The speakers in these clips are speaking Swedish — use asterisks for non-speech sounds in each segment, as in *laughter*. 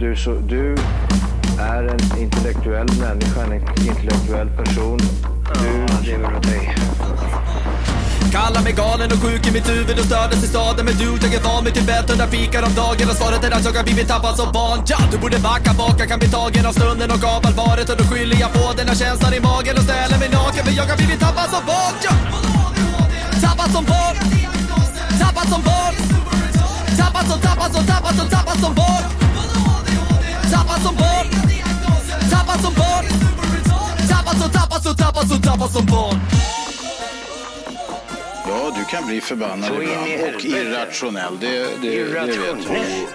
du, så, du är en intellektuell människa, en intellektuell person. Du lever av dig. Kallar mig galen och sjuk i mitt huvud och stördes i staden Men du, jag är van vid Tibet och där fikar om dagen Och svaret är att jag har blivit tappad som barn ja, Du borde backa bak, jag kan bli tagen av stunden och av allvaret Och då skyller jag på den här känslan i magen och ställer mig naken För jag har blivit tappad som barn ja. Tappad som barn Tappad som barn Tappad som, tappad som, tappad som, tappad som barn Tappad som barn Tappad som barn Tappad som, tappad som, tappad som, tappad som barn Ja, du kan bli förbannad Så in i ibland och helvete. irrationell. Det, det, det vet du. Drink,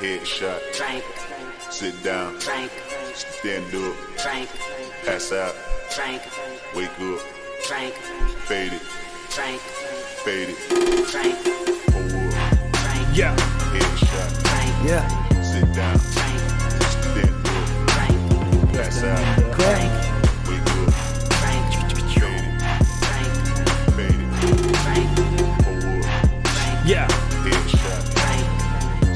Headshot, drink, sit down, drink, stand up, drink, pass out, drink, wake up, drink, fade it, drink, fade it, drink, pull up, drink. Yeah. headshot, Drink, Yeah. sit down, drink, stand up, drink, pass out, drink, drink, drink, drink, wake up, fade it, fade it, pull up, Yeah. headshot, drink,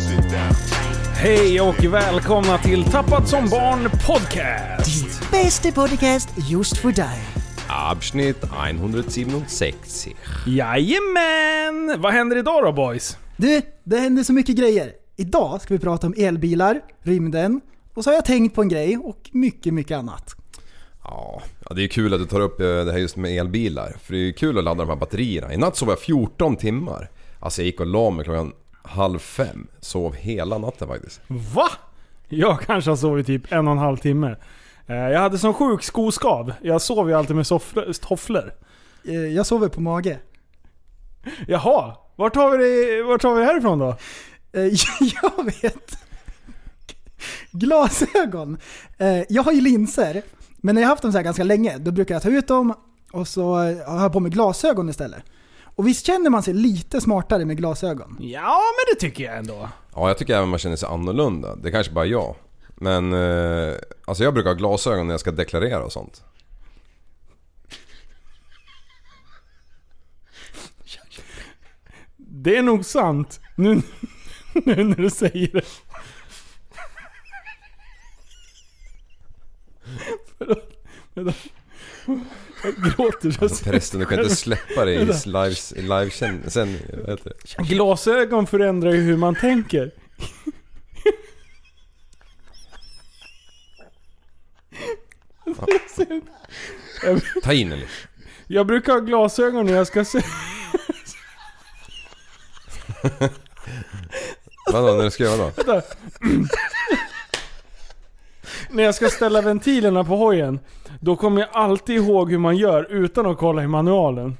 sit down, drink. Hej och välkomna till Tappat som barn podcast. beste Podcast just für dich. Abschnitt 167. Jajamän! Vad händer idag då boys? Du, det händer så mycket grejer. Idag ska vi prata om elbilar, rymden och så har jag tänkt på en grej och mycket, mycket annat. Ja, ja, det är ju kul att du tar upp eh, det här just med elbilar. För det är ju kul att ladda de här batterierna. I natt sov jag 14 timmar. Alltså jag gick och la mig klockan halv fem. Sov hela natten faktiskt. Va? Jag kanske har sovit typ en och en halv timme. Eh, Jag hade sån sjuk skoskav. Jag sov ju alltid med sofflor- tofflor. Eh, Jag sover på mage. Jaha, vart tar vi, det, vart tar vi det härifrån då? Eh, *laughs* Jag vet. Glasögon. Eh, Jag har ju linser, men när jag har haft dem så här ganska länge, då brukar jag ta ut dem och så eh, har jag på mig glasögon istället. Och visst känner man sig lite smartare med glasögon? Ja, men det tycker jag ändå. Ja, jag tycker även man känner sig annorlunda. Det är kanske bara jag. Men eh, alltså jag brukar ha glasögon när jag ska deklarera och sånt. Det är nog sant. Nu, nu när du säger det. Förlåt. Vänta. Jag gråter så jag Alltså, prästen, du kan inte släppa det i Vänta. lives- i livesändning. Vad heter det? Glasögon förändrar ju hur man tänker. Ta in den lite. Jag brukar ha glasögon när jag ska se... Vadå, när du ska göra då? När jag ska ställa ventilerna på hojen. Då kommer jag alltid ihåg hur man gör utan att kolla i manualen.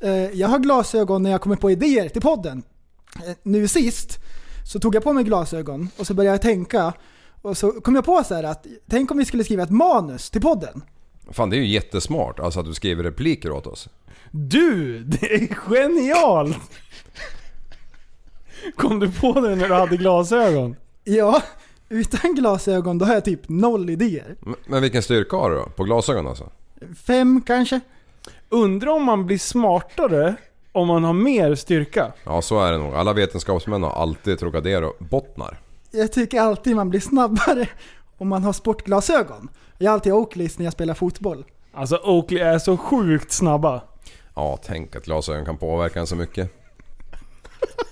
Eh, Jag har glasögon när jag kommer på idéer till podden. Eh, Nu sist så tog jag på mig glasögon och så började jag tänka. Och så kom jag på så här att tänk om vi skulle skriva ett manus till podden. Fan, det är ju jättesmart. Alltså att du skriver repliker åt oss. Du! Det är genialt! Kom du på det när du hade glasögon? Ja, *laughs* utan glasögon då har jag typ noll idéer. Men- Men vilken styrka har du då? På glasögon alltså? Fem kanske? Undrar om man blir smartare om man har mer styrka. Ja, så är det nog. Alla vetenskapsmän har alltid Trocadero-bottnar. Jag tycker alltid man blir snabbare *laughs* om man har sportglasögon. Jag har alltid Oakleys när jag *laughs* spelar fotboll. Alltså Oakley är så sjukt snabba. Ja, tänk att glasögon kan påverka en så mycket.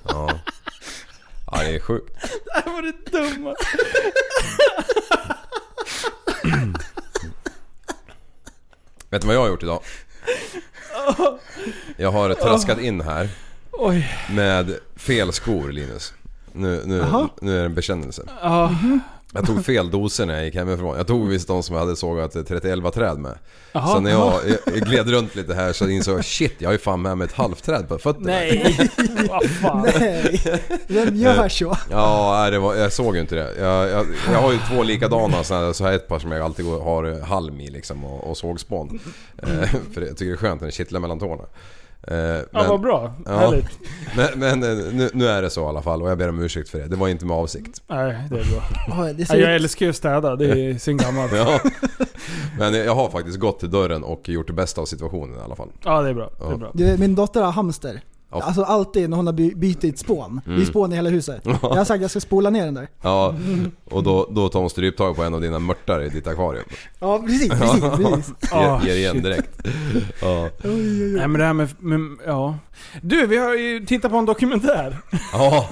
Ja. Ja, det är sjukt. Det var det dumma. Vet du vad jag har gjort idag? Jag har traskat in här Oj. med fel skor, Linus. Nu, nu, nu är det en bekännelse. Ja. Jag tog fel doser när jag gick hemifrån. Jag tog visst de som jag hade sågat 31 träd med. Jaha. så när jag, jag gled runt lite här så insåg jag shit, jag har ju fan med mig ett halvträd på fötterna. Nej. Vad fan. Nej, vem gör så? Ja, nej, det var, jag såg ju inte det. Jag, jag, jag har ju två likadana såna här, så här ett par som jag alltid går, har halm i liksom och, och sågspån. Eh, för jag tycker det är skönt när det kittlar mellan tårna. Eh, men, Ja, vad bra. Ja. Härligt. Men, men eh, nu, nu är det så i alla fall och jag ber om ursäkt för det. Det var inte med avsikt. Nej, det är bra. Oj, det Ja, ser Jag ut- älskar ju att städa. Det är sin gammalt. Ja. Men jag har faktiskt gått till dörren och gjort det bästa av situationen i alla fall. Ja, det är bra. Det är bra. Du, min dotter har hamster. Alltså alltid när hon har by- bytt spån. Det Mm. är spån i hela huset. Jag har sagt att jag ska spola ner den där. Ja, och då, då tar hon stryptag på en av dina mörtar i ditt akvarium. Ja, precis. *laughs* precis, precis. Ger, Ah, ger igen direkt. *laughs* Ja, Nej men det här med, med... Ja. Du, vi har ju tittat på en dokumentär. ja.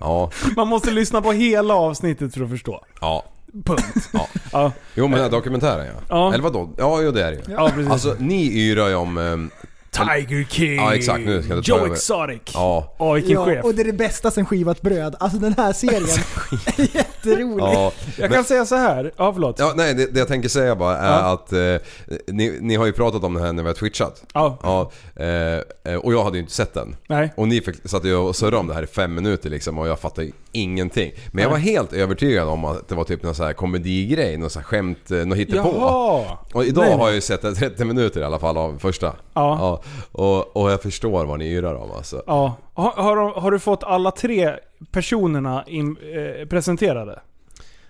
ja. Man måste lyssna på hela avsnittet för att förstå. ja. Punkt. Ja. Ja, Jo men den här dokumentären ja. Ja. Eller vadå? Ja, jo det är det ju. ja precis. Alltså ni yrar ju om... ehm, Tiger King. Ja, exakt. Nu ska jag ta Joe över. Exotic. Ja, ja. vilken Ja, chef. och det är det bästa sen skivat bröd. Alltså den här *laughs* serien. Jätterolig. Ja, *laughs* Jag men- kan säga så här. Ja, förlåt. ja, nej, det, det jag tänker säga bara är Ja. att eh, ni, ni har ju pratat om det här när vi har twitchat. Ja. Ja, eh, eh, och jag hade ju inte sett den. Nej. Och ni fick, satt ju och surrade om det här i fem minuter liksom och jag fattade ju ingenting. Men jag var helt övertygad om att det var typ någon så här komedigrej, någon så här skämt, eh, något hittepå. Jaha. Och idag Nej, nej. har jag ju sett det 30 minuter i alla fall av första. Ja. och, och jag förstår vad ni yrar om alltså. Ja. Har, har, de- har du fått alla tre personerna in, eh, presenterade?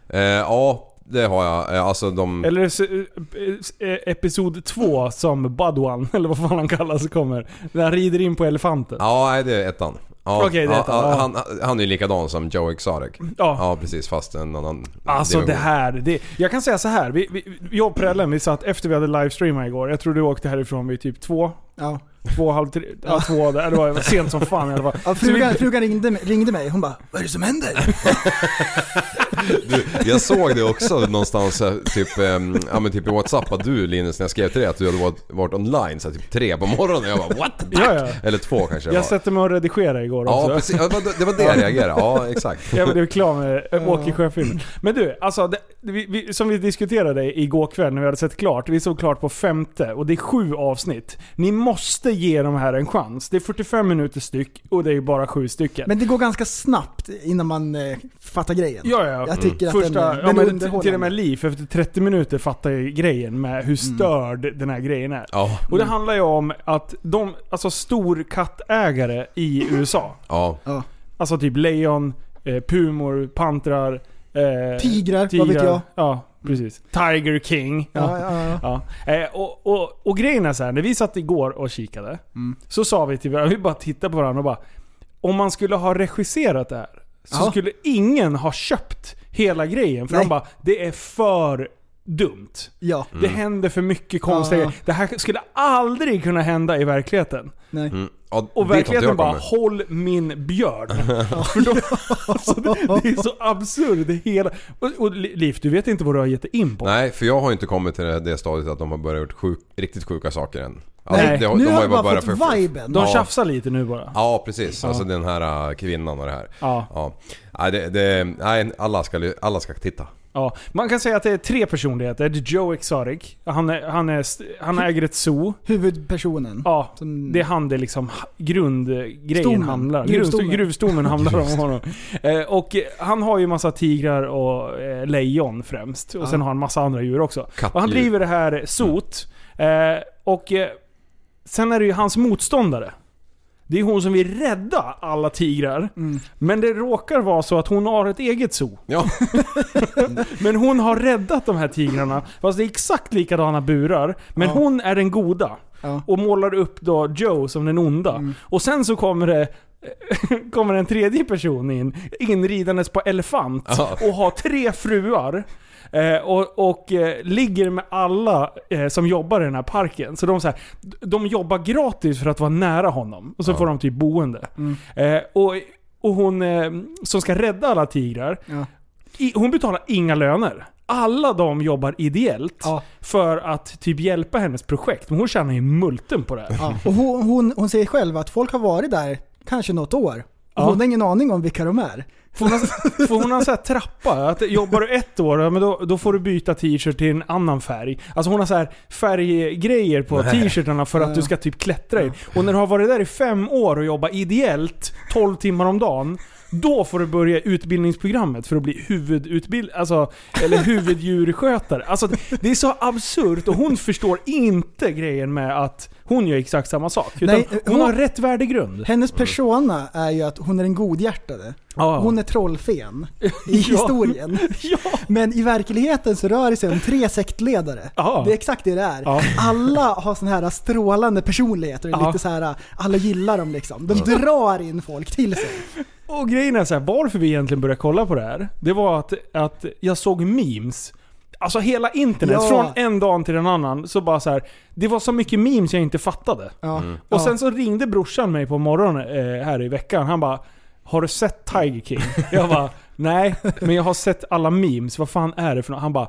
Eh, ja, det har jag. Eh, Alltså de... Eller s- eh, eh, episod två som Budwan, *laughs* eller vad fan han kallas, kommer. Där han rider in på elefanten. Ja, nej det är ettan. Ja, Okej, det är ettan, ja, ja. Han, han är ju likadan som Joe Exotic. Ja. ja precis, fast en annan Alltså det dimension. här, det, jag kan säga så här. Vi, vi, jag och Prellen, vi satt efter vi hade livestreamat igår. Jag tror du åkte härifrån vid typ två, Ja. två, och halv tre, ja, två, där. det var sent som fan i alla fall. Ja, Så vi- frugan frugan ringde, mig- ringde mig. Hon bara Vad är det som händer? Jag såg det också någonstans eh, typ, ehm, ja, men typ i Whatsapp att du Linus, när jag skrev till dig att du hade varit, varit online så här, typ tre på morgonen. Jag bara what? Ja, ja. Eller två kanske det Jag var. sätter mig och redigerar igår också. Ja precis, Ja, det var- det var det jag reagerade. Ja exakt. Jag blev klar med eh, Åke Sjöfilmen. Men du, alltså, det, vi, vi, som vi diskuterade igår kväll när vi hade sett klart. Vi såg klart på femte och det är sju avsnitt. Ni måste ge de här en chans. Det är 45 minuter styck och det är bara sju stycken. Men det går ganska snabbt innan man eh, fattar grejen. ja, ja. Jag tycker att Första, den, ja, den är men t- till och med underhållande. Liv efter 30 minuter fattar ju grejen med hur störd den här grejen är. Ja, Mm. Och det handlar ju om att de, alltså storkattägare i USA. ja. Alltså typ lejon, eh, pumor, pantrar, eh, Tigrar, vad vet jag. Ja, precis. Tiger King. Ja, ja, ja. Ja. Eh, och, och, och grejen är så här, när vi satt igår och kikade. Så sa vi till varandra, vi bara tittade på varandra och bara. Om man skulle ha regisserat det här. Så Ja. skulle ingen ha köpt hela grejen. För Nej. de bara, det är för dumt. ja. Det händer för mycket konstiga Ja. grejer. Det här skulle aldrig kunna hända i verkligheten. Nej. Mm. ja Och dit har inte verkligheten jag bara kommit. 'Håll min björn' *laughs* För då, alltså, det, det är så absurd det hela... Och, och Liv, du vet inte vad du har gett dig in på? Nej, för jag har ju inte kommit till det, det stadiet att de har börjat gjort sjuk, riktigt sjuka saker än. Alltså, Nej, det, Nu har ju jag bara, börjat fått för- viben. De Ja. tjafsar lite nu bara. Ja precis, alltså den här äh, kvinnan och det här. Ja. ja. Nej, det, det, nej alla, ska, ly- alla ska titta. Ja. Man kan säga att det är tre personligheter. Det är Joe Exotic, han, är, han, är, st- han äger ett zoo. *laughs* Huvudpersonen. Ja, Som- det är han det liksom ha- grundgrejen Stommen. handlar Gruvstommen. Gruvstommen. Gruvstommen handlar om honom. Eh, och eh, han har ju massa tigrar och eh, lejon främst. Och sen har han massa andra djur också. Kattdjur. Och han driver det här sot. Eh, och eh, sen är det ju hans motståndare. Det är hon som vill rädda alla tigrar. Mm. Men det råkar vara så att hon har ett eget zoo. Ja, Men hon har räddat de här tigrarna. Fast det är exakt likadana burar. Men Ja. hon är den goda. Ja. Mm. Och målar upp då Joe som den onda. Och sen så kommer det *laughs* kommer en tredje person in, inridandes på elefant Ja. och har tre fruar. Eh, och och eh, ligger med alla eh, som jobbar i den här parken. Så de, så här, de jobbar gratis för att vara nära honom. Och så får de typ boende. Mm. Eh, och, och hon eh, som ska rädda alla tigrar, Ja. i, hon betalar inga löner. Alla de jobbar ideellt Ja. för att typ hjälpa hennes projekt. Men hon tjänar ju multen på det här. Ja. Och hon, hon, hon säger själv att folk har varit där kanske något år. Och Ja. Hon har ingen aning om vilka de är. Får hon, får hon har en sån här trappa? Att jobbar du ett år, ja, men då, då får du byta t-shirt till en annan färg. Alltså hon har så här färggrejer på t-shirtarna för att du ska typ klättra i. Och när du har varit där i fem år och jobbat ideellt 12 timmar om dagen. Då får du börja utbildningsprogrammet för att bli huvudutbild... Alltså, eller huvuddjurskötare. Alltså, det är så absurt och hon förstår inte grejen med att hon gör exakt samma sak. Utan Nej, hon, hon- har rätt värdegrund. Hennes persona är ju att hon är den godhjärtade. Mm. Ja. Hon *laughs* är trollfen i historien. Ja. Men i verkligheten så rör det sig om tre sektledare. Ja. Det är exakt det det är. Ja. Alla har såna här strålande personligheter. Ja. Lite så här, alla gillar dem liksom. De drar in folk till sig. Och grejen är så här, varför vi egentligen började kolla på det här, det var att, att jag såg memes. Alltså hela internet, Ja. från en dag till en annan, så bara så här. Det var så mycket memes jag inte fattade. Ja. Och sen så ringde brorsan mig på morgonen eh, här i veckan. Han bara Har du sett Tiger King? Jag bara Nej, men jag har sett alla memes. Vad fan är det för något? Han bara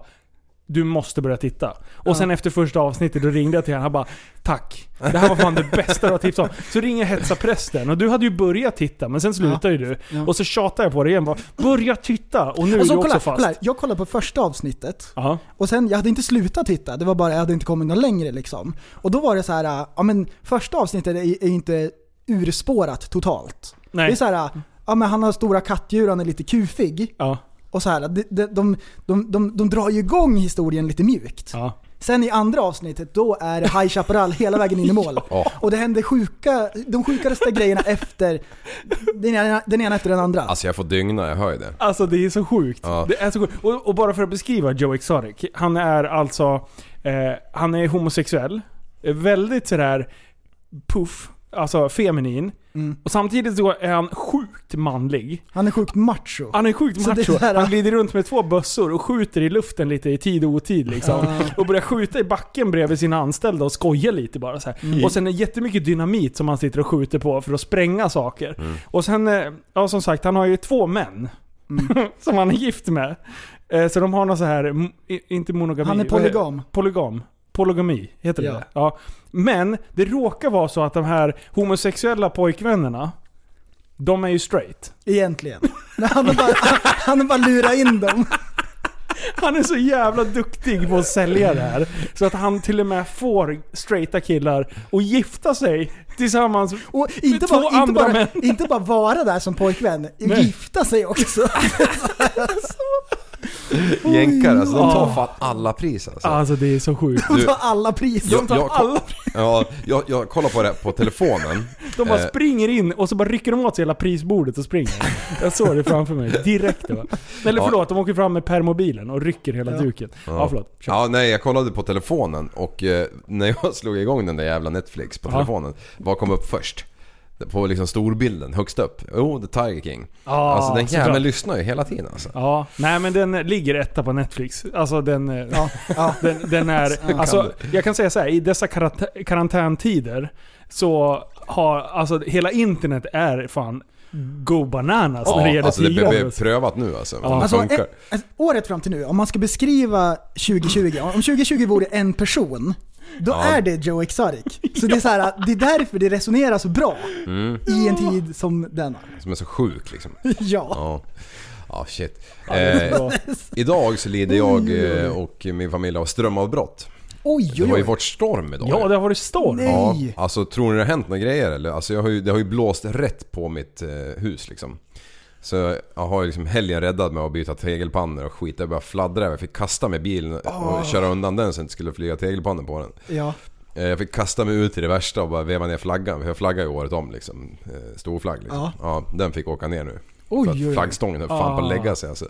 Du måste börja titta. Och sen efter första avsnittet då ringde jag till honom. Han bara Tack. Det här var fan det bästa du har tipsat om. Så ringer jag Hetsa Prästen. Och du hade ju börjat titta men sen slutade ju du. Ja. Och så tjatar jag på dig igen. Bara, Börja titta! Och nu är Alltså, du kolla, också fast. kolla, här. jag kollade på första avsnittet Ja. och sen, jag hade inte slutat titta, det var bara jag hade inte kommit någon längre liksom. Och då var det så här, äh, ja men första avsnittet är, är inte urspårat totalt. Nej. Det är så här, äh, ja men han har stora kattdjur, han är lite kufig. Ja. Och så här, de, de, de, de, de, de drar ju igång historien lite mjukt. Ja. Sen i andra avsnittet, då är det High Chaparral hela vägen in *laughs* i mål. *laughs* Ja. Och det händer sjuka, de sjukaste grejerna efter den ena, den ena efter den andra. Alltså jag får dygna, jag hör ju det. Alltså det är så sjukt. Ja. Det är så sjukt. Och, och bara för att beskriva Joe Exotic. Han är alltså, eh, han är homosexuell. Eh, Väldigt sådär puff, alltså feminin. Mm. Och samtidigt så är han sjukt manlig. Han är sjukt macho. Han är sjukt Så det är macho. så här- Han glider runt med två bössor och skjuter i luften lite i tid och otid liksom. Och börjar skjuta i backen bredvid sina anställda och skojar lite bara så här. Och sen är det jättemycket dynamit som han sitter och skjuter på för att spränga saker. Och sen, eh, ja som sagt, han har ju två män. Mm. *laughs* som han är gift med. Eh, Så de har någon så här, m- i- inte monogami. Han är vad heter- polygam. Polygam. Polygami, heter Ja. det ja. Men det råkar vara så att de här homosexuella pojkvännerna, de är ju straight. Egentligen. Men han har bara, *laughs* han har bara lurat in dem. Han är så jävla duktig på att sälja det här. Så att han till och med får straighta killar och gifta sig tillsammans. Och inte två bara, inte, andra bara, män. inte bara vara där som pojkvän, Nej. gifta sig också. Jänkar alltså, de tar Ja. fan alla pris alltså. Alltså det är så sjukt. Du- Ta alla priser. jag, jag, alla ja, jag, jag kollar på det på telefonen. De bara Eh. springer in och så bara rycker de åt sig hela prisbordet och springer. Jag såg det framför mig direkt. Va? Eller Ja. förlåt, de åker fram med permobilen och rycker hela duken. Ja, förlåt. Kör. Ja, nej jag kollade på telefonen och eh, när jag *laughs* slog igång den där jävla Netflix på Ja. telefonen, vad kom upp först? På liksom storbilden, högst upp. Jo, oh, The Tiger King. Ja, alltså den Ah, såklart. jäveln lyssnar ju hela tiden alltså. Ja, nej men den ligger etta på Netflix. Alltså den... eh, Ja. Den, den är, alltså, jag kan säga så här, i dessa karant- karantäntider så har, alltså hela internet är fan go bananas när det Ja, gäller Ah. alltså det tider. blir prövat nu alltså. Ja. Det Alltså, funkar. ett, alltså, året fram till nu, om man ska beskriva 2020, om 2020 vore en person, då Ja. är det Joe Exotic. Så det är, så här, det är därför det resonerar så bra Mm. i en tid som denna. Som är så sjuk liksom. Ja. Ja, ja shit. det är Eh, bra. idag så lider jag eh, och min familj av strömavbrott. Oj, Det oj, var ju oj. vårt storm idag. ja, det har varit storm. Nej. Ja, Ej. alltså tror ni det har hänt några grejer eller? Alltså jag har ju, det har ju blåst rätt på mitt eh, hus liksom. Så jag har ju liksom helgen räddad med att byta tegelpannor och skit. Jag började fladdra, jag fick kasta med bilen och Ah. köra undan den så jag inte skulle flyga tegelpannor på den. Ja. Eh, Jag fick kasta mig ut i det värsta och bara veva ner flaggan. För jag flaggar ju året om liksom. Eh, Storflagg liksom. Ja. Ja. den fick åka ner nu. Ah. Oj, För att oj, Ah. oj. Flaggstången höll fan på att lägga sig alltså.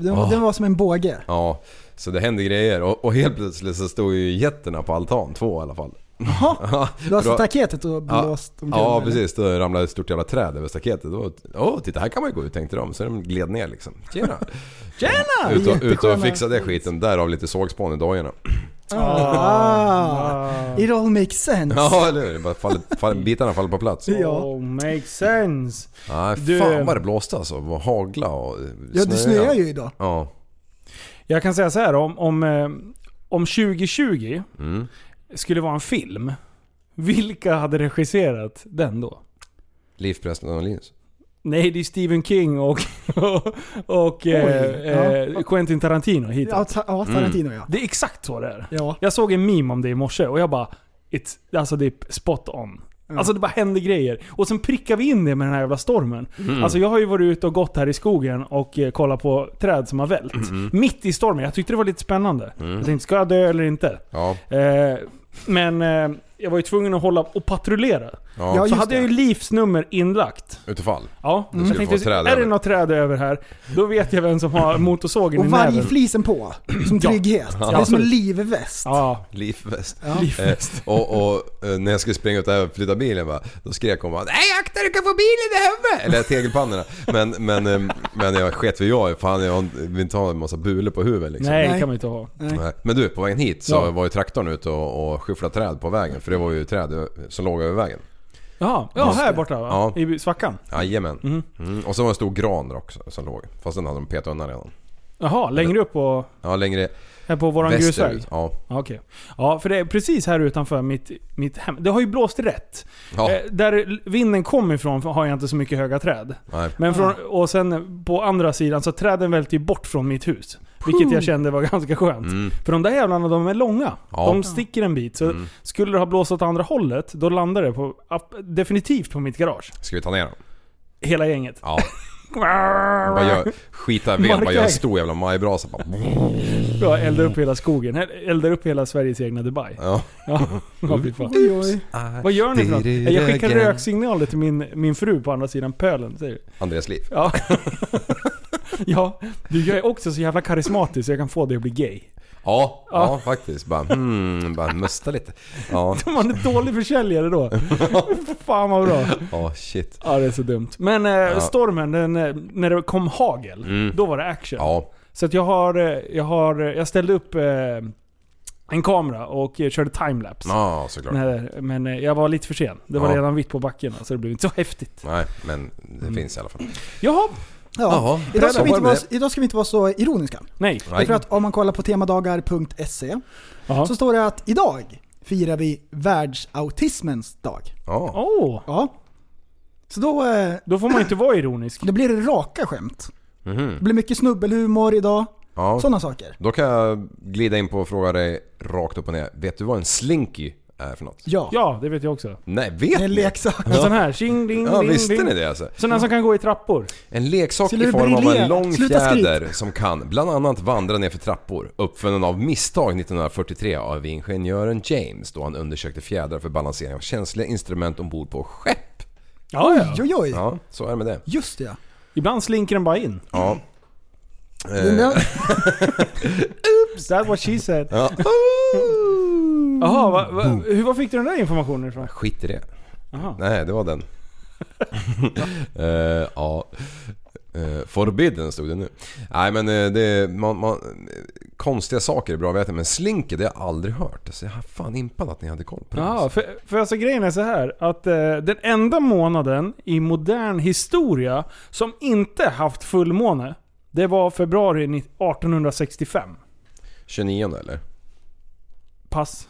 Den, den var som en båge. Ja, så det hände grejer och, och helt plötsligt så stod ju getterna på altan, två i alla fall. *laughs* Jaha, du har Bra. satt staketet och Ja, blåst omkull, ja eller? precis, då ramlade ett stort jävla träd över staketet. Då, Åh, titta här kan man ju gå ut tänkte de, så de gled ner liksom. *laughs* Tjena! Tjena! ut, och, ut och Jättesköna- fixade det skiten, därav lite sågspån i dojorna. *laughs* Ah, it all makes sense. Ja eller hur? Det bara faller, faller, bitarna faller på plats. Ja. Oh, makes sense. Nej, Du- fan vad det blåste alltså. Vad Hagla och eh, Ja, det snöa. snöar ju idag. Ja. Jag kan säga så här om, om, eh, om 2020 skulle vara en film, vilka hade regisserat den då? Liv, prästen och Linus. Nej, det är Stephen King och, *laughs* och, och eh, eh, Quentin Tarantino hittills. Ja, ta, Mm. ja Tarantino ja. Det är exakt så det är. Ja. Jag såg en meme om det i morse och jag bara... It's, alltså det är spot on. Alltså det bara händer grejer. Och sen prickar vi in det med den här jävla stormen. Alltså jag har ju varit ute och gått här i skogen och eh, kollat på träd som har vält. Mitt i stormen. Jag tyckte det var lite spännande. Jag tänkte, ska jag dö eller inte? Ja. Eh, Men eh, jag var ju tvungen att hålla och patrullera. Ja, Ja, så just hade jag ju livsnämns inlagt. utifall. Ja, skulle jag få tänkte, träd är det över. något träd över här, då vet jag vem som har motorsågen Och i näven. vargflisen på, *clears throat* som Ja. trygghet. det är som en absolut. livväst. Ja, Livväst. Eh, livfest. och, och eh, när jag skulle springa ut där och flytta bilen bara, då skrek hon bara Nej akta du kan få bilen i huvudet! Eller tegelpannorna. Men, men, eh, men jag sket vad jag fan jag vill inte ha en massa bulor på huvudet liksom. Nej, Nej. kan man inte ha. Nej. Men du, på vägen hit så Ja. var ju traktorn ute och, och skyfflade träd på vägen. För det var ju träd ö- som låg över vägen. Jaha, ja, Just här det. borta va? Ja. I svackan? Jajamän. Mhm. Mm. Och så var det en stor gran där också som låg. Fast den hade de petat undan redan. Jaha, längre upp på, Ja, längre här på våran grusväg? västerut. Ja. Ja, Okej. Ja, för det är precis här utanför mitt, mitt hem. Det har ju blåst rätt. ja. Eh, där vinden kom ifrån har jag inte så mycket höga träd. Nej. Men från, Ah. och sen på andra sidan så träden välte ju bort från mitt hus. Vilket jag kände var *laughs* ganska skönt. Mm. För de där jävlarna de är långa. Ja. Mm. De sticker en bit. Så skulle det ha blåst åt andra hållet, då landar det på, ab- definitivt på mitt garage. Ska vi ta ner dem? Hela gänget. Ja. Bara gör, skita i ved, bara gör en stor jävla majbrasa. *laughs* Bara, Jag eldar upp hela skogen. Eldar upp hela Sveriges egna Dubai. ja. Ja, *laughs* ja, fy fan. Oj, oj. Vad gör ni för något? Jag skickar röksignaler till min, min fru på andra sidan pölen. säger du. Andreas liv. Ja. *laughs* ja, du jag är också så jävla karismatisk så jag kan få dig att bli gay. Ja, ja, Ja. faktiskt. Bara, hmm, bara musta lite. Ja, *laughs* Man är dålig försäljare *laughs* då. Fan vad bra. ja shit. Ja, det är så dumt. Men eh, stormen, den, eh, när det kom hagel, då var det action. Mm. Ja, Så att jag har, eh, jag har, eh, jag ställde upp eh, en kamera och eh, körde timelapse. ja såklart. Nej. Men, men eh, jag var lite för sen. Det var Ja. redan vitt på backen så det blev inte så häftigt. men det Mm. finns i alla fall. Jaha, Jaha. Ja. Idag, ska vi inte Träd- vara, idag ska vi inte vara så ironiska. nej. Nej. För att om man kollar på temadagar.se Jaha. så står det att idag firar vi världsautismens dag. Ja. Åh, Ja. Så då, eh, då får man inte vara ironisk. då blir det raka skämt. Mhm. Det blir mycket snubbelhumor idag. ja. Sådana saker. Då kan jag glida in på och fråga dig rakt upp och ner. Vet du vad en slinky är för något? Ja. Ja, det vet jag också. Nej, Det är vet en ni? leksak. En sån här, tjing ding Ja, ding visste ding. ni det alltså? Sådana som kan gå i trappor. En leksak Skulle i du form av briljera? en lång Sluta skryt. fjäder som kan bland annat vandra ner för trappor. Uppfunnen av misstag 1943 av ingenjören James då han undersökte fjädrar för balansering av känsliga instrument ombord på skepp. Ja, ja. Oj, oj. Ja, så är det med det. Just det ja. Ibland slinker den bara in. Ja. Den Eh, där, That's what she said. ja. Jaha, va, va, hur, var fick du den där informationen ifrån? Skit i det. Aha. Nej, det *laughs* var den. Eh, ja. Eh, forbidden stod det nu. Nej men eh, det är, man, man, eh, konstiga saker är bra att veta men slinker det har jag aldrig hört. Alltså, jag är fan impad att ni hade koll på det. Ja, för, för alltså grejen är så här att eh, den enda månaden i modern historia som inte haft fullmåne, det var februari ni- 1865. 29 eller? Pass.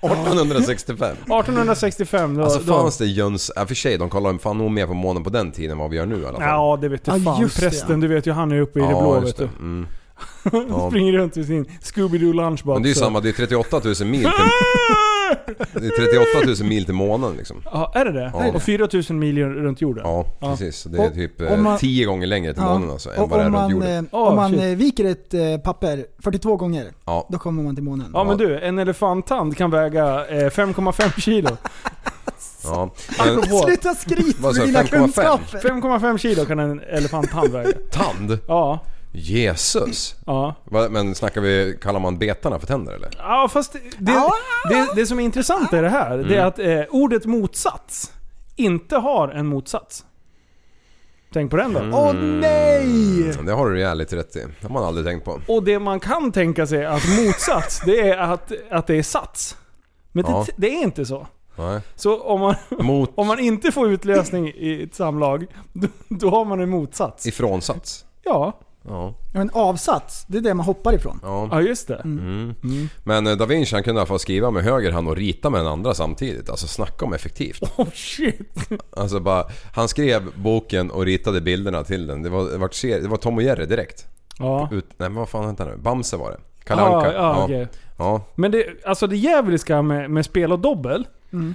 1865. 1865, då... Alltså då- fanns det Jöns... Ja, för sig, de kollar ju fan nog mer på månen på den tiden än vad vi gör nu i alla fall. Ja, det vet du Ja, fan. just det, Prästen, ja. du vet ju han är uppe i det blå vet du. Mm. Han *laughs* Ja. springer runt i sin Scooby-Doo lunchbox. Men det är ju så- *laughs* samma, det är 38 000 mil till... Det är 38 000 mil till månen liksom. Ja, är det det? Ja. Och 4000 mil runt jorden? Ja, Ja. precis. Så Det är Och- typ om eh, man- 10 gånger längre till ja. månen alltså, än Och vad det är om runt man, jorden. eh, Ah, om man shit. eh, viker ett eh, papper 42 gånger, Ja. då kommer man till månen. Ja men du, en elefantand kan väga eh, 5,5 kilo. *laughs* Ja. Men, Apropå, Sluta skryt Vad sa med jag, dina 5,5? kunskaper! 5,5 kilo kan en elefanttand väga. tand? Ja, Jesus! ja. Va, Men snackar vi, kallar man betarna för tänder eller? Ja fast det, det, det, det som är intressant i det här, det Mm. är att eh, ordet motsats inte har en motsats. Tänk på den då. Mm. Åh nej! Det har du jävligt rätt i. Det har man aldrig tänkt på. Och det man kan tänka sig att motsats, det är att, att det är sats. Men Ja. det, det är inte så. Nej. Så om man, Mot... om man inte får utlösning i ett samlag, då, då har man en motsats. Ifrånsats. Ja, Ja. Ja, En avsats, det är det man hoppar ifrån. ja. ja just det. Men eh, da Vinci han kunde i alla fall skriva med höger hand och rita med den andra samtidigt. Alltså snacka om effektivt. *laughs* Oh shit. Alltså bara, han skrev boken och ritade bilderna till den. Det var, det var, ser- det var Tom och Jerry direkt. Ja. Ut, nej men vad fan hette han nu? Bamse var det. Kalle Ja, Anka. ja, okej. ja. Men det, alltså det djävulska med, med spel och dobbel,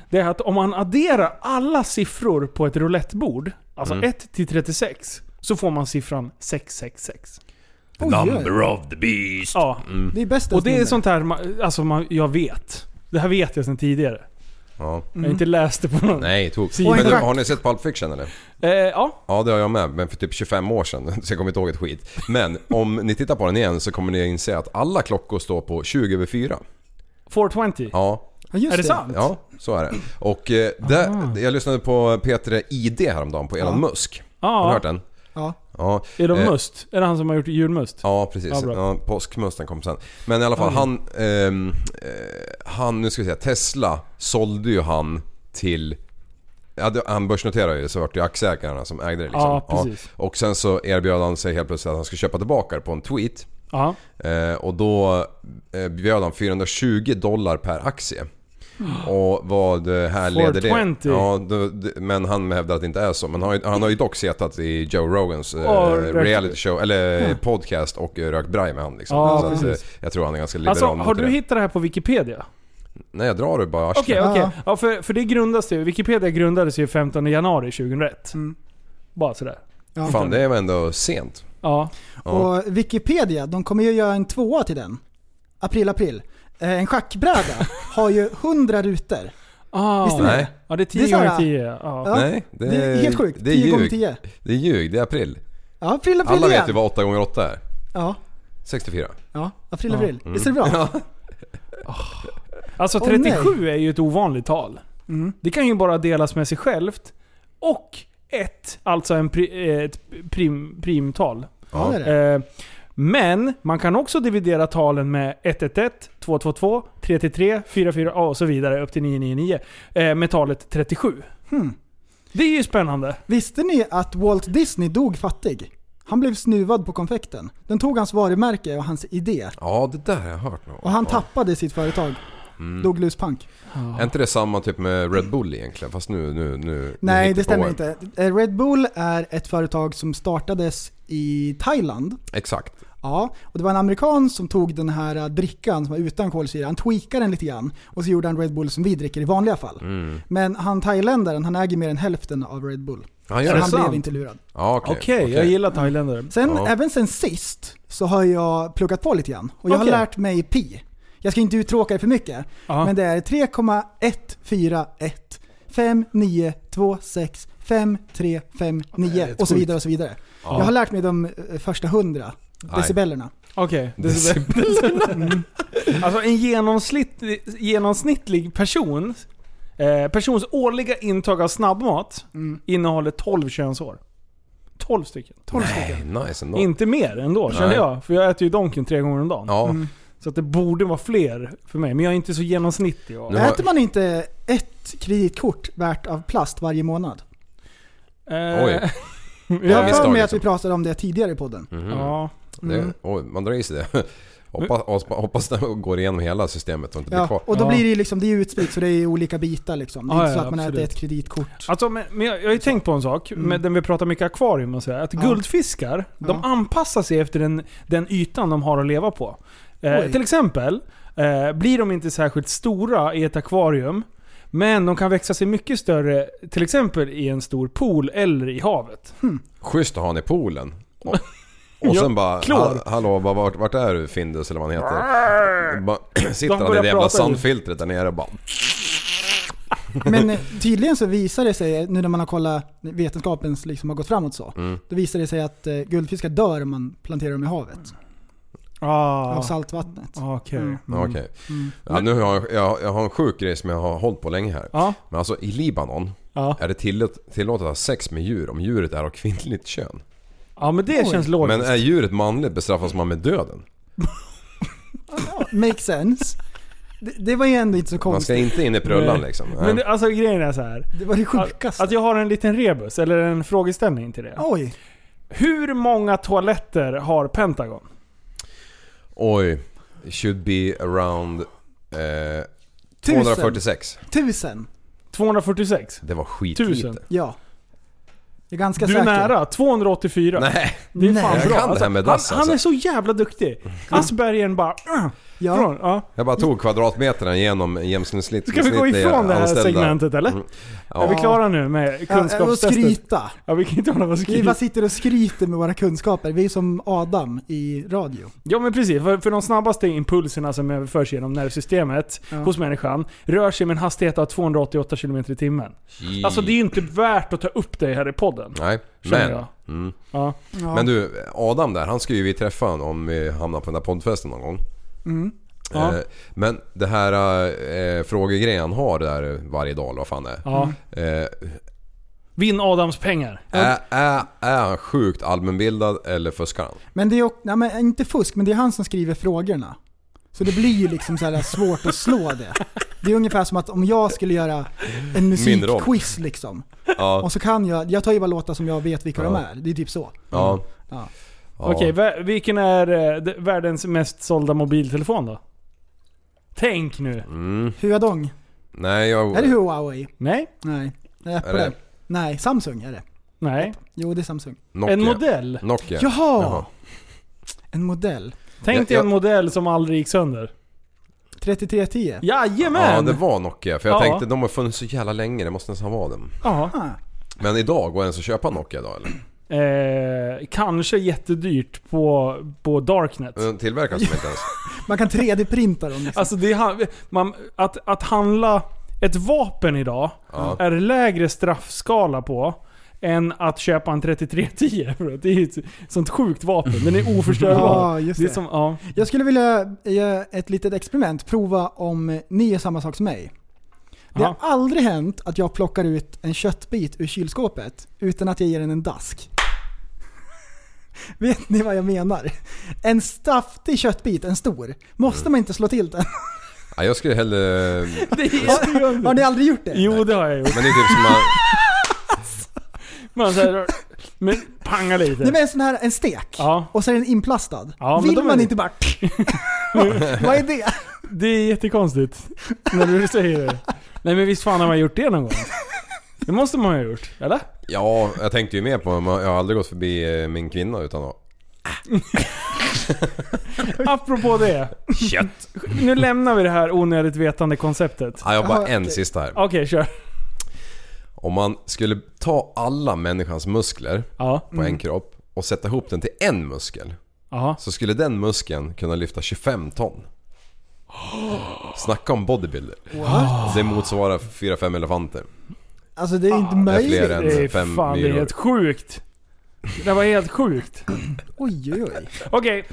det är att om man adderar alla siffror på ett Mm. roulettebord, alltså 1 till 36, så får man siffran 666. The Oj, oj. number of the beast. Ja. Mm. Det är bäst Och det är ens sånt här, ma- alltså man, jag vet. Det här vet jag sedan tidigare. Ja. Jag har inte läst det på någon... Nej, tok. Oj, Men du, tack. har ni sett Pulp Fiction eller? Eh, ja. Ja, det har jag med. Men för typ 25 år sedan. *laughs* Så jag kommer inte ihåg ett skit. Men om ni tittar på den igen så kommer ni inse att alla klockor står på 20 över 4. 420. Ja, nummer. Ja, just Är det sant? Ja, så är det. Och eh, där, jag lyssnade på Peter ID häromdagen på Elon Musk. Har du Ja. hört den? Ja. Ja, Är de eh, must? Är det han som har gjort julmust? Ja, precis. Ja, Ja, bra. påskmusten kom sen. Men i alla fall, han, ehm, eh, han... Nu ska vi säga, Tesla sålde ju han till... Ja, det- han börsnoterade ju det, så vart det ju aktieägarna som ägde det liksom. Ja, precis. Och sen så erbjöd han sig helt plötsligt att han skulle köpa tillbaka det på en tweet. Ja. Eh, och då eh, bjöd han 420 dollar per aktie. Och vad eh, härleder det? 420. Ja, då, d- men han hävdar att det inte är så. Men han, har ju- han har ju dock setat i Joe Rogans eh, Ja, rökt- reality show, eller eh, podcast och eh, rökt braj med han liksom. Ja, så att, eh, precis. jag tror han är ganska liberal Alltså, har mot du det. hittat det här på Wikipedia? Nej jag drar det bara i arslet. Okej, Ja. okej. Ja, för, för det grundas ju. Wikipedia grundades ju 15 januari 2001. Mm. Bara sådär. Ja. Fan det var ändå sent. Ja. Ja. Och Wikipedia, de kommer ju göra en tvåa till den. April, april. Eh, *laughs* en schackbräda har ju 100 rutor. Ah, Visste ni Nej. Ja, det är 10 Det är gånger såhär- 10. Ja. Ja. Nej, det, Det är helt sjukt. Det är 10 gånger ljug. 10. Det är ljug, det är april. Ja, april, april Alla igen. vet ju vad 8 gånger 8 är. Ja, 64. ja, april, Ja. april. Mm. Visst är det bra? Alltså Åh, Mm. 37 är ju ett ovanligt tal. Det kan ju bara delas med sig självt. Och ett, alltså en pri, eh, ett prim, primtal. Ja, det är det. Eh, men man kan också dividera talen med 111, 222, 333, 44 och så vidare upp till 999. Eh, med talet 37. Hmm. Det är ju spännande. Visste ni att Walt Disney dog fattig? Han blev snuvad på konfekten. Den tog hans varumärke och hans idé. Ja, det där har jag hört någon. Och han ja. Mm. tappade sitt företag. Dog luspank. Är inte det samma typ med Red Bull egentligen? Fast nu... nu, nu nu Nej, hittar det stämmer på en. inte. Eh, Red Bull är ett företag som startades i Thailand. Exakt. Ja, och det var en amerikan som tog den här eh, drickan som var utan kolsyra, han tweakade den lite grann och så gjorde han Red Bull som vi dricker i vanliga fall. Mm. Men han thailändaren, han äger mer än hälften av Red Bull. Han Så gör det? han så? blev sant? inte lurad. Ja, okej. Okej, jag gillar thailändare. Sen, Ja. även sen sist, så har jag pluggat på lite grann. Och jag Okej. har lärt mig pi. Jag ska inte uttråka er för mycket, Ja. men det är 3,141 5926 5359 och så vidare och så vidare. Jag har lärt mig de eh, första 100 decibelerna. Okej. Decibel. Mm. *laughs* Alltså en genomsnittlig, genomsnittlig person, eh, persons årliga intag av snabbmat Mm. innehåller 12 könsår. 12 stycken. 12 stycken. Nej, nice ändå. Inte mer ändå känner Nej. jag. För jag äter ju Donken tre gånger om dagen. Ja, Så att det borde vara fler för mig. Men jag är inte så genomsnittlig. av- Nu har- Äter man inte ett kreditkort värt av plast varje månad? Eh, *laughs* oj. Jag har Ja, Mm. för misstag, mig att liksom. vi pratade om det tidigare i podden. Ja. Det, oj, man drar i sig det. *laughs* Hoppas, hoppas, hoppas det går igenom hela systemet och inte blir Ja, kvar. och då Ja. blir det ju liksom, det är ju utspritt så det är ju olika bitar liksom. Det är Ja, inte så ja, att man äter absolut. ett kreditkort. Alltså, men, men jag, jag har ju tänkt på en sak, med den vi pratar mycket akvarium och sådär. Att Mm. Ja. guldfiskar, de anpassar sig efter den, den ytan de har att leva på. Eh, Oj. till exempel, eh, blir de inte särskilt stora i ett akvarium, men de kan växa sig mycket större, till exempel i en stor pool eller i havet. Schysst att ha han i poolen. Och, och sen bara... klor. Hall, hallå, bara, vart, vart är du Findus eller vad han heter? Bara, *clears throat* sitter De han i börjar det jävla prata nu. sandfiltret där nere och bara... Men eh, tydligen så visar det sig, nu när man har kollat vetenskapen liksom har gått framåt så, Mm. då visar det sig att eh, guldfiskar dör om man planterar dem i havet. Av Ah, saltvattnet. okej. Mm. Ja, Okej. Ja, nu har jag, jag, jag har en sjuk grej som jag har hållit på länge här. Ja. Men alltså i Libanon Ja. är det tillåt, tillåtet att ha sex med djur om djuret är av kvinnligt kön. ja, men det känns logiskt. Men är djuret manligt bestraffas man med döden. *laughs* Makes sense. Det, det var ju ändå inte så Man ska konstigt. inte in i prullan Nej. liksom. Nej. Men det, alltså grejen är så här. Det var det Att, sjukaste. att jag har en liten rebus, eller en frågeställning till det. Oj, Hur många toaletter har Pentagon? Oj. It should be around... Eh, Tusen. 246. tusen! 246? Det var Tusen. skitlite. Ja. Jag är ganska Du är säker. nära. 284. Nej. Det är fan Nej. Jag bra. kan det här med dass, han, han är alltså. så jävla duktig. Aspergern bara... "Ugh, Ja. Från, ja. Jag bara tog kvadratmeterna genom genomsnittligt Ska vi gå ifrån det här anställda. segmentet eller? Mm. Är vi Ja. klara nu med Ja, och kunskapstestet? skryta. Ja, vi kan inte hålla på och Vi skryta. bara sitter och skryter med våra kunskaper. Vi är som Adam i radio. Ja men precis, för, för de snabbaste impulserna som överförs genom nervsystemet Ja. hos människan rör sig med en hastighet av 288 km i timmen. Alltså det är ju inte värt att ta upp det här i podden. Nej, Känner men... jag. Mm. Ja. Ja. Men du, Adam där, han ska ju vi träffa om vi hamnar på den där poddfesten någon gång. Ja. Eh, men det här eh, frågegrejen han har där varje dag eller vad fan det är. Ja. Eh, Vinn Adams pengar. är, är, är han sjukt allmänbildad eller fuskar han? Men det är ju, nej, men inte fusk, men det är han som skriver frågorna. Så det blir ju liksom så här svårt att slå det. Det är ungefär som att om jag skulle göra en Mindre om. musikquiz liksom. Ja. Och så kan jag, jag tar ju bara låtar som jag vet vilka de Ja. är. Det är typ så. ja. Ja. Ja. Okej, vä- vilken är eh, d- världens mest sålda mobiltelefon då? Tänk nu. Mm. Huadong. Nej, jag... Är det Huawei? Nej? Nej. Är det Är Apple? det? Nej, Samsung är det. Nej. Jo, det är Samsung. Nokia. En modell. Nokia. Jaha! Jaha. En modell. Tänk dig Ja, en ja. modell som aldrig gick sönder. 3310. Jajamän! Ja, det var Nokia. För jag Ja. tänkte, de har funnits så jävla länge, det måste nästan vara den. Ja. Ah, Men idag, går det ens att köpa en Nokia idag eller? Eh, kanske jättedyrt på, på Darknet. Den tillverkas de inte ens. man kan 3D-printa dem. Liksom. Alltså det är, han- man, att, att handla ett vapen idag Ja. är lägre straffskala på än att köpa en 3310. bro. *laughs* Det är ju ett sånt sjukt vapen. Den är oförstörbar. Ja, just det är det. som, ja. Jag skulle vilja göra ett litet experiment. Prova om ni gör samma sak som mig. Det Jaha. har aldrig hänt att jag plockar ut en köttbit ur kylskåpet utan att jag ger den en dask. *laughs* Vet ni vad jag menar? En saftig köttbit, en stor, måste man inte slå till den? Ja, jag skulle hellre... Det är *laughs* Har, har ni aldrig gjort det? Jo, det har jag gjort. Men det är typ som man... Man så här, men panga lite. Nej men en sån här, en stek. Ja. Och så är den inplastad. Ja, men Vill de är- man *laughs* inte bara... *laughs* vad är det? Det är jättekonstigt när du säger det. Nej men visst fan har man gjort det någon gång? Det måste man ha gjort, eller? Ja, jag tänkte ju mer på... Jag har aldrig gått förbi eh, min kvinna utan att... Apropå det. Kött! Nu lämnar vi det här onödigt vetande konceptet. Ja, jag har bara Jaha, en typ. okej. sista här. Okej, kör. Om man skulle ta alla människans muskler Ja. på en kropp och sätta ihop den till en muskel. Jaha. Så skulle den muskeln kunna lyfta 25 ton. Snacka om bodybuilder. Det motsvarar 4-5 elefanter. Alltså det är inte Ah, Det är möjligt. fler än Det är fem fan, det är myror. helt sjukt. Det där var helt sjukt. Oj oj oj. Okej,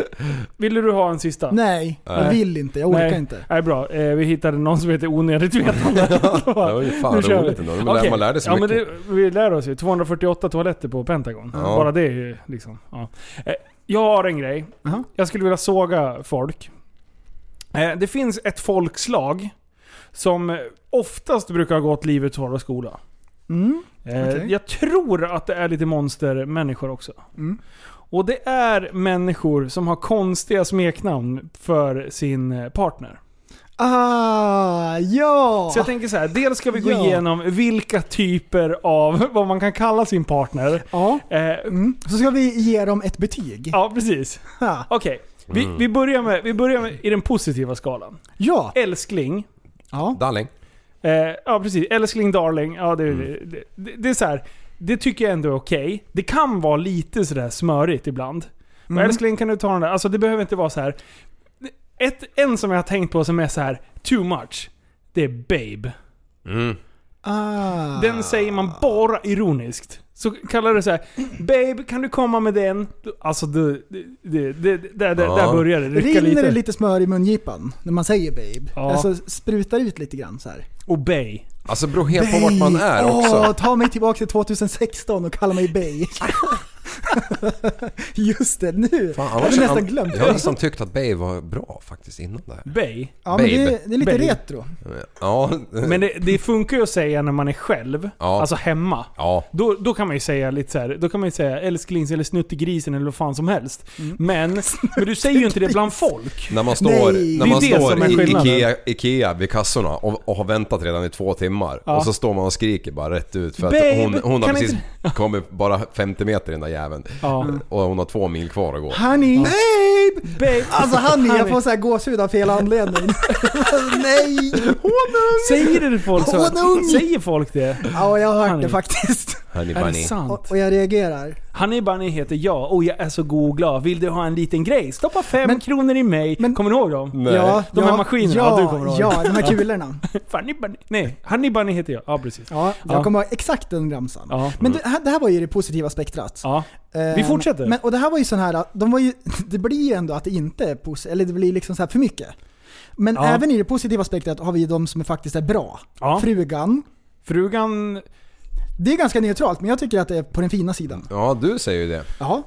ville du ha en sista? Nej, jag vill inte. Jag orkar Nej. inte. Nej, bra. Eh, vi hittade någon som heter onödigt *laughs* vetande. Det var ju fan Nu kör roligt vi. ändå. Man, lär, Okej. man lärde sig ja, mycket. Men det, vi lär oss ju. 248 toaletter på Pentagon. Ja. Bara det är ju liksom... Ja. Eh, Jag har en grej. Jaha. Jag skulle vilja såga folk. Eh, Det finns ett folkslag som oftast brukar gå åt livets hårda skola. Mm. Eh, Okej. Jag tror att det är lite monstermänniskor också. Mm. Och det är människor som har konstiga smeknamn för sin eh, partner. Ah, ja! Så jag tänker så här, dels ska vi gå Ja. igenom vilka typer av, *laughs* vad man kan kalla sin partner. ja. Eh, Mm. Så ska vi ge dem ett betyg. ja, precis. Ha. Okej, Mm. vi, vi, börjar med, vi börjar med i den positiva skalan. Ja. Älskling. ja. Darling. Eh, ja, precis. Älskling, darling. Ja, det, det, det, det är så här. Det tycker jag ändå är okej. Det kan vara lite sådär smörigt ibland. Mm. Men älskling, kan du ta den där? Alltså det behöver inte vara så här. Ett, en som jag har tänkt på som är så här too much. Det är babe. Mm. Ah. Den säger man bara ironiskt. Så kallar du så här, Babe, kan du komma med den? Alltså, det, det, det, det, där, där, Ja. där börjar det rycka Rinner lite. det lite smör i mungipan när man säger babe? Ja. Alltså sprutar ut lite grann så här. Obey. Alltså det beror helt på vart man är Åh, också. ta mig tillbaka till 2016 och kalla mig *laughs* babe. Just det, nu. Fan, jag hade nästan glömt Jag har det. nästan tyckt att Bay var bra faktiskt innan det här. Bay. Ja, men det, Babe. det är lite Babe. retro. Ja. Men det, det funkar ju att säga när man är själv. Ja. Alltså hemma. ja. Då, då kan man ju säga lite så här, då kan man ju säga älsklings eller snuttegrisen eller vad fan som helst. Mm. Men, men du säger ju inte det bland folk. När man står, Nej. Det när är man det som är står i skillnaden. Ikea, Ikea vid kassorna och, och har väntat redan i två timmar Ja. och så står man och skriker bara rätt ut för att Babe, hon, hon har kan precis *laughs* inte- kommit bara 50 meter i den där jäveln. Ja. Och hon har två mil kvar att gå. Honey, babe! babe! Babe. Alltså han är, jag Honey. får såhär gåshud av *laughs* fel anledning. Nej! Säger det folk så? Honung! Säger folk det? Ja, jag har hört det Honey. faktiskt. Honey Är det bunny. *laughs* sant? Eh, Och, och jag reagerar. Honey Bunny heter jag och jag är så god och glad. Vill du ha en liten grej? Stoppa fem kronor i mig. men- kommer ni ihåg dem? Nej. Ja, De här ja, maskinerna, ja, ja, du kommer ihåg. Ja, de här *laughs* kulorna. Funny Bunny. Nej, Honey Bunny heter jag. Ja, precis. Ja, jag Ja. kommer ihåg exakt den ramsan. Ja. Men det här, det här var ju det positiva spektrat. Ja. Eh, Vi fortsätter. Men, och det här var ju sån här, de var ju, *laughs* det blir ju ändå att det inte är positivt, eller det blir liksom så här för mycket. Men Ja. även i det positiva spektrat har vi ju de som faktiskt är bra. Ja. Frugan. Frugan... Det är ganska neutralt, men jag tycker att det är på den fina sidan. Ja, du säger ju det. Ja,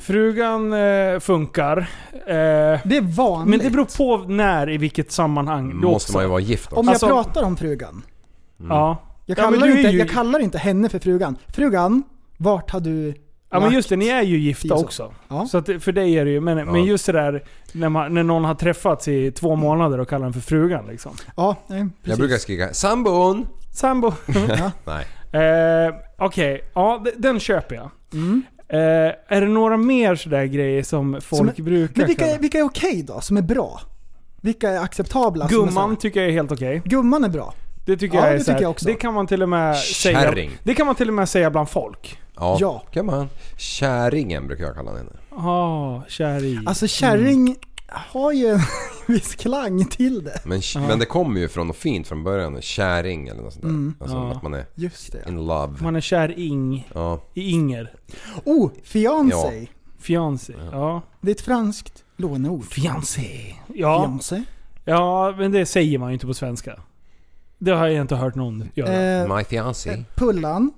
Frugan eh, funkar. Eh, det är vanligt. men det beror på när, i vilket sammanhang. Då Måste också. man ju vara gift också. Om jag Alltså- pratar om frugan. Ja. Jag Ja, men kallar, du är inte, ju- jag kallar inte henne för frugan. Frugan, vart har du Ja men varit? just det, ni är ju gifta Tio så. också. Ja. Så att, det- för dig är det ju, men, men just det där när, man, när någon har träffats i två månader och kallar den för frugan liksom. Ja, nej, precis. Jag brukar skrika sambon. Sambo. Nej. eh, Okej, ja d- den köper jag. Eh, är det några mer sådär grejer som folk Mm. Som- brukar Men vilka, kalla? är- vilka är okej då, som är bra? Vilka är acceptabla? som är så här- Gumman tycker jag är helt okej. Gumman är bra. Det tycker alltså, Ja, jag är det så här- tycker jag också. Det kan man till och med säga. Kärring. Det kan man till och med säga bland folk. Ja, Äh, Ja. kan man. Käringen brukar jag kalla henne. Ja, kärring. Alltså kärring har ju en *laughs* viss klang till det. Men, men det kommer ju från något fint från början. Käring eller något sånt där. Mm. Alltså Ja. att man är Just det. in love. man är kärring Ja. i Inger. Oh, fiancé. Fiancé. Ja. Det är ett franskt låneord. Fiancé. Ja. Fiancé. ja, men det säger man ju inte på svenska. Det har jag inte hört någon göra. Eh, My fiancé. pullan.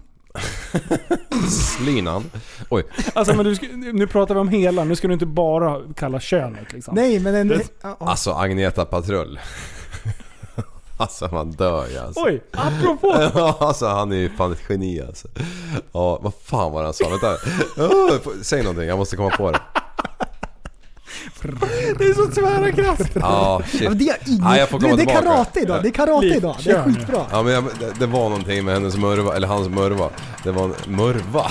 Slynan. Oj. Alltså, men du, ska- nu pratar vi om hela, nu ska du inte bara kalla könet liksom. Nej, men en... Det- ja, ja. Alltså Agneta Patrull. *laughs* Alltså man dör ju alltså. Oj, apropå! Ja, *laughs* alltså han är ju fan ett geni alltså. Ja, vad fan var det han sa? Vänta. *laughs* Åh, får- Säg någonting, jag måste komma på det. Det är så tvära kast! Ja, Ja, men shit. det är inget. Ja, jag får du, komma det är tillbaka. karate idag. Det är karate Liv, idag. Det är kör nu. skitbra. Ja, men jag, det, det var någonting med hennes murva, eller hans murva. Det var en *laughs* murva.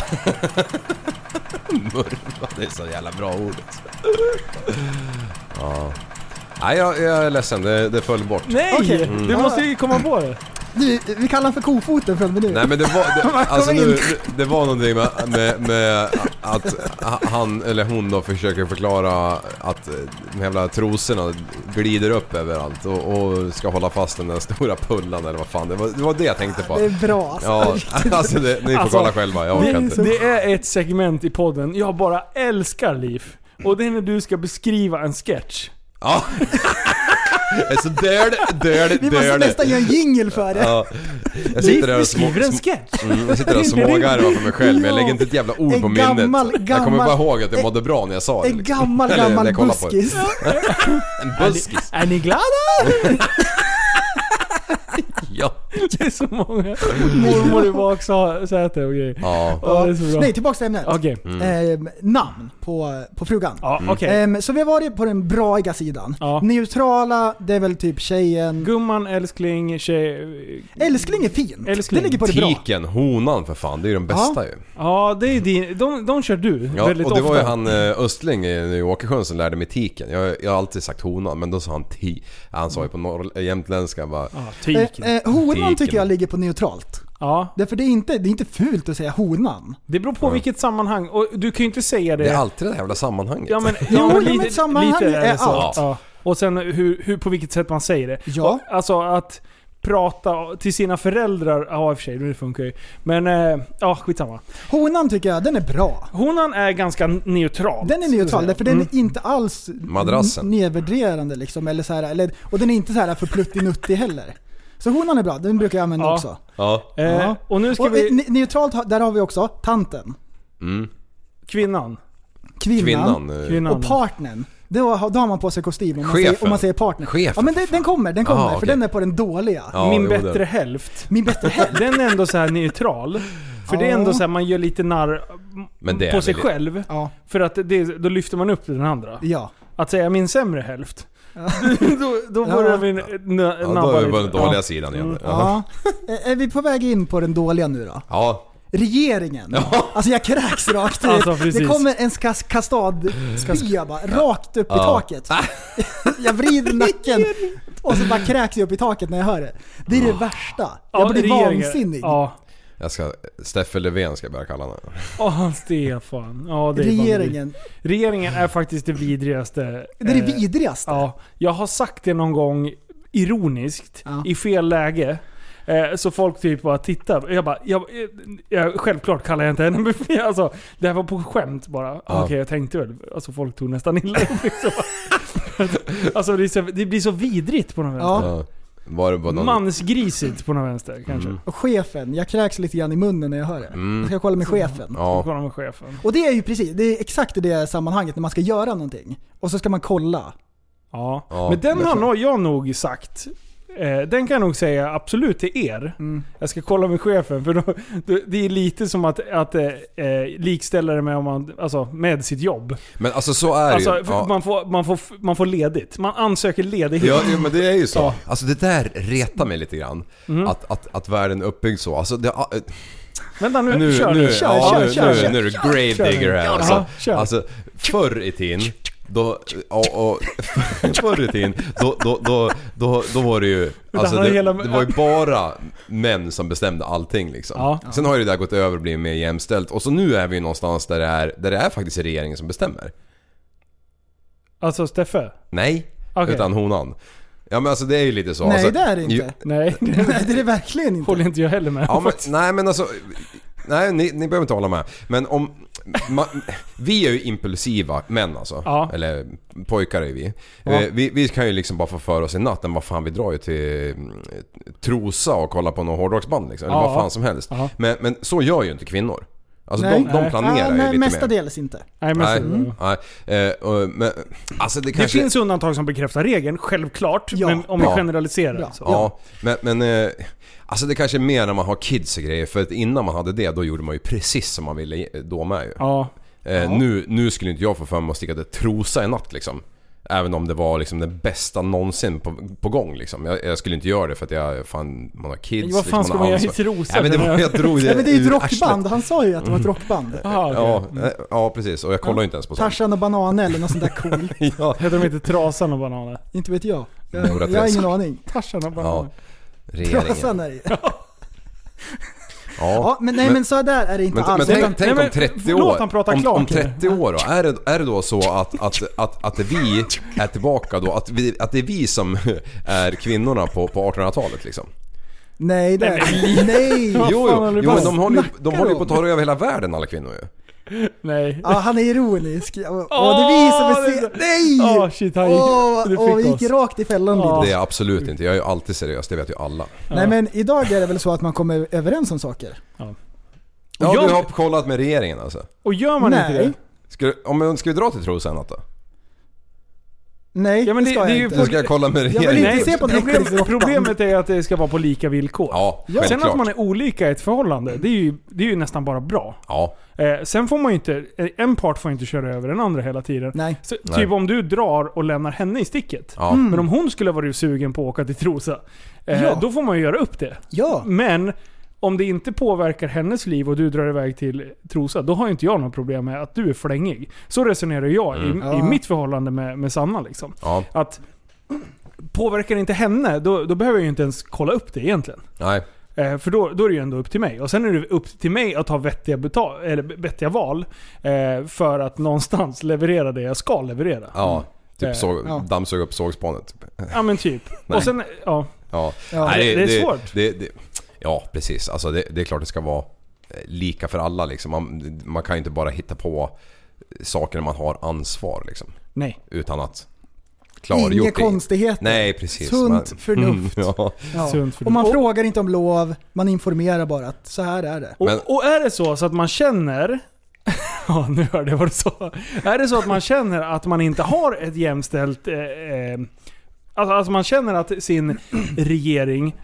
murva, det är så jävla bra ord alltså. Ja. Nej, jag, jag är ledsen. Det, det föll bort. Nej! Mm. Okej. Du måste ju komma på det. Du, vi kallar honom för kofoten från och med nu. Nej men det *laughs* var, det, alltså in. nu, det var någonting med, med, med att han eller hon då försöker förklara att de jävla trosorna glider upp överallt och, och ska hålla fast den där stora pullan eller vad fan det var. Det var det jag tänkte Det på. är bra alltså. Ja, *laughs* alltså det, ni får Alltså, kolla själva, jag Det, orkar inte. det är ett segment i podden jag bara älskar Liv. Och det är när du ska beskriva en sketch. Ja. *laughs* Alltså död, död, Vi måste död. Alltså, nästan göra en jingle för det. Ja. Jag Liv sitter där och små, beskriver en små, sketch! mm, jag sitter *laughs* där och smågarvar för mig själv men jag lägger inte ett jävla ord En på minnet. gammal, Jag kommer bara gammal- ihåg att jag mådde bra när jag sa det. En liksom. gammal, Eller när gammal jag kollar på det. buskis. En buskis. Är ni glada? Ja. *laughs* Det är så många. Mormor i baksätet och grejer. ja. Ja, det är så bra. Nej, tillbaka till ämnet. Okej. Ehm, namn på, på frugan. Ja, Mm. okej. Ehm, så vi har varit på den braiga sidan. Ja. Neutrala, det är väl typ tjejen. Gumman, älskling, tjej... Älskling är fint. Älskling. Det ligger på det bra. Tiken, honan för fan, det är ju den bästa ju. Ja, det är din. De, de kör du Ja, väldigt och det ofta. var ju han eh, Östling i New Åkersjön som lärde mig tiken. Jag, jag har alltid sagt honan, men då sa han ti. Han sa ju på norr, jämtländska han bara... Ja, Eh, tiken. eh, honan Tiken. tycker jag ligger på neutralt. Ja, Därför det är inte, det är inte fult att säga honan. det beror på vilket sammanhang. Och du kan ju inte säga det... Det är alltid det här jävla sammanhanget. ja, men, Jo, ja, men men lite, sammanhang lite är så. allt. Ja. Och sen hur, hur, på vilket sätt man säger det. Ja. Och, alltså att prata till sina föräldrar. Ja, i och för sig, det funkar ju. Men, eh, ja, skitsamma. Honan tycker jag, den är bra. Honan är ganska neutral. Den är neutral, därför den Mm. är inte alls Madrassen. n- nedvärderande liksom. Eller så här, eller, och den är inte så här för pluttinuttig heller. Så honan är bra, den brukar jag använda Ja. också. Ja. Eh, Ja. och nu ska Och, vi... eh, ne- Neutralt, har- där har vi också tanten, Mm. kvinnan. kvinnan, Kvinnan. eh, kvinnan. och partnern. Då har, då har man på sig kostym om man, Chefen. säger, om man säger partner. Chefen. Ja men det, den kommer, den kommer. Ah, För okej. den är på den dåliga. Ja, Min jo, det- bättre hälft. Min *laughs* bättre hälft. Den är ändå så här neutral. För det är ändå Ja. så här, man gör lite narr Men det är på sig väl- själv. Ja, För att det, då lyfter man upp den andra. ja. Att säga min sämre hälft. *laughs* då då Ja. börjar vi n- Ja, eh, nabba då är vi lite. på den dåliga Ja. Mm. sidan igen. Ja. ja. Är- Är vi på väg in på den dåliga nu då? ja. regeringen. Alltså jag kräks rakt ut. Alltså, det precis. kommer en kas- kastadspya bara rakt upp i taket. Ah. jag *laughs* vrider nacken och så bara kräks jag upp i taket när jag hör det. Det är det värsta. Jag blir regeringen. vansinnig. Ja. Jag ska, Steffe Löfven ska jag börja kalla honom. Åh, Stefan. Ja, det är fan- Regeringen. Regeringen är faktiskt det vidrigaste. Det är det eh, vidrigaste. Ja, jag har sagt det någon gång ironiskt, Ja. i fel läge. Eh, Så folk typ bara tittar. Jag bara, jag, eh, jag, självklart kallar jag inte henne för *laughs* alltså, Det här var på skämt bara. Okej, jag tänkte väl. Alltså folk tog nästan illa upp, liksom. *laughs* Alltså det, är så, det blir så vidrigt på någon vänster. Ja. Ja. Var det bara någon... Mansgrisigt på någon vänster kanske. Mm. Och chefen, jag kräks lite grann i munnen när jag hör det. Mm. Jag ska kolla med chefen. Ja. Kolla med chefen. Och det är ju precis, det är exakt i det sammanhanget när man ska göra någonting. Och så ska man kolla. Ja. Ja, Men den det har tror nog jag nog sagt. Eh, den kan jag nog säga absolut till er. Jag ska kolla med chefen. För då, då, det är lite som att, att eh, eh, likställa det med, om man, alltså, med sitt jobb. Men alltså så är det ju. Alltså, för Ja. man, får, man, får, man får ledigt. Man ansöker ledighet. Ja, ja, men det är ju så. Ja. Mm. Alltså det där retar mig lite grann. Att, att, att världen är uppbyggd så. Alltså det, ah, eh, Vänta nu, nu, kör nu, nu. kör, ja, kör, nu, kör, nu, kör, nu är det gravedigger här alltså. Ja, kör. alltså. Förr i tiden, då, och, och, *laughs* förr i tiden, då, då, då, då, då var det ju, alltså, här det, är hela- det var ju bara män som bestämde allting liksom. Ja. Sen har ju det där gått över och blivit mer jämställt och så nu är vi ju någonstans där det är, där det är faktiskt regeringen som bestämmer. Alltså Steffe. Nej, Okej. utan honan. Ja men alltså det är ju lite så. Nej, alltså, det är det inte. *laughs* ju- Nej, *laughs* det Nej det är det verkligen inte. håller inte jag heller med Ja, men, om. nej men alltså, nej ni, ni behöver inte hålla med. Men om, ma, vi är ju impulsiva män alltså. Ja. Eller pojkar är vi. Ja. Eh, Vi, vi kan ju liksom bara få för oss i natten, vad fan vi drar ju till mm, Trosa och kollar på något hårdrocksband liksom. Eller Ja. vad fan som helst. Ja. Men, men så gör ju inte kvinnor. Alltså Nej. de, de planerar Ja, ju lite nej, mer. mestadels inte. Nej, men, Nej, så- nej. Eh, och, men, alltså det Det kanske... finns undantag som bekräftar regeln, självklart. Ja. Men om vi Ja. generaliserar. Ja. Så. Ja, men, men eh, alltså det kanske är mer när man har kids och grejer. För att innan man hade det, då gjorde man ju precis som man ville eh, då med ju. ja. Eh, nu, nu skulle inte jag få för mig att sticka till Trosa i natt liksom. Även om det var liksom den bästa någonsin på, på gång liksom. jag, jag skulle inte göra det för att jag, fan, man har kids. Men vad fan liksom, ska man göra i ansvar. Trosa? Nej, men det var, jag drog det Nej, men det är ju ett ur rockband. arslet. Han sa ju att det var ett rockband. Aha, okej. Ja, eh, ja, precis. Och jag kollar ju inte ens på sånt. Tarzan och Banan eller något sånt där cool. Ja, Heter de inte Trasan och Bananer? inte vet jag. Mora Jag, jag har Teresa. ingen aning. Tarzan och ja. Bananer. Regeringen. Trasan är det. Ja. Ja, men nej men så där är det inte Men, alls. men Utan- tänk, tänk nej, om men 30 låt år. han prata om, klart om nu. 30 år då, är det, är det då så att, att, att, att vi är tillbaka då? Att, vi, att det är vi som är kvinnorna på, på 1800-talet liksom? nej, det är det inte. Nej! Jo, fan jo, håller du jo på men de håller, ju- de snackar håller ju om? på att ta över hela världen alla kvinnor ju. Nej. Ja, han är ironisk. Åh, det är vi som är se- det- Nej! Åh, Ah, shit, han gick- Åh, du åh, fick vi gick oss. rakt i fällan Ja. lite. Det är jag absolut inte. Jag är ju alltid seriös, det vet ju alla. Nej men idag är det väl så att man kommer överens om saker? Ja, jag- du har kollat med regeringen alltså. Och gör man Nej. inte det? Ska, du- om, ska vi dra till Trosa i natt då? Nej, Ja, men det det- ska det är jag ju inte. Då ska jag kolla med vill regeringen. inte se på Netflix Problem, *laughs* rockband. problemet är att det ska vara på lika villkor. Ja, Sen att man självklart. är olika i ett förhållande, det är ju, det är ju nästan bara bra. Ja, Eh, sen får man ju inte, eh, en part får inte köra över den andra hela tiden. Nej. Så, Nej. typ om du drar och lämnar henne i sticket. ja. Men om hon skulle vara sugen på att åka till Trosa, eh, Mm. Ja. då får man ju göra upp det. Ja, Men om det inte påverkar hennes liv och du drar iväg till Trosa, då har ju inte jag något problem med att du är flängig. Så resonerar jag i, i Ja. mitt förhållande med, med Sanna. Liksom. ja. Att påverkar det inte henne, då, då behöver jag ju inte ens kolla upp det egentligen. Nej. Eh, för då, då är det ju ändå upp till mig. Och sen är det upp till mig att ta vettiga, betal, eller vettiga val eh, för att någonstans leverera det jag ska leverera. Ja. Eh, Typ såg, ja. dammsuga upp sågspånet. Typ. Ja men typ. Nej. Och sen, ja. Ja. Ja, det- det är svårt. Det, det, ja, precis. Alltså det, det är klart det ska vara eh, lika för alla liksom. Man, man kan ju inte bara hitta på saker när man har ansvar liksom. Nej. Utan att inga klargjort det. konstigheter. Nej, precis. Sunt Man- förnuft. Mm, *laughs* ja. Ja. Sunt förnuft. Och man Och- frågar inte om lov, man informerar bara att så här är det. Och, Men- och är det så, så att man känner... *laughs* Ja, nu hörde jag vad du sa. Är det så att man känner att man inte har ett jämställt... Eh, eh, alltså, alltså man känner att sin *clears throat* regering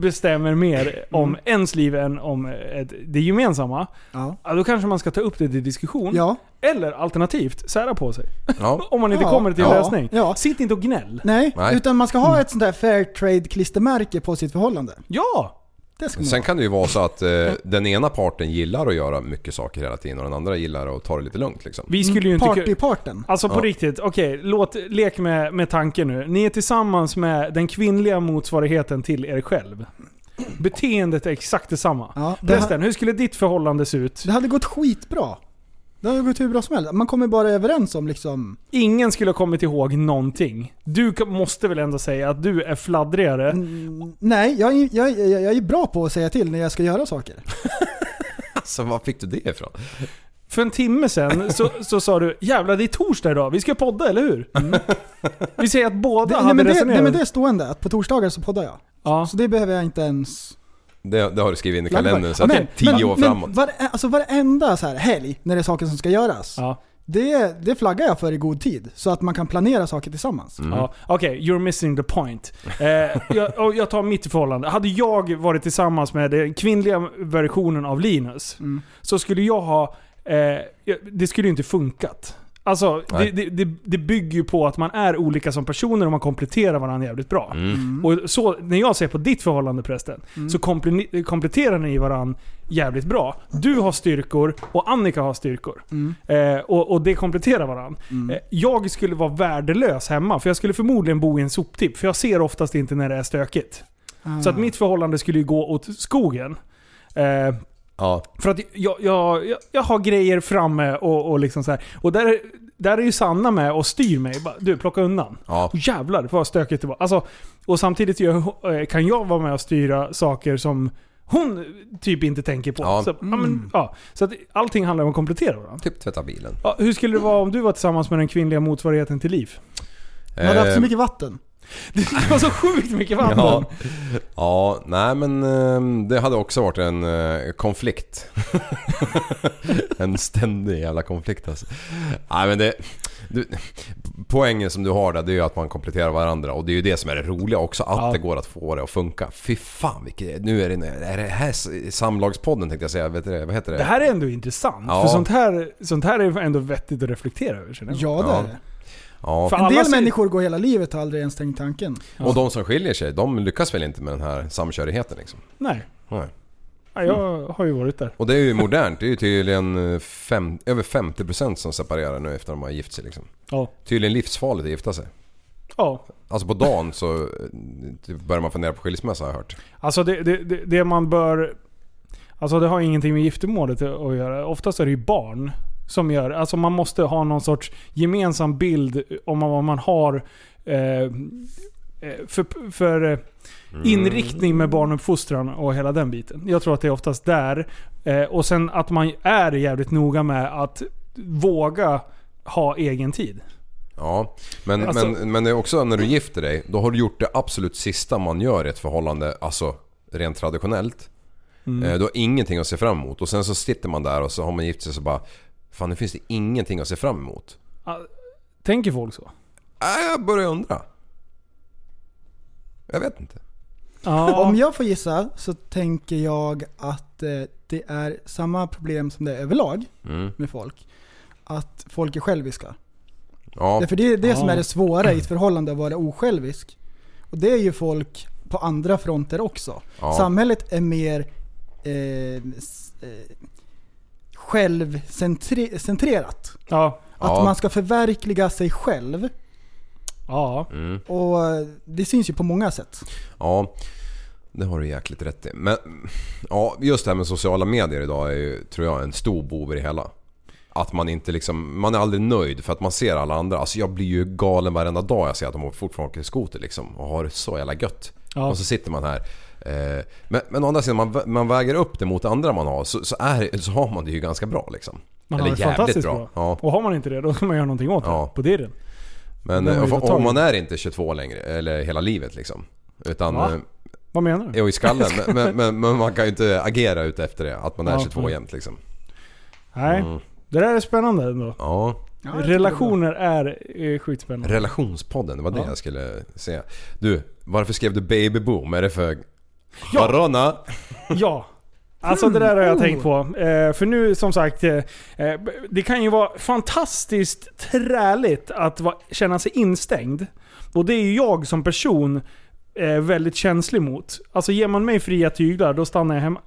*laughs* bestämmer mer om Mm. ens liv än om eh, ett, det gemensamma. Ja. Ja, då kanske man ska ta upp det till diskussion. ja. Eller alternativt sära på sig. *laughs* Ja. Om man inte Ja. kommer till en Ja. lösning. Ja. Sitt inte och gnäll. Nej, Nej. utan man ska ha ett sånt där fair trade klistermärke på sitt förhållande. Ja! Det ska man Sen kan det ju vara så att eh, den ena parten gillar att göra mycket saker hela tiden och den andra gillar att ta det lite lugnt liksom. Vi skulle ju inte... Partyparten. Alltså på Ja. riktigt, okej, låt, lek med, med tanken nu. Ni är tillsammans med den kvinnliga motsvarigheten till er själv. Beteendet är exakt detsamma. Ja, det, ha, Resten, hur skulle ditt förhållande se ut? det hade gått skitbra. Det hade gått hur bra som helst. Man kommer bara överens om liksom... Ingen skulle ha kommit ihåg någonting. Du kan- måste väl ändå säga att du är fladdrigare? Mm, nej, jag, är- jag, är- jag, jag är bra på att säga till när jag ska göra saker. Alltså var fick du det ifrån? För en timme sen så, så sa du “Jävlar, det är torsdag idag, vi ska podda, eller hur?” Vi säger att båda Mm. Det, nej, hade men det, resonerat. nej men det är stående, att på torsdagar så poddar jag. ja. Så det behöver jag inte ens... Det, det har du skrivit in i flagga för. kalendern så Ja, att det är tio år framåt. Men vare, alltså varenda så här helg när det är saker som ska göras. Ja. Det, det flaggar jag för i god tid. Så att man kan planera saker tillsammans. Ja, Okej, you're missing the point. Eh, jag, och jag tar mitt förhållande. Hade jag varit tillsammans med den kvinnliga versionen av Linus, så skulle jag ha... Eh, jag- det skulle ju inte funkat. Alltså, det, Nej. det, det, det bygger ju på att man är olika som personer och man kompletterar varandra jävligt bra. Mm. Mm. Och så, när jag ser på ditt förhållande prästen, så komple- kompletterar ni varandra jävligt bra. Du har styrkor och Annika har styrkor. Mm. Eh, och, och det kompletterar varandra. Eh, jag skulle vara värdelös hemma, för jag skulle förmodligen bo i en soptipp. För jag ser oftast inte när det är stökigt. Eh, Ah. Så att Mm. mitt förhållande skulle ju gå åt skogen. Eh, Ja. för att jag, jag, jag, jag har grejer framme och, och liksom så här. Och där, är- där är ju Sanna med och styr mig. Bara, du, plocka undan. Ja. Och jävlar vad stökigt det var. Alltså, och samtidigt gör- eh, kan jag vara med och styra saker som hon typ inte tänker på. Ja. Så, ja, men, ja. så att allting handlar om att komplettera varandra. Typ tvätta bilen. Ja, hur skulle det vara om du var tillsammans med den kvinnliga motsvarigheten till Liv? Man hade haft så Eh, mycket vatten. Det var så sjukt mycket vatten. Ja. ja, nej men eh, det hade också varit en eh, konflikt. *laughs* en ständig jävla konflikt alltså. Nej men det... Du, poängen som du har där det är ju att man kompletterar varandra och det är ju det som är det roliga också. Att Ja. det går att få det att funka. Fy fan vilket... Nu är det... Är det här s- samlagspodden tänkte jag säga. Vet du, det? vad heter det? Det här är ändå intressant. Ja. För sånt här, sånt här är ändå vettigt att reflektera över känner jag. Ja det Ja. är det. ja. För En alla del ser- människor går hela livet och har aldrig ens tänkt tanken. Och de som skiljer sig, de lyckas väl inte med den här samkörigheten liksom? Nej. Nej. Ja, jag har ju varit där. Och det är ju modernt. Det är ju tydligen eh, fem, över 50% som separerar nu efter att de har gift sig liksom. Ja. Tydligen livsfarligt att gifta sig. ja. Alltså på dagen så eh, typ börjar man fundera på skilsmässa har jag hört. Alltså det, det, det, det man bör... Alltså det har ingenting med giftermålet att göra. Oftast är det ju barn som gör Alltså man måste ha någon sorts gemensam bild om vad man har eh, eh, för, för eh, inriktning med barnuppfostran och hela den biten. Jag tror att det är oftast där. Eh, och sen att man är jävligt noga med att våga ha egen tid. Ja, men, Alltså- men, men det är också när du gifter dig, då har du gjort det absolut sista man gör i ett förhållande, alltså rent traditionellt. Eh, Du har ingenting att se fram emot och sen så sitter man där och så har man gift sig så bara Fan nu finns det ingenting att se fram emot. Tänker folk så? Äh, jag börjar undra. Jag vet inte. Ja, Om jag får gissa så tänker jag att eh, det är samma problem som det är överlag Mm. med folk. Att folk är själviska. Ja, Därför det är det som Ja. är det svåra i ett förhållande, att vara osjälvisk. Och det är ju folk på andra fronter också. Ja. Samhället är mer eh, s- eh, självcentrerat. ja, Att Ja. man ska förverkliga sig själv. ja. Och eh, det syns ju på många sätt. Ja, det har du jäkligt rätt i. Men ja, just det här med sociala medier idag är ju, tror jag, en stor bov i det hela. Att man inte liksom, man är aldrig nöjd för att man ser alla andra. Alltså jag blir ju galen varenda dag jag ser att de har fortfarande åker skoter liksom och har det så jävla gött. Ja. Och så sitter man här. Eh, Men, men å andra sidan, man, vä- man väger upp det mot det andra man har så, så, är, så har man det ju ganska bra liksom. Man har det fantastiskt bra. Ja. Och har man inte det, då kan man göra någonting åt Ja. det. På dirren. Men Den har eh, ju om- tagit. om man är inte 22 längre, eller hela livet liksom. Utan Va? eh, Vad menar du? Jo, i skallen. *laughs* Men- men, men, men man kan ju inte agera ut efter det. Att man är Ja, 22 mm. jämt liksom. Nej. Mm. Det där är spännande ändå. Ja. Relationer är eh, sjukt spännande. Relationspodden, det var det Ja. jag skulle säga. Du, varför skrev du baby boom? Är det för corona? Ja. Alltså det där har jag tänkt på. Eh, för nu som sagt, eh, eh, b- det kan ju vara fantastiskt träligt att va, känna sig instängd. Och det är ju jag som person eh, väldigt känslig mot. Alltså ger man mig fria tyglar, då stannar jag hemma.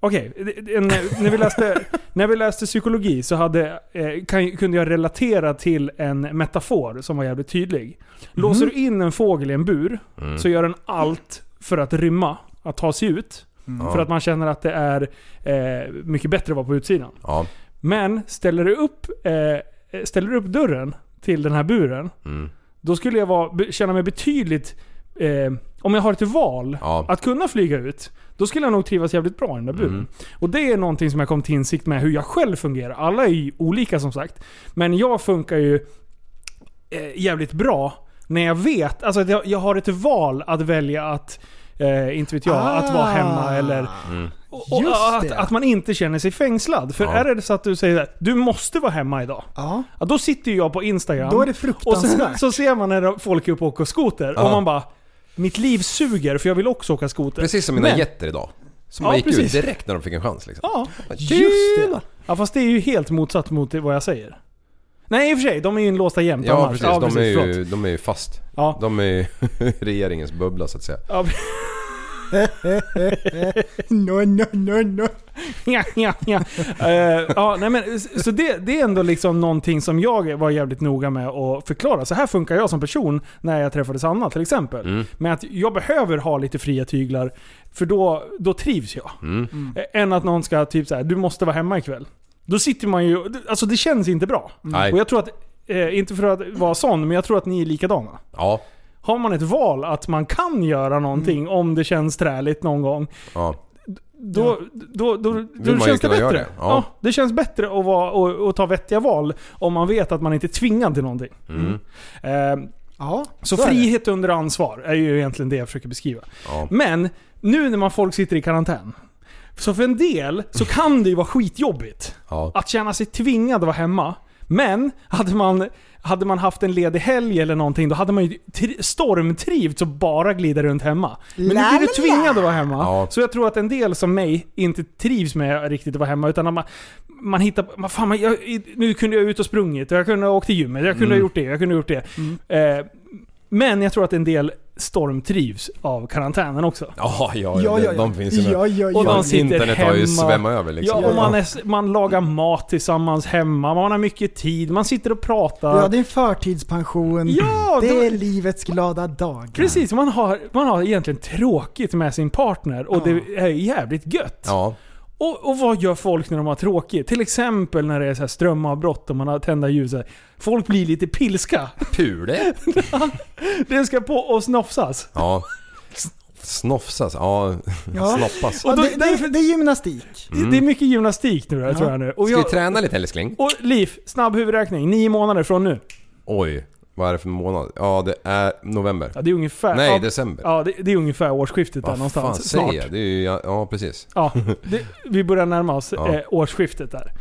Okej, det- det- en- eh, när, vi läste, när vi läste psykologi så hade, eh, kan, kunde jag relatera till en metafor som var jävligt tydlig. Låser du in en fågel i en bur Mm. så gör den allt för att rymma, att ta sig ut. För att man känner att det är eh, mycket bättre att vara på utsidan. Ja. Men ställer du upp, eh, ställer du upp dörren till den här buren, Mm. då skulle jag vara, be- känna mig betydligt... Eh, om jag har ett val Ja. att kunna flyga ut, då skulle jag nog trivas jävligt bra i den där buren. Och det är någonting som jag kom till insikt med hur jag själv fungerar. Alla är ju olika som sagt. Men jag funkar ju eh, jävligt bra när jag vet, alltså att jag, jag har ett val att välja att Eh, inte vet jag, att vara Ah. hemma eller... Och, och Just att, det. att man inte känner sig fängslad. För Ja. är det så att du säger att du måste vara hemma idag. Ja, *laughs* Ja, då sitter ju jag på Instagram. då är det Och sen fruktansvärt. så ser man när folk är uppe och åker skoter och Ja. man bara Mitt liv suger för jag vill också åka skoter. Precis som mina Men- getter idag. Som Ja, man gick precis. ut direkt när de fick en chans liksom. Ja, Just det. ja, fast det är ju helt motsatt mot det- vad jag säger. Nej i och för sig, de är ju inlåsta jämt Ja, annars. precis. Ja, de, är förlåt. ju, de är ju fast. Ja. De är ju *laughs* regeringens bubbla så att säga. Ja, *laughs* No, no, no, no. ja, ja, ja. Eh, ja, nej, men, så det, det är ändå liksom någonting som jag var jävligt noga med att förklara. Så här funkar jag som person när jag träffade Sanna till exempel. Men att jag behöver ha lite fria tyglar, för då, då trivs jag. Mm. Eh, Än att någon ska typ så här, du måste vara hemma ikväll. Då sitter man ju, alltså det känns inte bra. Nej. Och jag tror att, eh, inte för att vara sån, men jag tror att ni är likadana. Ja. Har man ett val att man kan göra någonting om det känns träligt någon gång, ja. då, då, då, då, Vill man ju känns det kunna göra bättre. Det. det. Ja. Ja. det känns bättre att, vara, och, och ta vettiga val om man vet att man inte är tvingad till någonting. Mm. Eh, Ja, så är det. frihet under ansvar är ju egentligen det jag försöker beskriva. Ja. Men nu när man folk sitter i karantän. Så för en del så kan det ju vara skitjobbigt Ja. att känna sig tvingad att vara hemma. Men hade man, hade man haft en ledig helg eller någonting, då hade man ju tri- stormtrivts och bara glida runt hemma. Men nu La, blir du la, tvingad att vara hemma. Ja. Så jag tror att en del som mig inte trivs med riktigt att vara hemma. Utan att man, man hittar... Man, fan, man, jag, nu kunde jag ut och sprungit, jag kunde ha åkt till gymmet, jag kunde Mm. ha gjort det, jag kunde ha gjort det. Eh, men jag tror att en del stormtrivs av karantänen också. Ja, ja, ja, Ja, ja, ja. De finns ju nu. Ja, ja, ja. Och de sitter Internet har ju hemma. svämmat över liksom. Ja, och man, ja. är, man lagar mat tillsammans hemma, man har mycket tid, man sitter och pratar. Ja, det är en förtidspension. Ja, det då- är livets glada dag. Precis, man har, man har egentligen tråkigt med sin partner och det är jävligt gött. Ja. Och, och vad gör folk när de har tråkigt? Till exempel när det är så här strömavbrott och man har tända ljus. Folk blir lite pilska. *laughs* Pule. Det ska på och snofsas. Ja. Snofsas. Ja. Ja. Snoppas. Ja, Och då- det, det, är- det är gymnastik. Det- Det är mycket gymnastik nu där, tror jag nu. Och, Mm. Ska vi jag, träna lite älskling? och Liv, snabb huvudräkning. Nio månader från nu. Oj. Vad är det för månad? Ja, det är november. Ja, det är ungefär... Nej, ja, december. Ja, det, det är ungefär årsskiftet där Vad fan någonstans. säger Snart. jag? Det är ju, ja, ja precis. Ja, det, vi börjar närma oss *laughs* Ja. eh, årsskiftet där.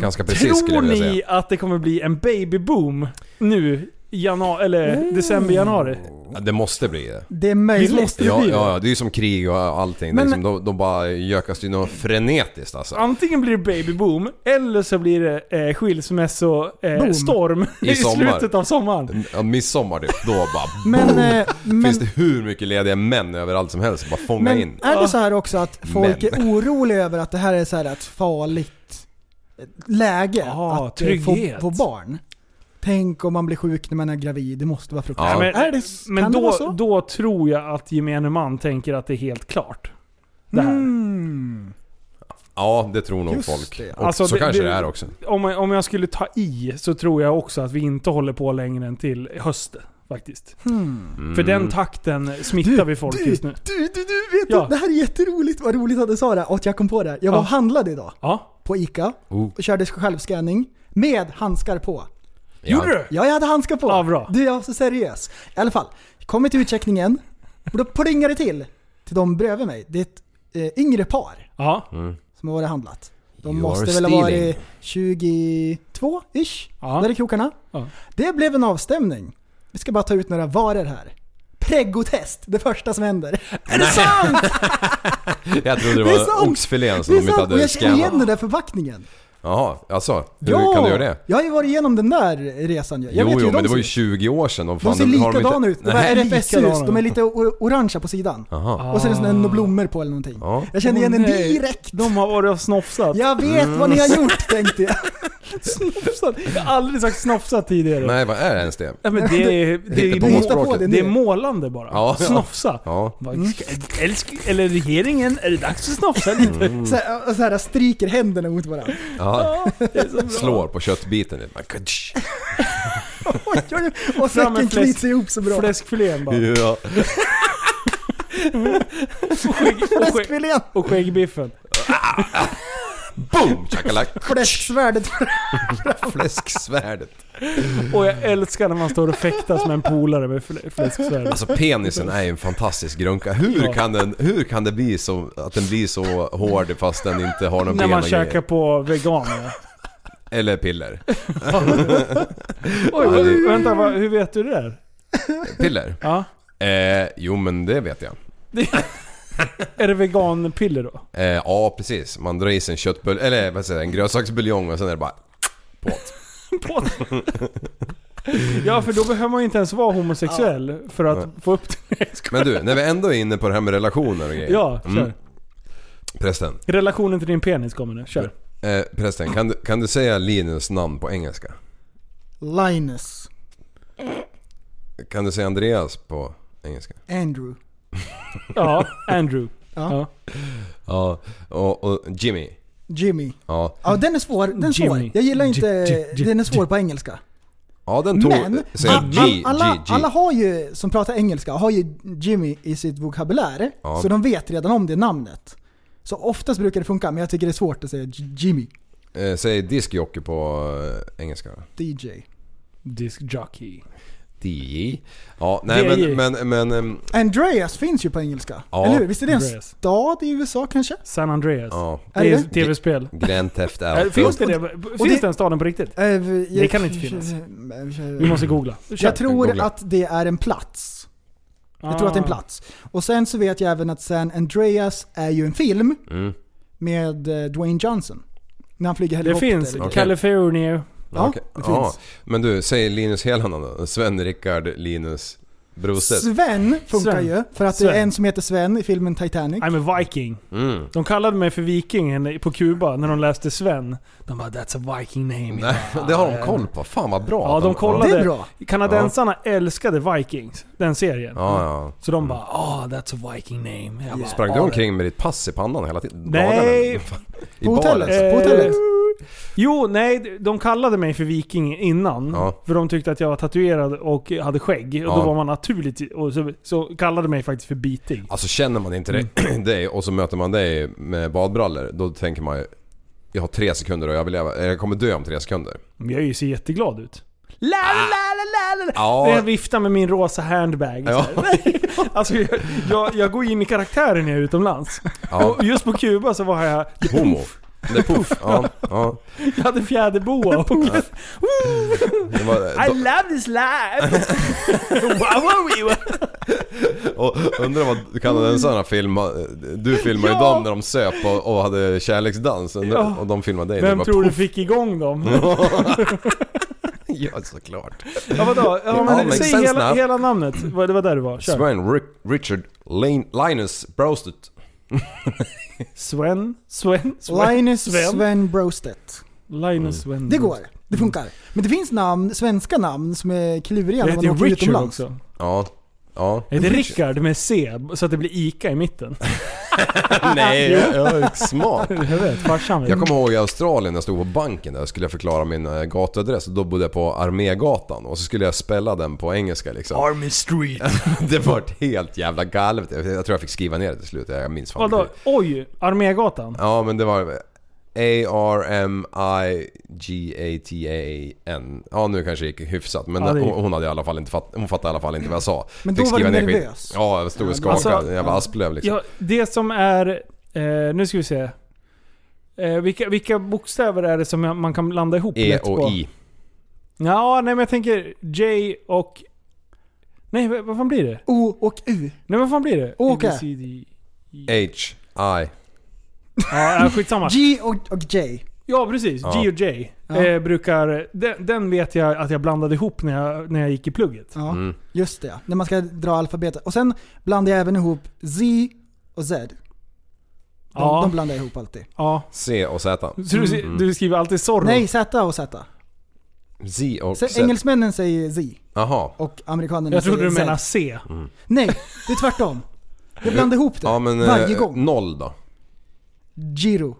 Ganska precis skulle Mm. tror jag vilja säga. ni att det kommer bli en babyboom nu? Januari, eller december, januari? Ja, det måste bli det. Det är möjligt. Visst måste- Ja, blir det. ja, ja, det är ju som krig och allting. Men, Men- liksom, de, de bara gökas ju något frenetiskt alltså. Antingen blir det babyboom, eller så blir det eh, skilsmässostorm eh, Boom. storm I i, sommar. slutet av sommaren. Ja, midsommar typ, då bara... Men, eh, men, Finns det hur mycket lediga män överallt som helst bara fånga in? men är det så här också att folk Men. är oroliga över att det här är så här ett farligt eh, läge Ja, att eh, få, trygghet. få barn? Tänk om man blir sjuk när man är gravid, det måste vara fruktansvärt. Ja. Nej, men Är det- men kan det då, vara så? då tror jag att gemene man tänker att det är helt klart. Det här. Mm. Ja, det tror nog Just folk. det. Och Alltså, så det- kanske det, det- är också. Om, jag- om jag skulle ta i så tror jag också att vi inte håller på längre än till hösten. Faktiskt. För Mm. den takten smittar vi folk just nu. Hmm. Du, du, du vet Ja. det här är jätteroligt. Vad roligt att du sa det. Och att jag kom på det. Jag var och Ja. handlade idag Ja. på ICA Oh. och körde självscanning med handskar på. Ja. Gjorde du? Ja, jag hade handskar på. Ja, bra. Du, jag var så seriös. I alla fall, kommer till utcheckningen. Och då plingar det till. Till de bredvid mig. Det är ett eh, yngre par Ja. som har varit och handlat. De You måste are väl ha varit stealing. 22-ish. Ja. Där i krokarna. Ja. Det blev en avstämning. Vi ska bara ta ut några varor här. Pregotest, det första som händer. Är det sant? Jag trodde det Det är var sant! oxfilén Det som är de inte sant, och hade jag känner igen skannat. den där förpackningen. Jaha, alltså? Hur ja, kan du göra det? Jag har ju varit igenom den där resan ju. Jag jo, vet ju hur jo, men de det var ju ser ut. 20 år sedan. Och De fan, ser har likadana ut. De här Nej. RFS-hus, de likadana. är lite o- orangea på sidan. Jaha. Och så är det sån här blommor på eller någonting. Ja. Jag kände igen Åh, den nej. direkt. De har varit och snofsat. Jag vet vad ni har Mm. gjort tänkte *laughs* jag. Snofsat. Jag har aldrig sagt snofsat tidigare. Nej, vad är ens det? Ja, men det, är, det, är, Hitta på Du må- hittar på språket. det det är nu. målande bara. Ja, ja. Snofsa. Ja. Vad, ska- Älsk, eller regeringen, är det dags att snofsa lite? Mm. Så här, och så här stryker händerna mot varandra. ja. Det är så bra. Slår på köttbiten. Oj, oj, oj. Och Fram med säcken fläsk- knyts ihop så bra. Fläskfilén bara. Ja. Och, skä, Fläskfilén! och skäggbiffen. Boom! Chakalak! Fläsksvärdet Fläsksvärdet. Och jag älskar när man står och fäktas med en polare med flä- fläsksvärd. Alltså penisen är ju en fantastisk grunka. Hur, Ja. kan, den, hur kan det bli så att den blir så hård fast den inte har någon När man ben och käkar grejer? på *laughs* veganer. Eller piller. Oj, Ja, det- vänta, vad, hur vet du det där? Piller? Ja. Eh, jo men det vet jag. *laughs* Är det veganpiller *laughs* då? Eh, ja precis, man drar i sig en köttbull eller vad säger jag, en grönsaksbuljong och sen är det bara... På- Ja, för då behöver man ju inte ens vara homosexuell för att få upp det. Men du, när vi ändå är inne på det här med relationer och grejer. Mm, Ja, kör. Prästen. Relationen till din penis kommer nu. Kör. Eh, prästen, kan du, kan du säga Linus namn på engelska? Linus. Kan du säga Andreas på engelska? Andrew. Ja, *laughs* Andrew. Ja. Ja. Ja. Och, och Jimmy? Jimmy. Ja. Ja den är svår. Den är Jimmy. svår. Jag gillar inte... J- J- J- Den är svår på engelska. Ja den tog... Men säg all, G, all, alla, G, G. alla har ju, som pratar engelska, har ju Jimmy i sitt vokabulär. Ja. Så de vet redan om det namnet. Så oftast brukar det funka, men jag tycker det är svårt att säga J- Jimmy. Eh, säg diskjockey på eh, engelska då. DJ. Diskjockey. DJ. Ja, nej DJ. men, men, men... ehm, Andreas finns ju på engelska. Ja. Eller hur? Visst är det en Andreas. stad i USA kanske? San Andreas. Ja. Är Det det är det? tv-spel. Grand Theft Äh, Auto. Finns det, det? och Finns det- den staden på riktigt? Eh, vi- jag- kan inte finnas. Vi måste googla. Ah. Jag tror Googla. att det är en plats. Jag tror att det är en plats. Och sen så vet jag även att San Andreas är ju en film Mm. med eh, Dwayne Johnson. När han Det flyger helikopter. finns. Okej. California. Ja, Okej. det Ja. finns. Men du, säg Linus Helander då. Sven, Rickard, Linus, Brostedt. Sven funkar Sven. ju, för att det Sven. är en som heter Sven i filmen Titanic. I'm a viking. Mm. De kallade mig för vikingen på Kuba när de läste Sven. De bara 'That's a viking name' Nej, *laughs* det har de koll på. Fan vad bra. Ja, att de kollade. Det är bra. Kanadensarna älskade Vikings, den serien. Ja, ja. Så de bara 'Ah, that's a viking name' jag bara, Sprang du "Ah, omkring med ditt pass i pannan hela tiden? Nej. Dagarna? I På hotellet. baren? Eh, På hotellet. Jo, nej, de kallade mig för viking innan. Ja. För de tyckte att jag var tatuerad och hade skägg. Och Ja. då var man naturligt... Och så, så kallade mig faktiskt för biting. Alltså känner man inte dig, *clears throat* dig och så möter man dig med badbrallor, då tänker man ju... Jag har tre sekunder och jag vill leva. Jag kommer dö om tre sekunder. Men jag är ju så jätteglad ut. La, la, la, la, la. Ja. När Jag viftar med min rosa handbag. *laughs* Ja. så här. Alltså, jag, jag, jag går in i karaktären när jag är utomlands. *laughs* Ja. Och just på Kuba så var jag... Homo. Nej, puff. Ja, ja. Jag hade *laughs* fjäderboa. på mig. Det var, I love this life! wow, wow, wow. Och undrar vad kanadensarna filmade... Du filmade ju Ja. dem när de söp och, och hade kärleksdans. Undrar, Ja. Och de filmade dig. Det Vem var tror du puff. *laughs* fick igång dem? Ja, såklart. Ja, vadå? Ja, men, makes säg sense hela, now. hela namnet. Vad- Det var där du var. Kör. Sven Rick- Richard Lin, Linus Brostedt. Sven, Sven, Sven. Linus Sven. Mm. Sven, Brostedt. Linus Mm. Sven. Det går. Det funkar. Men det finns namn, svenska namn som är kluriga Jag när man heter åker Richard utomlands. också. Ja. Ja. Jag heter Rickard med C, så att det blir ICA i mitten. *laughs* *laughs* Nej, jag är smart. Jag vet, farsan vet. Jag kommer ihåg i Australien när jag stod på banken där och skulle förklara min eh, gatuadress. Då bodde jag på Armégatan och så skulle jag spela den på engelska liksom. Army Street. *laughs* Det var helt jävla galet. Jag tror jag fick skriva ner det till slut. Jag minns fan Vadå? inte. Oj! Armégatan? Ja men det var A-R-M-I-G-A-T-A-N. Ja nu kanske det gick hyfsat men Ja, det gick. hon hon hade i alla fall inte fatt, hon fattade i alla fall inte vad jag sa. Men då Fick var skriva du ner skit. nervös. Ja jag stod och skakade. Alltså, en jävla asplöv liksom. Ja, det som är... Eh, nu ska vi se. Eh, vilka, vilka bokstäver är det som jag- man kan blanda ihop E lätt på? och I. Ja, nej men jag tänker J och... Nej, vad vad fan blir det? O och U. Nej, vad fan blir det? Åke. A, B, C, D. E. H. I. Ja, skitsamma. G och, och J. Ja, precis. Ja. G.O.J. Eh, brukar... Den, den vet jag att jag blandade ihop när jag, när jag gick i plugget. Ja, Mm. just det. När man ska dra alfabetet. Och sen blandar jag även ihop Z och Z. De, Ja. de blandar jag ihop alltid. Ja. C och Z. Så du, Mm. du skriver alltid Zorro? Nej, Z och Z. Z och Så Z. engelsmännen säger Z Jaha. och amerikanerna Jag trodde säger du menade Z. C. Nej, det är tvärtom. Jag blandar ihop det Ja men... eh, varje gång. *laughs* Noll då. Giro.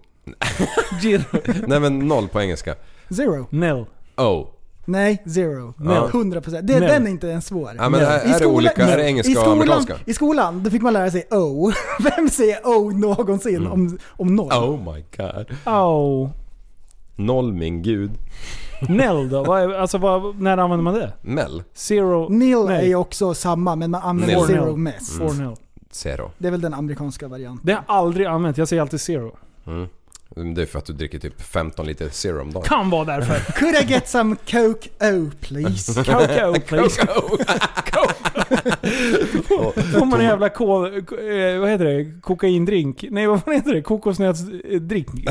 Giro. Nej men noll på engelska. Zero. Nell. Oh. Nej, zero. Ja. 100%. Det, Nej. den är inte ens svår. Ja, men är, I är det skolan- olika? Är det nej, engelska och skolan, amerikanska? I skolan, då fick man lära sig O. *laughs* Vem säger O någonsin Mm. om, om noll? Oh my god. Au. Noll min gud. Nell då? Vad är, alltså, vad, när använder man det? Mel. Zero... Nil nej. Mm. är ju också samma, men man använder Nil. zero mest. Four nil. Zero. Det är väl den amerikanska varianten. Det har jag aldrig använt. Jag säger alltid zero. Mm, Det är för att du dricker typ 15 liter zero om dagen. Kan vara därför. *laughs* Could I get some Coke O please? Coco, please. *laughs* Får man en jävla ko, ko- eh, vad heter det? kokaindrink? Nej vad fan heter det? Kokosnötsdrink?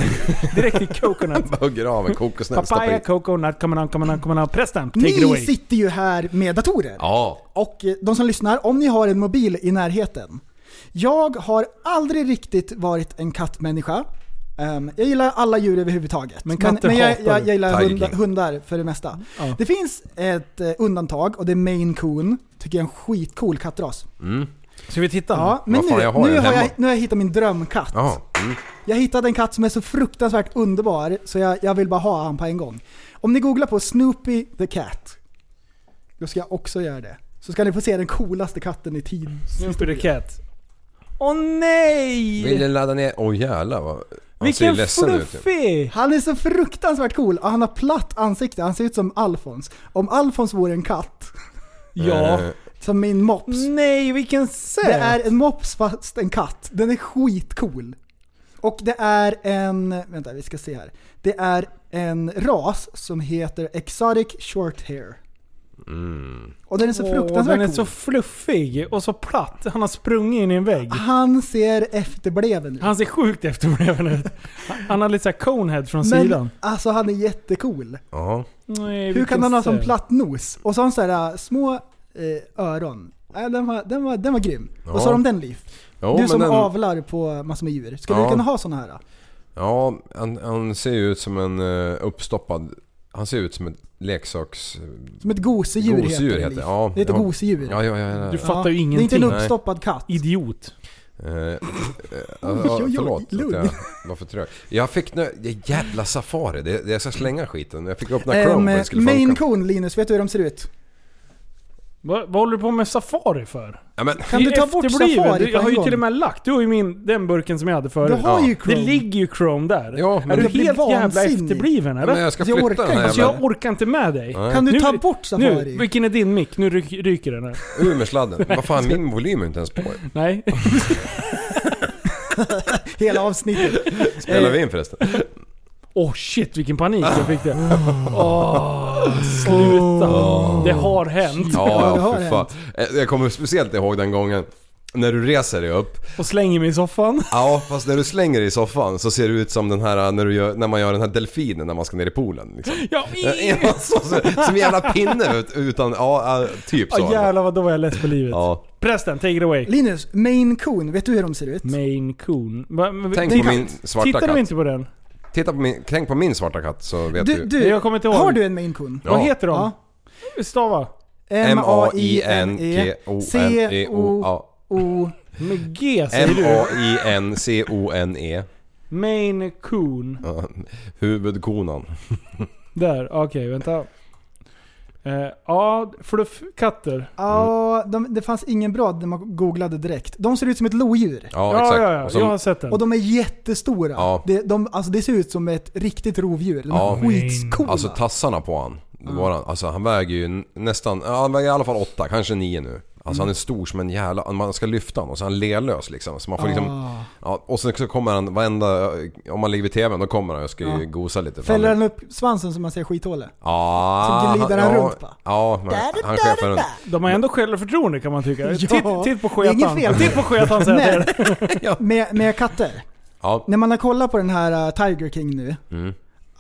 Direkt i *laughs* coconut. Hugger av en kokosnöt stoppar Papaya, i. coconut, coming on, coming on, coming on. Presten, *laughs* take it Ni away. sitter ju här med datorer. Ja. Och eh, de som lyssnar, om ni har en mobil i närheten. Jag har aldrig riktigt varit en kattmänniska. Ehm, jag gillar alla djur överhuvudtaget. Men katter men jag, hatar jag, du. jag gillar Tiger hunda, King. hundar för det mesta. Ja. Det finns ett eh, undantag och det är Maine Coon. Tycker jag är en skitcool kattras. Ska vi titta? Ja, men Mm. Vad fan, nu, jag har nu, en har jag, hemma. nu har jag hittat min drömkatt. Jaha. Mm. Jag hittade en katt som är så fruktansvärt underbar så jag, jag vill bara ha han på en gång. Om ni googlar på Snoopy the Cat, då ska jag också göra det. Så ska ni få se den coolaste katten i tid. Snoopy the Cat. Åh nej! Vill den ladda ner? Åh jävlar vad... Han ser ju Vilken ledsen ut. typ. Eh, ju. fluffig! Han är så fruktansvärt cool och han har platt ansikte, han ser ut som Alfons. Om Alfons vore en katt, Ja. Eh, som min mops. Nej, vilken söt! Det är en mops fast en katt. Den är skitcool. Och det är en, vänta vi ska se här. Det är en ras som heter Exotic Short Hair. mm. Och den är så Åh, fruktansvärt Den är cool. så fluffig och så platt. Han har sprungit in i en vägg. Han ser efterbliven ut. Han ser sjukt efterbliven ut. Han har lite såhär conehead från Men sidan. alltså han är jättecool. Ja. Nej, Hur vilken kan han ha sån söt. platt nos? Och så har han så här äh, små eh, öron. Äh, den, var, den, var, den var grym. Ja. Och så har de den liv. Jo, du men som den, avlar på massor med djur. Skulle Ja. du kunna ha såna här? äh, då? Ja, han, han ser ju ut som en eh, uppstoppad... Han ser ut som ett leksaks... Som ett gosedjur, Gosedjur heter heter det. det, ja. det heter Ja. gosedjur. Ja, ja, ja. ja. Du fattar ju Det är inte en ingenting. Nej. uppstoppad katt. Idiot. *laughs* Eh, eh, oj, ja, oj, förlåt att lugn. jag var för trög. Jag fick nu, det jävla safari. Det, det, jag ska slänga skiten. Jag fick öppna Chrome Ehm, och det skulle Maine funka. Coon, Linus, vet du hur de ser ut? Vad, vad håller du på med safari för? Ja, men, Kan Det du är ta bort efterbliven. Safari Du- Jag på har en ju till och gång? med lagt. Du har ju min, den burken som jag hade förut. Du har Ja. ju Det Chrome. ligger ju Chrome där. Ja, men är du jag blir helt jävla vansinnig. efterbliven men eller? jag ska jag flytta orkar den här inte. Alltså jävla jag orkar inte med dig. Nej. Kan du Nu- ta bort Nu, Safari? vilken är din mick? Nu ryk, ryker den här. ur med sladden. Vad fan, min volym är inte *laughs* ens på. Nej. Hela avsnittet. *laughs* Spelar vi *laughs* in förresten? Åh oh, shit vilken panik jag fick det. Åh, sluta. Det har hänt. Ja, det har ja fy fan. Eh, Jag kommer speciellt ihåg den gången när du reser dig upp. Och slänger mig i soffan. Ja, fast när du slänger dig i soffan så ser det ut som den här eh, när, du gör, när man gör den här delfinen när man ska ner i poolen. *laughs* Liksom. *laughs* *laughs* Ja, Ja, så, så, som en jävla pinne ut- utan, ja, eh, typ så. ah, jävlar vad då var jag less på livet. Ja. Prästen, take it away. Linus, Maine Coon, vet du hur de ser ut? Maine Coon. Va- men- Tänk det- på min svarta Tittar katt. du inte på den? Titta på min, tänk på min svarta katt så vet Du, du. du, Nej, jag kommer inte ihåg. Har du en Maine Coon? Ja. Vad heter de? Stava. E. E M-A-I-N-K-O-N-E-O-A. E O... Med G säger du. M-A-I-N-C-O-N-E. Maine Coon. E. Ja, Huvudkonan. Där, okej vänta. Eh, Ja, fluffkatter. Ja, de, det fanns ingen bra när man googlade direkt. De ser ut som ett lodjur. Ja, Ja, exakt. ja, ja. Och som- jag har sett den. Och de är jättestora. Ja. Det, de, alltså det ser ut som ett riktigt rovdjur. De är Ja. skitcoola. Alltså tassarna på han. Det var han. Alltså han väger ju n- nästan, ja, han väger i alla fall åtta, kanske nio nu. Alltså han är stor som en jävla, man ska lyfta honom och så är han lelös liksom. Så man får liksom, ja, och sen så kommer han varenda, om man ligger vid TVn då kommer han och ska ju gosa lite. Fäller han upp svansen så man ser skithålet? Ja, Så glider han ja, runt, va? Ja, men han chefar runt. De har ändå självförtroende kan man tycka. Titt, titt på det är inget sketan. fel. Titt på sketan säger jag till dig. *laughs* Med, med katter. Ja, Mm. När man har kollat på den här uh, Tiger King äh, nu.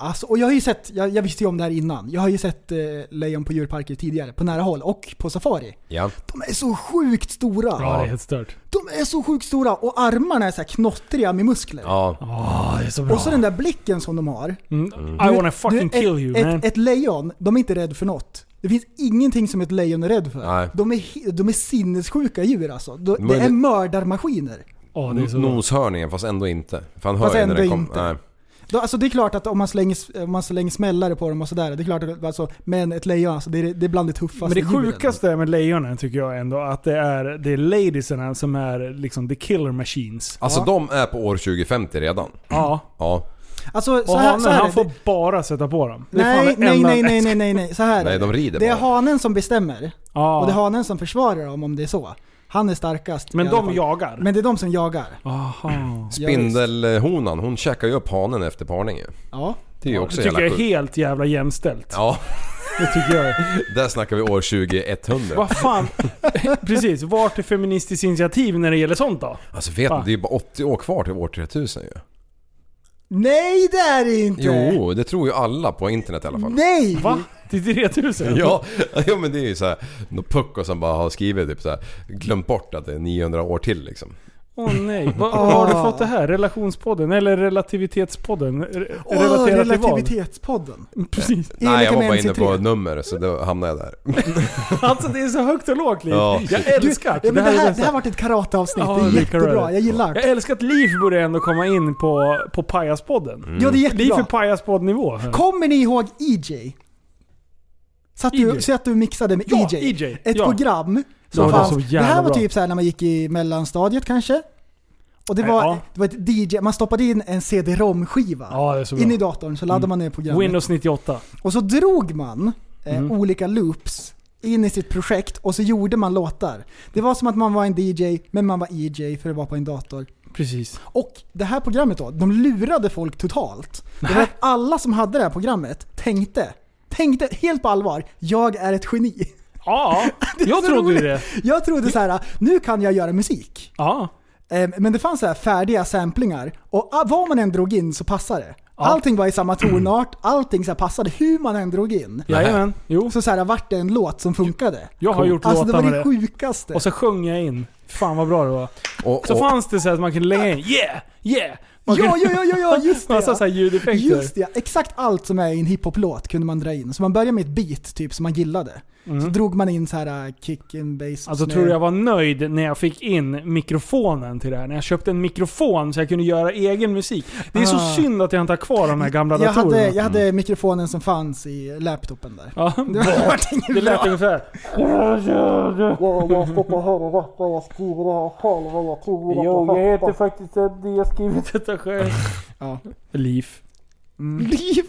Alltså, och jag har ju sett, jag, jag visste ju om det här innan. Jag har ju sett eh, lejon på djurparker tidigare, på nära håll och på safari. Ja. De är så sjukt stora. Ja, det är helt stört. De är så sjukt stora och armarna är så här knottriga med muskler. Ja. Åh, det är så bra. Och Ah, så den där blicken som de har. Mm. Mm. I wanna fucking Du, kill ett, you man. ett, ett lejon, de är inte rädda för något. Det finns ingenting som ett lejon är rädd för. Nej. De är, he- de är sinnessjuka djur alltså. De, Men det är det- mördarmaskiner. Åh, Ah, det är så bra. Noshörningen fast ändå inte. För han hör Fast ju när ändå den kom. inte. Nej. Då, alltså det är klart att om man slänger, om man slänger smällare på dem och sådär, det är klart att, alltså, men ett lejon alltså, det, är, det är bland det tuffaste Men det djuren. sjukaste med lejonen tycker jag ändå att det är, det är ladiesarna som är liksom the killer machines. Alltså Ja. de är på år 2050 redan. Ja. Ja. Alltså så Och här, så hanen här är han det. får bara sätta på dem. Det är fan Nej, det nej, enda- nej, nej, nej, nej, nej, så här är Nej, det. de rider Det är bara. hanen som bestämmer. *laughs* Ja. Och det är hanen som försvarar dem om det är så. Han är starkast. Men i alla de fall. jagar. Men det är de som jagar. Aha. Spindelhonan, hon käkar ju upp hanen efter parning ju. Ja. Det är ju Det också tycker jävla jag är sjukt. helt jävla jämställt. Ja, *laughs* Det tycker jag. är- där snackar vi år 2100. Vad fan. *laughs* Precis, vart är Feministiskt initiativ när det gäller sånt då? Alltså vet Va? du, det är ju bara 80 år kvar till år 3000 ju. Nej det är det inte! Jo, det tror ju alla på internet i alla fall. Nej! Va? Till 3000? Ja, *laughs* ja men det är ju såhär, någon pucko som bara har skrivit typ såhär, glömt bort att det är 900 år till liksom. Åh nej. Var, var har du fått det här? Relationspodden? Eller relativitetspodden? Re- Åh, relaterat till vad? Mm, relativitetspodden. *laughs* Precis. Nej jag var bara Menzi inne på tre. ett nummer så då hamnade jag där. Alltså det är så högt och lågt liv. Ja. Jag Du, älskar ja, men det, här, det, här, bästa. vart ett karateavsnitt, Ja, det är det är jättebra. karate. Jag gillar det. Jag älskar att Liv borde ändå komma in på, på pajaspodden. Ja det är Liv är jättebra. pajaspoddnivå. Kommer ni ihåg EJ? Satt du, EJ? så att du mixade med E Ja, EJ? EJ, Ett ja. program som Ja, det var fanns. så Det jävla här var bra. typ så här när man gick i mellanstadiet kanske. Och det Nej, var, ja. det var ett DJ, man stoppade in en CD-ROM-skiva Ja, det är så bra. Mm. in i datorn så laddade man ner programmet. Windows Mm. 98. Och så drog man eh, olika loops in i sitt projekt och så gjorde man låtar. Det var som att man var en DJ, men man var EJ för det var på en dator. Precis. Och det här programmet då, de lurade folk totalt. Det var att alla som hade det här programmet tänkte, tänkte helt på allvar, jag är ett geni. Ja, Det är jag *laughs* så trodde ju *laughs* roligt. det. Jag trodde så här, nu kan jag göra musik. Ja. Eh, Men det fanns så här färdiga samplingar och ah, vad man än drog in så passade det. Allting var i samma tonart, allting så här passade hur man än drog in. Jajamän. Jo. Och så, så här, vart det en låt som funkade. Jag har gjort Alltså det låtar var med det det. sjukaste. Och så sjöng jag in. Fan vad bra det var. Och, Så och, fanns det så här att man kunde lägga in 'Yeah! Yeah!' Man ja, kunde- ja, ja, ja, *laughs* ja, just det! Massa så här ljudeffekter. Just det, exakt allt som är i en hiphop-låt kunde man dra in. Så man började med ett beat typ som man gillade. Så drog man in så här äh, kick and bass. och Mm. Alltså snare. tror du jag var nöjd när jag fick in mikrofonen till det här? När jag köpte en mikrofon så jag kunde göra egen musik. Det är så Ah. synd att jag inte har kvar de här gamla jag datorerna. hade, jag hade mikrofonen som fanns i laptopen där. Ja, *laughs* Det var inget det lät bra. ungefär. Jo, jag heter faktiskt Eddie. Jag har skrivit detta själv. *laughs* Ja. Liv. Mm. Liv!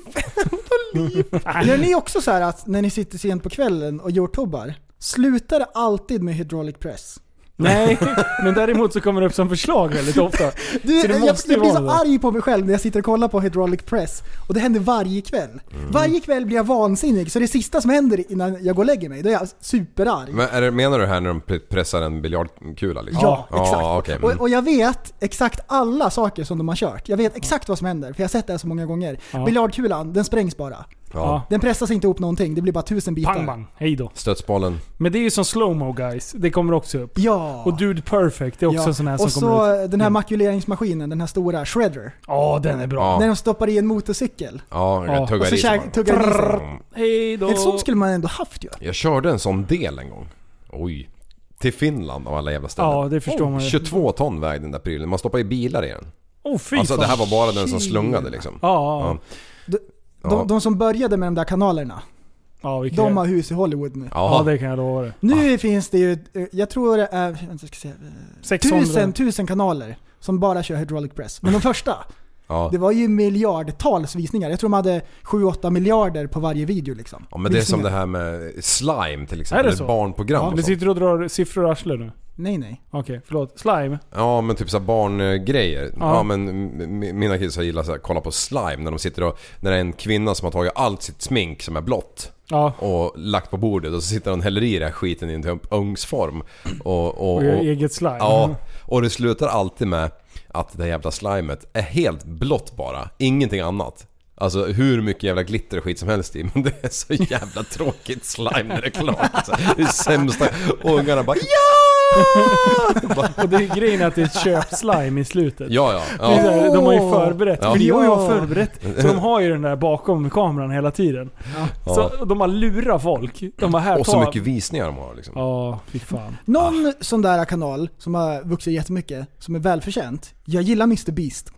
Vadå liv? *laughs* Gör ni också så här att när ni sitter sent på kvällen och gör tobbar, slutar det alltid med hydraulic press? Nej, *laughs* men däremot så kommer det upp som förslag väldigt ofta. Du, Så det jag, jag måste ju blir vara så det. arg på mig själv när jag sitter och kollar på Hydraulic Press. Och det händer varje kväll. Mm. Varje kväll blir jag vansinnig, så det sista som händer innan jag går och lägger mig, då är jag superarg. men är det, menar du det här när de pre- pressar en biljardkula liksom? Ja, exakt. Ja, okej. mm. och, och jag vet exakt alla saker som de har kört. Jag vet exakt vad som händer, för jag har sett det här så många gånger. Ja. Biljardkulan, den sprängs bara. ja. Den pressas inte ihop någonting, det blir bara tusen bitar. Pang bang, hej då. Stötsbollen. Men det är ju som slowmo guys. Det kommer också upp. Ja. Och Dude Perfect, det är också ja. en sån här som och kommer ut. Mm. så den här makuleringsmaskinen, den här stora shredder. Ja, den är bra. Ja. När de stoppar i en motorcykel. Ja, Ja. jag Och tuggar så i sig bara. käk- tuggar den i sig. Hej då. En sån skulle man ändå haft ju. Jag körde en sån del en gång. Oj. Till Finland av alla jävla ställen. Ja, det förstår man ju. 22 ton väg den där prylen. Man stoppar i bilar i den. Åh fy Alltså det fan. här var bara den som slungade liksom. Ja, ja. Ja. De, Ja. de som började med de där kanalerna, ja, vilken- de har hus i Hollywood nu. ja, Ja. det kan jag lova dig. Nu finns det ju, eh, jag tror det är, vänta, jag ska se, eh, 600. tusen, tusen kanaler som bara kör hydraulic *laughs* press. Men de första, Ja. det var ju miljardtals visningar. Jag tror de hade 7-8 miljarder på varje video liksom. Ja, men det är som det Visningar. här med slime till Är exempel. det Eller så? barnprogram Du och sånt. sitter och drar siffror och arslet nu. Nej nej. Okej, förlåt. Slime. Ja men typ såhär barngrejer. Ja. Ja. men m- m- mina kids har gillat att kolla på slime när de sitter och... När det är en kvinna som har tagit allt sitt smink som är blått. Ja. och lagt på bordet och så sitter de och häller i den här skiten i en typ ugnsform. Och, och, Och och, gör eget slime. Ja, och det slutar alltid med att det här jävla slimet är helt blått bara. Ingenting annat. Alltså hur mycket jävla glitter och skit som helst i men det är så jävla tråkigt slime när det är klart. Alltså, det är sämsta. Och ungarna bara ja! Bara, Och det är grejen är att det är ett köpt slime i slutet. ja, ja. Det är så ja. här, De har ju förberett. Ja. För det har Ja. jag förberett. Så de har ju den där bakom kameran hela tiden. Så de bara lurar folk. De bara här Och ta- så mycket visningar de har liksom. Ja, fy fan. Någon sån där kanal som har vuxit jättemycket, som är välförtjänt. Jag gillar Mr Beast.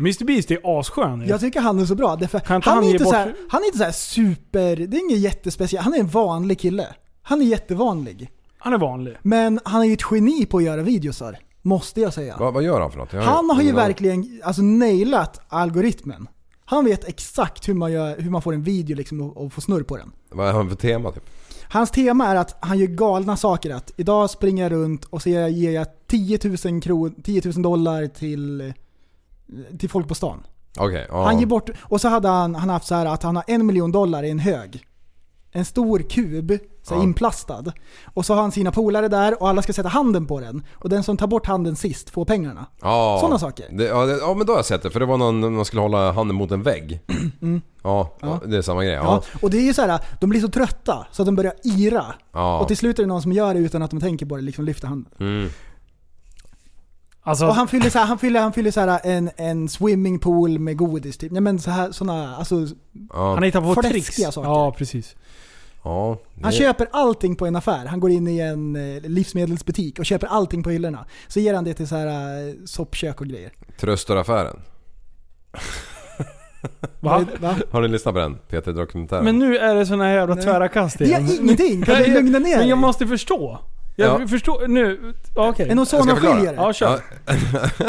Mr Beast är asskön ju. Jag tycker han är så bra. Därför Kan inte han, han är ge inte bort- så här, han är inte så här super... Det är ingen jättespeciell. Han är en vanlig kille. Han är jättevanlig. Han är vanlig. Men han är ju ett geni på att göra videosar. Måste jag säga. Va, vad gör han för något? Jag Han har ju ingen aning. verkligen alltså, nailat algoritmen. Han vet exakt hur man, gör, hur man får en video liksom, och, och får snurr på den. Vad är han för tema typ? Hans tema är att han gör galna saker. Att idag springer jag runt och så ger jag 10 000, kron, 10 000 dollar till, till folk på stan. Okej, ja. Han ger bort, och så hade han, han haft så här att han har en miljon dollar i en hög. En stor kub, så här Ja. inplastad. Och så har han sina polare där och alla ska sätta handen på den. Och den som tar bort handen sist får pengarna. Ja. Sådana saker. Det, ja, det, ja men då har jag sett det, för det var någon, man skulle hålla handen mot en vägg. Ja, ja, det är samma grej. Ja. Ja. Och det är ju så här, de blir så trötta så att de börjar yra. Ja. Mm. Och till slut är det någon som gör det utan att de tänker på det, liksom lyfter handen. Alltså, Och han fyller så här, han fyller, han fyller så här en, en swimmingpool med godis typ. Nej men så här, såna, alltså, Ja. han hittar på Fläskiga tricks. saker. Ja, precis. ja han det- köper allting på en affär. Han går in i en eh, livsmedelsbutik och köper allting på hyllorna. Så ger han det till så här eh, soppkök och grejer. Tröstar affären. Va? Det- Va? Har ni lyssnat på den? Peter Dokumentären? Men nu är det såna här jävla Nej. tvära kast Det igen. gör ingenting, kan Nej, du jag- lugna ner Men dig? jag måste förstå. Jag Ja. förstår nu. Okej. En ozonavskiljare. Ja, kör. Ja.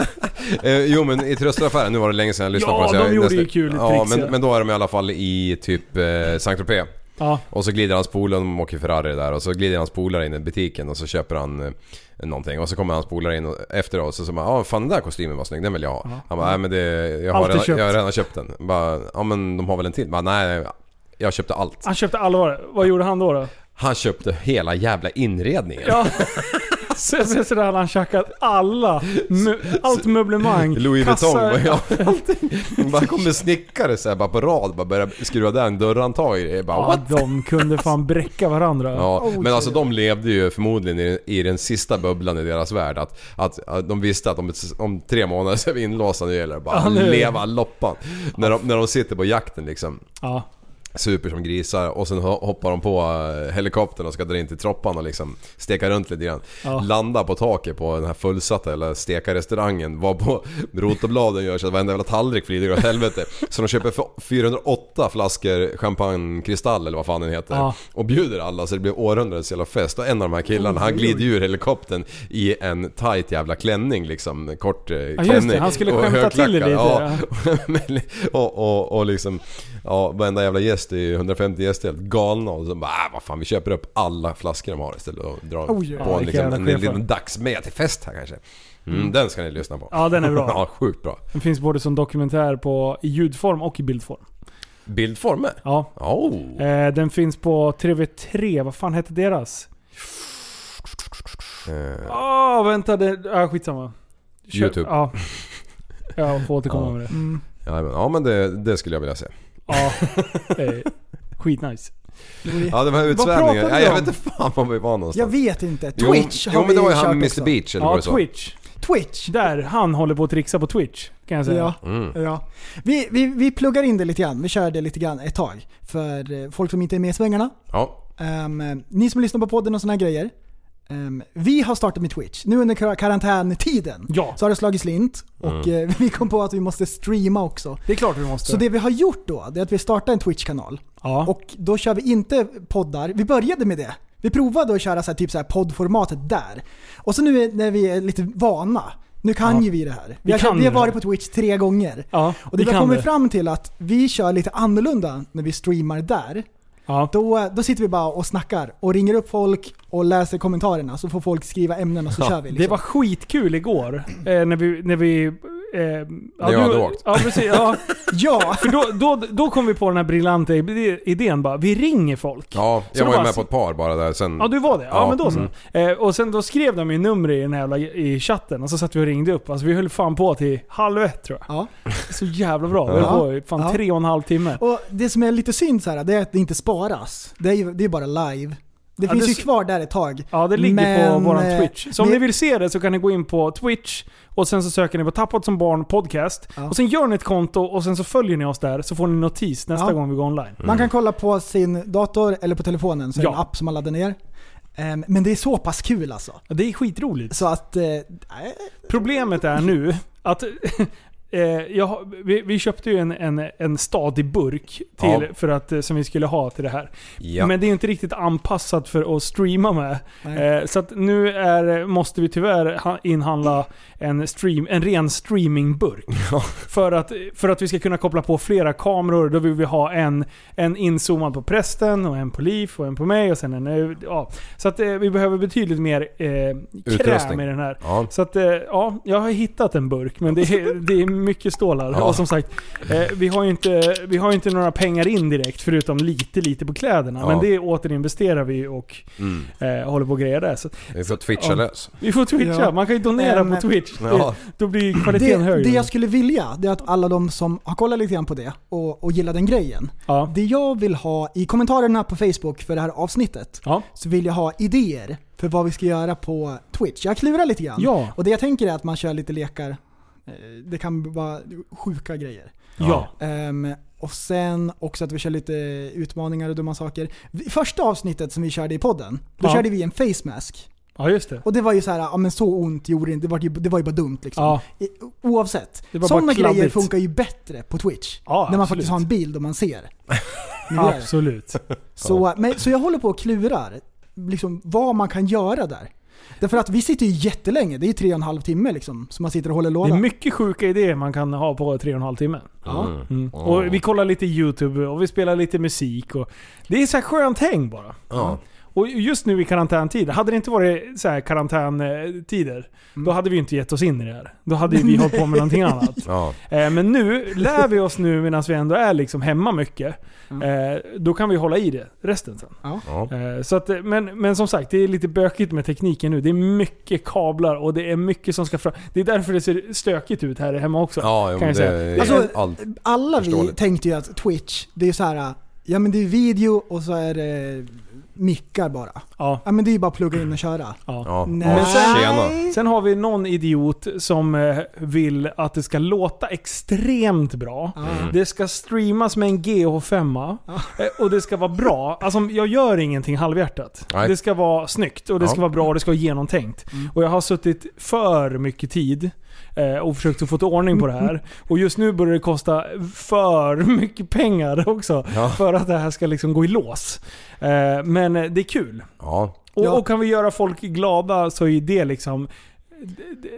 *laughs* Eh, jo men i tröstaraffären, nu var det länge sedan jag Ja, lyssnade på den. de så jag gjorde nästan- ju kul Ja tricks, ja. men, men då är de i alla fall i typ eh, Saint Tropez. Ja. Och så glider hans polare, de åker Ferrari där och så glider hans polare in i butiken och så köper han eh, någonting och så kommer hans polare in och, efter och så säger man ja fan den där kostymen var snygg, den vill jag ha. Han bara nej men det, jag har, Alltid redan, jag har köpt. redan köpt den. Bara, ja men de har väl en till? Bara, nej jag köpte allt. Han köpte allvar. Vad gjorde han då? då? Han köpte hela jävla inredningen. Ja. *laughs* Så, så, så där hade han tjackat alla, mö, allt möblemang. *laughs* Louis kassar. Vuitton *laughs* ja, allting. Bara kommer snickare så här, bara på rad, bara börjar skruva där en dörrhandtag i det. Jag Bara, Ja, Oh, what? de kunde fan bräcka varandra. Ja, men alltså de levde ju förmodligen i, i den sista bubblan i deras värld. Att, att, att de visste att om, om tre månader så är vi inlåsta, nu gäller det bara Ja, att nu- leva loppan. När de, när de sitter på jakten liksom, Ja. super som grisar och sen ho- hoppar de på eh, helikoptern och ska dra in till troppan och liksom steka runt lite grann. Ja. Landa på taket på den här fullsatta eller steka restaurangen var på *laughs* rotobladen gör så att varenda jävla tallrik flyger åt helvete. Så de köper för 408 flaskor champagnekristall eller vad fan den heter Ja. och bjuder alla så det blir århundradets jävla fest. Och en av de här killarna han glider ju ur helikoptern i en tight jävla klänning liksom, kort eh, det, klänning. han skulle och skämta till det högklackat. lite, Ja, ja. *laughs* men- och, och, och liksom, ja varenda jävla gäst, det är ju 150 gäster helt galna och så bara ah, vad fan vi köper upp alla flaskor de har istället och drar Oj, ja, vilka på en, liksom, jävla en chefer. liten dagsmeja till fest här kanske. Mm, Den ska ni lyssna på. Ja, den är bra. *laughs* ja, sjukt bra. Den finns både som dokumentär på, i ljudform och i bildform. Bildform med. Ja. Oh. Eh, den finns på 3v3, vad fan hette deras? Eh, Ah, vänta, det... Ah, skitsamma. Kör- Youtube. Ja. Jag får återkomma Ja. med det. Ja men, ja, men det, det skulle jag vilja se. *laughs* Ja. Eh, skitnice. Ja de här pratade utsvävningarna. vi Ja, jag om? vet inte fan var vi var någonstans. Jag vet inte. Jo, Twitch jo, har men det var vi ju han kört Mr också. Beach eller vad Ja, det så? Twitch. Twitch. Där, han håller på att trixa på Twitch. Kan jag säga. Ja. Mm, Ja. Vi, vi, vi pluggar in det lite grann. Vi kör det lite grann ett tag. För eh, folk som inte är med i svängarna. Ja. Ehm, ni som lyssnar på podden och såna här grejer. ehm, vi har startat med Twitch. Nu under kar- karantäntiden Ja. så har det slagit slint. Och eh, *laughs* vi kom på att vi måste streama också. Det är klart vi måste. Så det vi har gjort då, det är att vi startar en Twitch-kanal. ja. Och då kör vi inte poddar. Vi började med det. Vi provade att köra så här, typ så här poddformatet där. Och så nu är, när vi är lite vana, nu kan Ja. ju vi det här. Vi Vi har, kan vi har det. varit på Twitch tre gånger. ja, Och det vi vi har kan kommit det. fram till att vi kör lite annorlunda när vi streamar där. Ja. Då, då sitter vi bara och snackar och ringer upp folk och läser kommentarerna så får folk skriva ämnen och så kör vi. Liksom. Det var skitkul igår eh, när, vi, när vi Eh, ja, När jag hade åkt. Ja, precis. *laughs* Ja. ja, för då, då, då kom vi på den här briljanta id- idén bara. Vi ringer folk. Ja, Så jag var ju bara- med på ett par bara där sen. Ja, du var det? Ja, Ja, men då så. mm. Eh, och sen då skrev de ju numret i den här jävla i chatten och så satt vi och ringde upp. Alltså vi höll fan på till halv ett tror jag. Ja. Så jävla bra. Vi höll på i fan Ja. tre och en halv timme. Och det som är lite synd så här, det är att det inte sparas. Det är ju det är bara live. Det Ja, finns det ju s- kvar där ett tag. Ja, det ligger på Men, våran eh, Twitch. Så om det- ni vill se det så kan ni gå in på Twitch och sen så söker ni på Tappat som barn podcast. Ja. Och sen gör ni ett konto och sen så följer ni oss där så får ni notis nästa Ja. gång vi går online. Man kan kolla på sin dator eller på telefonen, så är det Mm. Ja. en app som man laddar ner. Ehm, Men det är så pass kul alltså. Ja, Det är skitroligt. Så att... eh, nej, Problemet är nu att *laughs* eh, jag, har- vi, vi köpte ju en, en, en stadig burk till, Ja. för att, eh, som vi skulle ha till det här. Ja. Men det är ju inte riktigt anpassat för att streama med. nej. Eh, så att nu är, måste vi tyvärr ha- inhandla en, stream, en ren *laughs* streamingburk. För, att, för att vi ska kunna koppla på flera kameror. Då vill vi ha en, en inzoomad på prästen, och en på Liv och en på mig. Och sen en, eh, ja. Så att, eh, vi behöver betydligt mer eh, kräm Utrustning. i den här. Ja. Så att, eh, ja, jag har hittat en burk men det *laughs* är, det är mycket stålar. Ja. Och som sagt, eh, vi har ju inte, vi har ju inte några pengar in direkt förutom lite, lite på kläderna. Ja. Men det återinvesterar vi och Mm. eh, håller på och grejer där. Så Vi får twitcha Ja. lös. vi får twitcha, Ja. Eh, man kan ju donera Men- på Twitch. Ja. Det, då blir Det, kvaliteten högre. det jag skulle vilja, det är att alla de som har kollat lite grann på det och, och gillar den grejen. ja. Det jag vill ha i kommentarerna på Facebook för det här avsnittet, Ja. så vill jag ha idéer för vad vi ska göra på Twitch. Jag klurar lite grann. Ja. Och det jag tänker är att man kör lite lekar. Eh, Det kan vara sjuka grejer. ja. Ehm, och sen också att vi kör lite utmaningar och dumma saker. I första avsnittet som vi körde i podden, då Ja. körde vi en face mask. Ja, just det. Och det var ju så här, ja men så ont gjorde det inte, det var ju, det var ju bara dumt liksom. Ja. I- Oavsett. Det var bara Sådana grejer kladdigt. funkar ju bättre på Twitch. Ja, när man absolut. faktiskt har en bild och *laughs* man ser. miljöer. Absolut. Så, men, så jag håller på och klurar liksom, vad man kan göra där. Därför att vi sitter ju jättelänge, det är ju tre och en halv timme liksom, som man sitter och håller Det låda. är mycket sjuka idéer man kan ha på tre och en halv timme. Mm. Mm. Och vi kollar lite YouTube och vi spelar lite musik. Och det är så här skönt häng bara. Ja. Och just nu i karantäntider, hade det inte varit så här karantäntider, då hade vi ju inte gett oss in i det här. Då hade ju vi hållit på med någonting annat. Ja. Eh, men nu, lär vi oss nu medan vi ändå är liksom hemma mycket, eh, då kan vi hålla i det resten sen. Ja. Eh, så att, eh, men, men som sagt, det är lite bökigt med tekniken nu. Det är mycket kablar och det är mycket som ska fram. Det är därför det ser stökigt ut här hemma också. Ja, jo, kan men jag det säga. är Alltså, allt. Alla vi Förståeligt. tänkte ju att Twitch, det är ju så här, ja men det är video och så är det mickar bara. Ja, Ja men det är ju bara att plugga in och köra. ja. Ja. Nej. Ja, tjena. Sen har vi någon idiot som eh, vill att det ska låta extremt bra. Mm. Det ska streamas med en GH5 eh, och det ska vara bra. Alltså jag gör ingenting halvhjärtat. Nej. Det ska vara snyggt och det ska Ja. vara bra och det ska vara genomtänkt. Och jag har suttit för mycket tid eh, och försökt att få till ordning på det *laughs* här. Och just nu börjar det kosta för mycket pengar också Ja. för att det här ska liksom gå i lås. Eh, Men eh, det är kul. Ja. Och, Ja. och kan vi göra folk glada så är det liksom...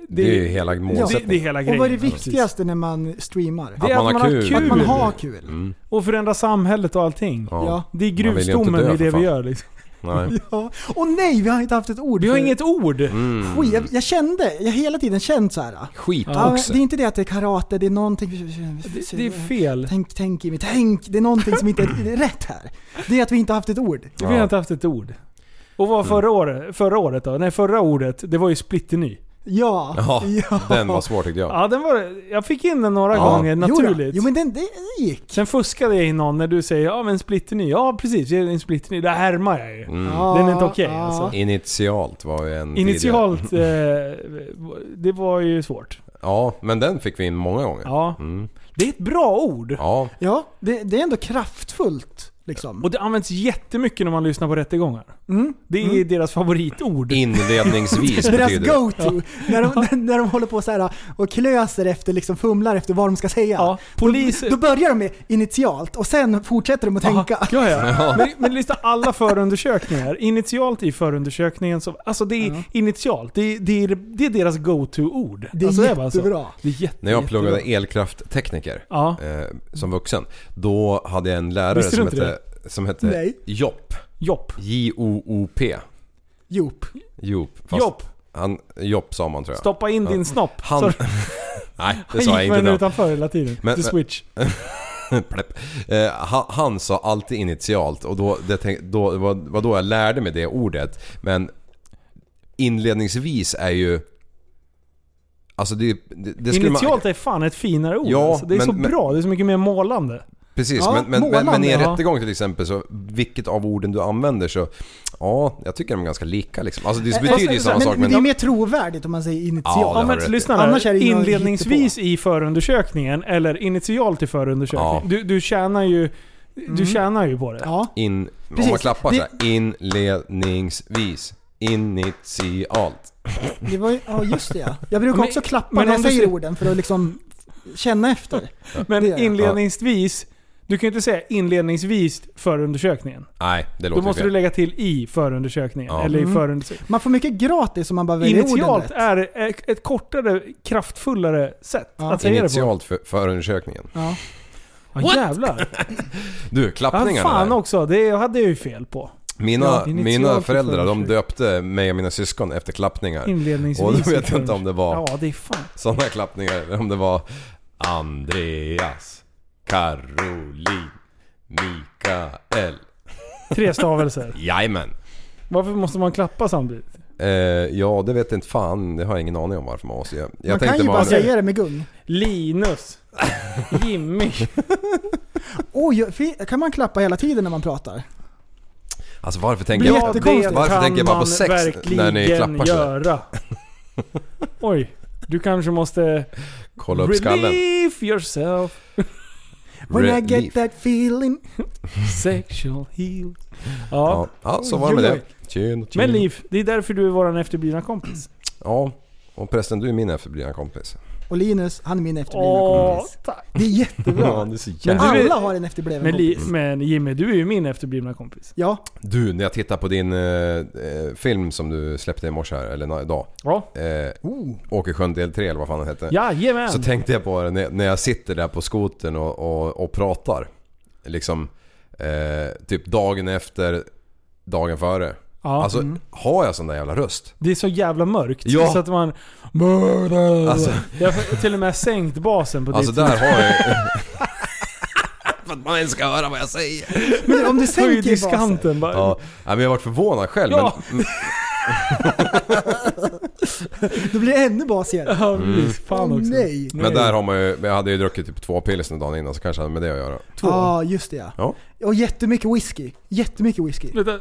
Det är ju hela det, det är målsättningen. hela Och grejen. vad är det Precis. viktigaste när man streamar? Det är att man har kul. Att man har kul. Mm. Och förändra samhället och allting. Ja. Det är Man vill ju inte gruvstommen dö, i för det vi fan. gör liksom. *laughs* Nej. Ja. Och nej, vi har inte haft ett ord. Vi har för- inget ord! Mm. Skit. Jag, jag kände, jag har hela tiden känt så Mm. här. Skit Ja, också. men det är inte det att det är karate, det är någonting... Det, det är fel. Tänk, tänk Jimmy, tänk! Det är någonting som inte *clears throat* är rätt här. Det är att vi inte har haft ett ord. Vi har inte haft ett ord. Och vad var Mm. förra året, förra året då? Nej, förra ordet, det var ju splitterny. Ja. Ja, den var svår tyckte jag. Ja, den var... Jag fick in den några Ja. gånger Jo då. naturligt. Jo men den, det gick. Sen fuskade jag in någon när du säger ja men splitterny. Ja precis, jag är en splitterny. Där härmar jag ju. Mm. Ja, Den är inte okej, ja. alltså. Initialt var ju en Initialt, Mm. eh, det var ju svårt. tidigare. Ja, men den fick vi in många gånger. Ja. Mm. Det är ett bra ord. Ja. Ja, det, det är ändå kraftfullt liksom. Och det används jättemycket när man lyssnar på rättegångar. Mm. Det är deras favoritord. *laughs* Inledningsvis Deras betyder det. go-to. När, de, *laughs* när de håller på så här och klöser efter, liksom fumlar efter vad de ska säga. Ja, polis... Då börjar de med initialt och sen fortsätter de att tänka. Ja, *laughs* ja. Men, men lyssna, alla förundersökningar. Initialt i förundersökningen, så, alltså det är Ja. initialt. Det är, det är, det är deras go-to-ord. Det är alltså, bara så. jättebra. Det är jätte, När jag jättebra. pluggade elkrafttekniker Ja. eh, som vuxen, då hade jag en lärare Visste du som inte hette, som hette Nej. Jopp. Jopp. J-O-O-P. Jop. Jopp. Fast Jopp. Han, Jopp sa man tror jag. Stoppa in Ja. din snopp. Han- Sorry. *laughs* Nej, det Han sa jag gick med inte. den då. utanför hela tiden. Men- Till men- Switch. *laughs* Plepp. Eh, han, han sa alltid initialt och då, det tänk, då det var, var då jag lärde mig det ordet. Men inledningsvis är ju... Alltså det, det, det skulle man... Initialt är fan ett finare ord. Ja, alltså. Det är men- så men- bra, det är så mycket mer målande. Precis, Ja, men, men, men, målande, men i en ja. rättegång till exempel så vilket av orden du använder så... Ja, jag tycker de är ganska lika liksom. Alltså det Eh, betyder ju fast- samma men, sak men det är men... mer trovärdigt om man säger Ja, initial. det- Ja, har men du rätt i. lyssna Annars är här. det ju något Inledningsvis i förundersökningen, eller initialt i förundersökningen. Ja. Du, du tjänar ju... Du tjänar ju på det. Mm. Ja. In, om man Precis, klappar det- så här, Inledningsvis. Initialt. Det var ju, ja, just det ja. Jag brukar Men- också klappa men när om jag du säger ser- orden för att liksom känna efter. Men Det gör jag. inledningsvis... Du kan ju inte säga inledningsvis förundersökningen. Nej, det låter Då måste fel. du lägga till i förundersökningen. Ja. Eller i Mm. förundersökningen. Man får mycket gratis om man bara väljer orden Initialt rätt. är ett- ett kortare, kraftfullare sätt Ja. att säga det på. Initialt för, förundersökningen. Ja. Ja, jävlar. *laughs* Du, Ja, klappningarna Ah, fan där. också. Det hade jag ju fel på. Mina, Ja, initialt mina och föräldrar de förundersökning. döpte mig och mina syskon efter klappningar. Inledningsvis. Och då vet i jag inte om det var Ja, det är fan. sådana klappningar eller om det var Andreas, Caroline, Mikael. Tre stavelser. Jajamän. Varför måste man klappa samtidigt? Eh, ja, det vet jag inte fan. Det har jag ingen aning om varför man måste göra. Jag Man kan ju tänkte bara bara... säga det med gung. Linus. Jimmy. Oj, fi- kan man klappa hela tiden när man pratar? Alltså varför *laughs* tänker Blir jag... jättekonstigt. Varför tänker jag bara på sex när ni klappar så där? *laughs* göra. Oj. Du kanske måste... Kolla upp skallen. Relieve yourself. When I Relief. get that feeling. Sexual heal. Ja. Ja. ja, så var det med det. Tjena, tjena. Men Liv, det är därför du är våran efterblivna kompis. Ja. Och förresten, du är min efterblivna kompis. Och Linus, han är min efterblivna Åh, kompis. tack. Det är *laughs* Ja, jättebra. det är så Men jävla... du är- Alla har en efterbliven Men, Li, kompis. men Jimmy, du är ju min efterblivna kompis. Ja, Du, när jag tittar på din eh, eh, film som du släppte i morse här, eller na- idag. Ja. Eh, Åkersjön del 3 eller vad fan den hette. Jajamän. Så tänkte jag på det när, när jag sitter där på skotern och, och, och pratar. Liksom, eh, typ dagen efter, dagen före. Ja. mm. Alltså, har jag sån där jävla röst? Det är så jävla mörkt. Ja. Så att man... Alltså- Jag har till och med sänkt basen på Alltså ditt... där har *laughs* jag För att man ens ska höra vad jag säger. men *laughs* om du Höj sänker basen. diskanten bara. Ja, nej, men jag varit förvånad själv. Ja. *laughs* Men, Då blir det ännu basigare. *laughs* Ja, precis. Fan Åh, också. nej. Mm. men där har man ju, jag hade ju druckit typ två pilsner dagen innan så kanske hade med det att göra. Två. Ja, ah, just det ja. Ja. Och jättemycket whisky. Jättemycket whisky. Vänta.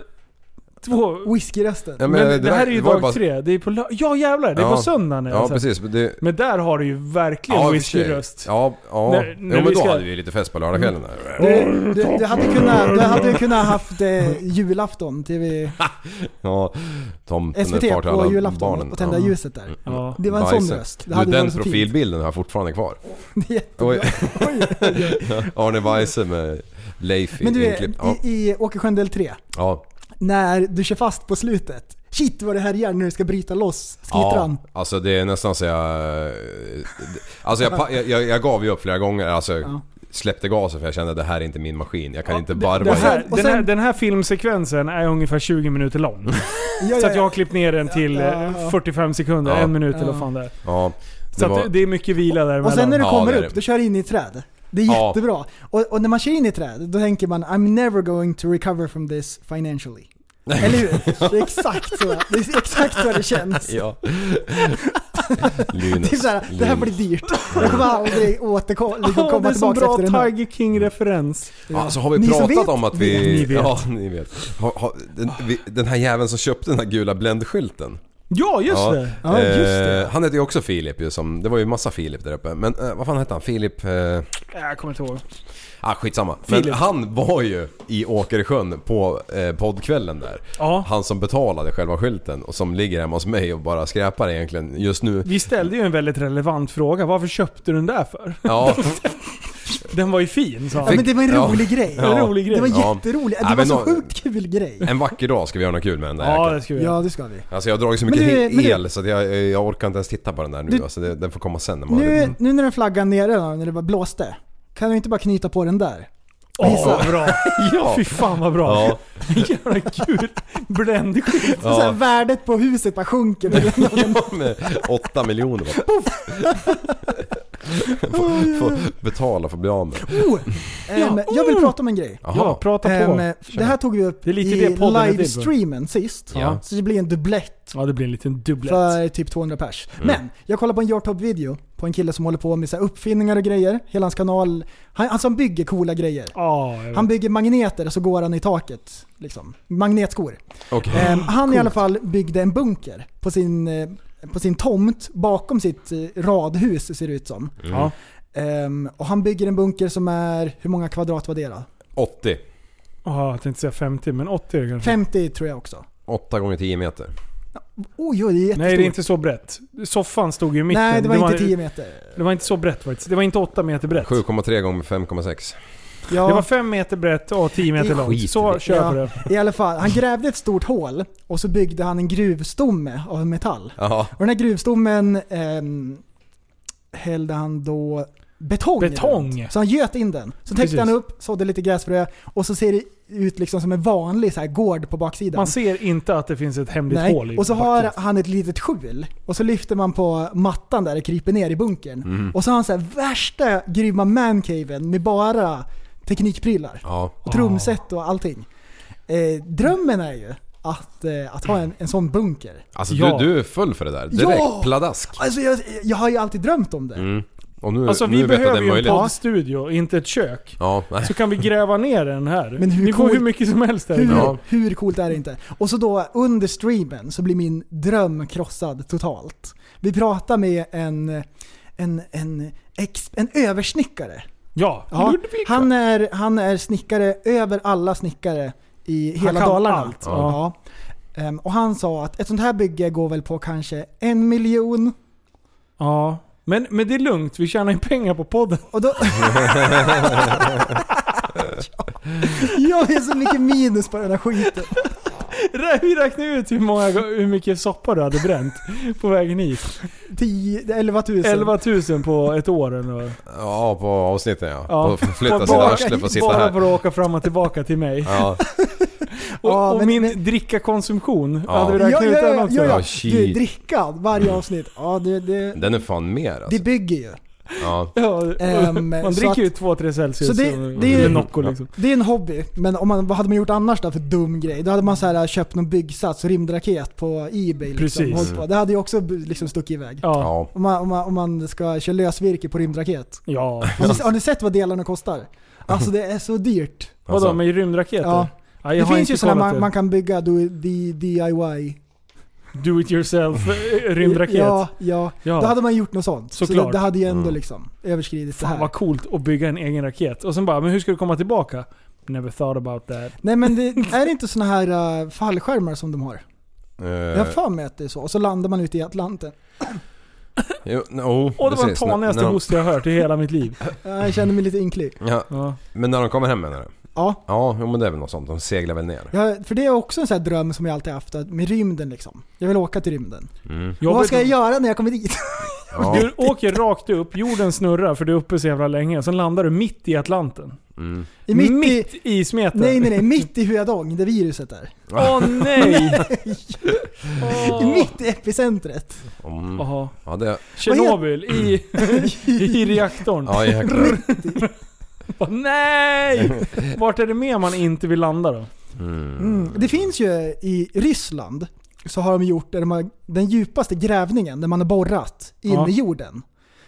Två... Whiskyresten. Ja, men, det, där- här är ju var dag bara- tre. Det är på lö- Ja jävlar, det är Ja. på söndagen. Ja alltså. precis. men Det, Men där har du ju verkligen ja, i och för sig. whiskyröst. Ja, ja. När- jo, när men vi då ska- Mm. hade vi lite fest på lördagskvällen. där. Du, du, du hade kunnat, du hade kunnat haft eh, julafton, *laughs* TV, Ja, tomten är SVT far till alla på julafton barnen. och tända Ja. ljuset där. *laughs* Ja. Det var en sån Bajsen. röst. Det Du, hade den varit så fint. profilbilden har jag fortfarande kvar. Det är jättebra. Oj. Oj, *laughs* oj, oj. Arne Weise med Leif i Men du, inklipp. Ja, i, i Åkersjön del 3, ja. när du kör fast på slutet. Shit vad det här gör när du ska bryta loss skitran. Ja, alltså det är nästan så jag... eh, det- Alltså jag, pa- jag, jag, jag gav ju upp flera gånger. Alltså jag Ja. släppte gasen för jag kände att det här är inte min maskin. Jag kan inte Det varva här, igen. Och den, här, sen- den här filmsekvensen är ungefär 20 minuter lång. *laughs* Ja, Så att ja, jag har klippt ner den till Ja, ja, eh, ja. 45 sekunder, Ja. en minut eller Ja. vad fan det är. Ja, Så det att var, det är mycket vila Och sen när däremellan. du Ja, kommer det är det. upp, då kör du in i ett träd. Det är Ja. jättebra. Och, och när man kör in i ett träd, då tänker man I'm never going to recover from this financially. Eller hur? Det är exakt så, det är exakt så *laughs* det känns. *laughs* ja. Det, är Linus. såhär, det här blir dyrt. Jag kommer aldrig återkomma liksom Ja, det komma är så tillbaka bra efter den här. Tiger King-referens. Ja, Alltså har vi Ni som pratat vet, om att vi... vet. Ni vet. Ja, ni vet. Har, har, den, vi, den här jäveln som köpte den här gula bländskylten. Ja, just ja. det! Ja, just det. Eh, han heter ju också Filip ju som... Det var ju massa Filip där uppe. Men eh, vad fan hette han? Filip... Eh, Äh, Jag kommer inte ihåg. Ah, skitsamma. Men Filip. han var ju i Åkersjön på eh, poddkvällen där. Ja. Han som betalade själva skylten och som ligger hemma hos mig och bara skräpar egentligen just nu. Vi ställde ju en väldigt relevant fråga. Varför köpte du den där för? *laughs* Ja, Den var ju fin, sa Ja, han. men det var en Ja. rolig grej. Ja. En rolig grej. Det var Ja. jätteroligt. Ja, Det var men så nå- sjukt kul grej. en vacker dag ska vi göra något kul med den där Ja, jäkeln. det ska vi göra. Ja, det ska vi. Alltså jag har dragit så Men mycket du- men du- el så att jag, jag orkar inte ens titta på den där nu. Du- alltså det, den får komma sen. När man Mm. Nu, nu när den flaggan nere då, när det bara blåste. Kan du inte bara knyta på den där? Åh, vad bra! *laughs* Ja, fy fan vad bra! *laughs* Ja. *laughs* *laughs* Jävla kul bländskydd. Så här, värdet på huset bara sjunker. *laughs* Ja, med åtta miljoner bara. Poff! Får, får betala för att bli av med det. Oh, *laughs* ehm, jag vill oh. prata om en grej. Jaha. Ja, prata på. Ehm, det här tog vi upp Det är lite i det podden är till för. livestreamen sist. Ja. Så det blir en dubblett Ja, det blir en liten dubblett. för typ 200 pers. Mm. Men jag kollade på en Youtube-video på en kille som håller på med så här uppfinningar och grejer. Hela hans kanal. Han, han som bygger coola grejer. Ja, jag vet. Mm. Han bygger magneter och så går han i taket. Liksom. Magnetskor. Okej. Ehm, Ah, han i alla fall byggde en bunker på sin, eh, på sin tomt bakom sitt eh, radhus ser det ut som. ja. Ehm, och han bygger en bunker som är, hur många kvadrat var det då? 80. Jaha, jag tänkte säga 50, men 80 är det kanske. 50 tror jag också. 8 gånger 10 meter. Oj, oj, det är jättestort. Nej, det är inte så brett. Soffan stod ju i mitten. Nej, det var inte 10 meter. Det var inte så brett faktiskt. Det var inte 8 meter brett. 7,3 gånger 5,6. Ja, Det var 5 meter brett och 10 meter Det är långt. skit. Så kör ja, på det. I alla fall, han grävde ett stort hål och så byggde han en gruvstomme av metall. Ja. Och den här gruvstommen ehm, hällde han då betong i Betong. runt. Så han göt in den. Så täckte Precis. han upp, sådde lite gräsfrö och så ser det ut liksom som en vanlig så här gård på baksidan. Man ser inte att det finns ett hemligt hål i Nej. Och så har backen. han ett litet skjul och så lyfter man på mattan där och kryper ner i bunkern. Och så har han så här värsta grymma mancaven med bara teknikprylar. Ja. Och trumset och allting. Eh, drömmen är ju att, eh, att ha en, en sån bunker. Alltså Ja. Du, du är full för det där. Direkt. Ja! Pladask. Mm. Alltså jag, jag har ju alltid drömt om det. Och nu, Alltså nu vi vet jag att behöver det är ju en möjligt. poddstudio, inte ett kök. Ja, nej. Så kan vi gräva ner den här. Men hur Ni får hur coolt- mycket som helst här. Hur, Ja. hur coolt är det inte? Och så då under streamen så blir min dröm krossad totalt. Vi pratar med en, en, en, ex, en översnickare. Ja. Ja, han, är, han är snickare över alla snickare i hela kan Dalarna. allt. Ja. Ehm, och han sa att ett sånt här bygge går väl på kanske en miljon. Ja. Men, men det är lugnt, vi tjänar ju pengar på podden. Och då... *laughs* ja, det är så mycket minus på den här skiten. *laughs* Rä- Vi räknade ut hur, många, hur mycket soppa du hade bränt på vägen hit. 10, 11 000. 11 000 på ett år eller vad? Ja, på avsnitten ja. Ja. På att flytta *laughs* Bara- sitt arsle för att sitta Bara för här. att åka fram och tillbaka till mig. Ja. Och, Ja, och men- min men- drickakonsumtion, Ja. hade vi Ja, räknat ja, ut ja, den ja, också? ja, Ja, ja. Du, shit. drickan varje avsnitt. Ja, det, det, Den är fan mer alltså. det bygger ju. Ja. Ja, Ehm, man så dricker ju att- 2-3 Celsius så det- och- det är- eller Nocco liksom. Det är en hobby, men om man, vad hade man gjort annars då för dum grej? Då hade man så här, äh, köpt någon byggsats, rymdraket på Ebay. Liksom, Precis. hållit på. Det hade ju också liksom stuckit iväg. Ja. Ja. Om, man, om, man, om man ska köra lösvirke på rymdraket. ja. Har ni, har ni sett vad delarna kostar? Alltså det är så dyrt. Alltså- Vadå, med rymdraketer? Ja. Ja, jag Det har finns ju inte sådana kollat man, det. man kan bygga do, di, DIY. Do it yourself eh, rymdraket. Ja, ja. Ja. Då hade man gjort något sånt. Så Såklart. det, det hade ju ändå liksom överskridit det Fan här. vad coolt att bygga en egen raket. Och sen bara, men hur ska du komma tillbaka? Never thought about that. Nej men det, är det inte sådana här äh, fallskärmar som de har? Jag har Eh, för mig att det är så. Och så landar man ute i Atlanten. jo, no, oh, Och det var den precis. När- tanigaste när de- host jag har hört i hela mitt liv. Jag känner mig lite ynklig. Ja, Ja. men när de kommer hem menar du? Ja. Ja, jo, men det är väl något sånt. De seglar väl ner. Ja, för det är också en sån här dröm som jag alltid haft, att- med rymden liksom. Jag vill åka till rymden. Och vad Jobbigt- ska jag göra när jag kommer dit? Mm. Ja. Du åker rakt upp, jorden snurrar för du är uppe så jävla länge. Sen landar du mitt i Atlanten. Mm. I mitt, mitt i... i, smeten. Nej nej nej, mitt i Huadong, där viruset är. Åh *laughs* nej! I Mitt i epicentret. Mm. Jaha. Ja, det... Tjernobyl i, *laughs* i reaktorn. Ja, jäklar. Bara, nej! Vart är det mer man inte vill landa då? Mm. Det finns ju i Ryssland, så har de gjort där de har, den djupaste grävningen, där man har borrat in Ja. i jorden.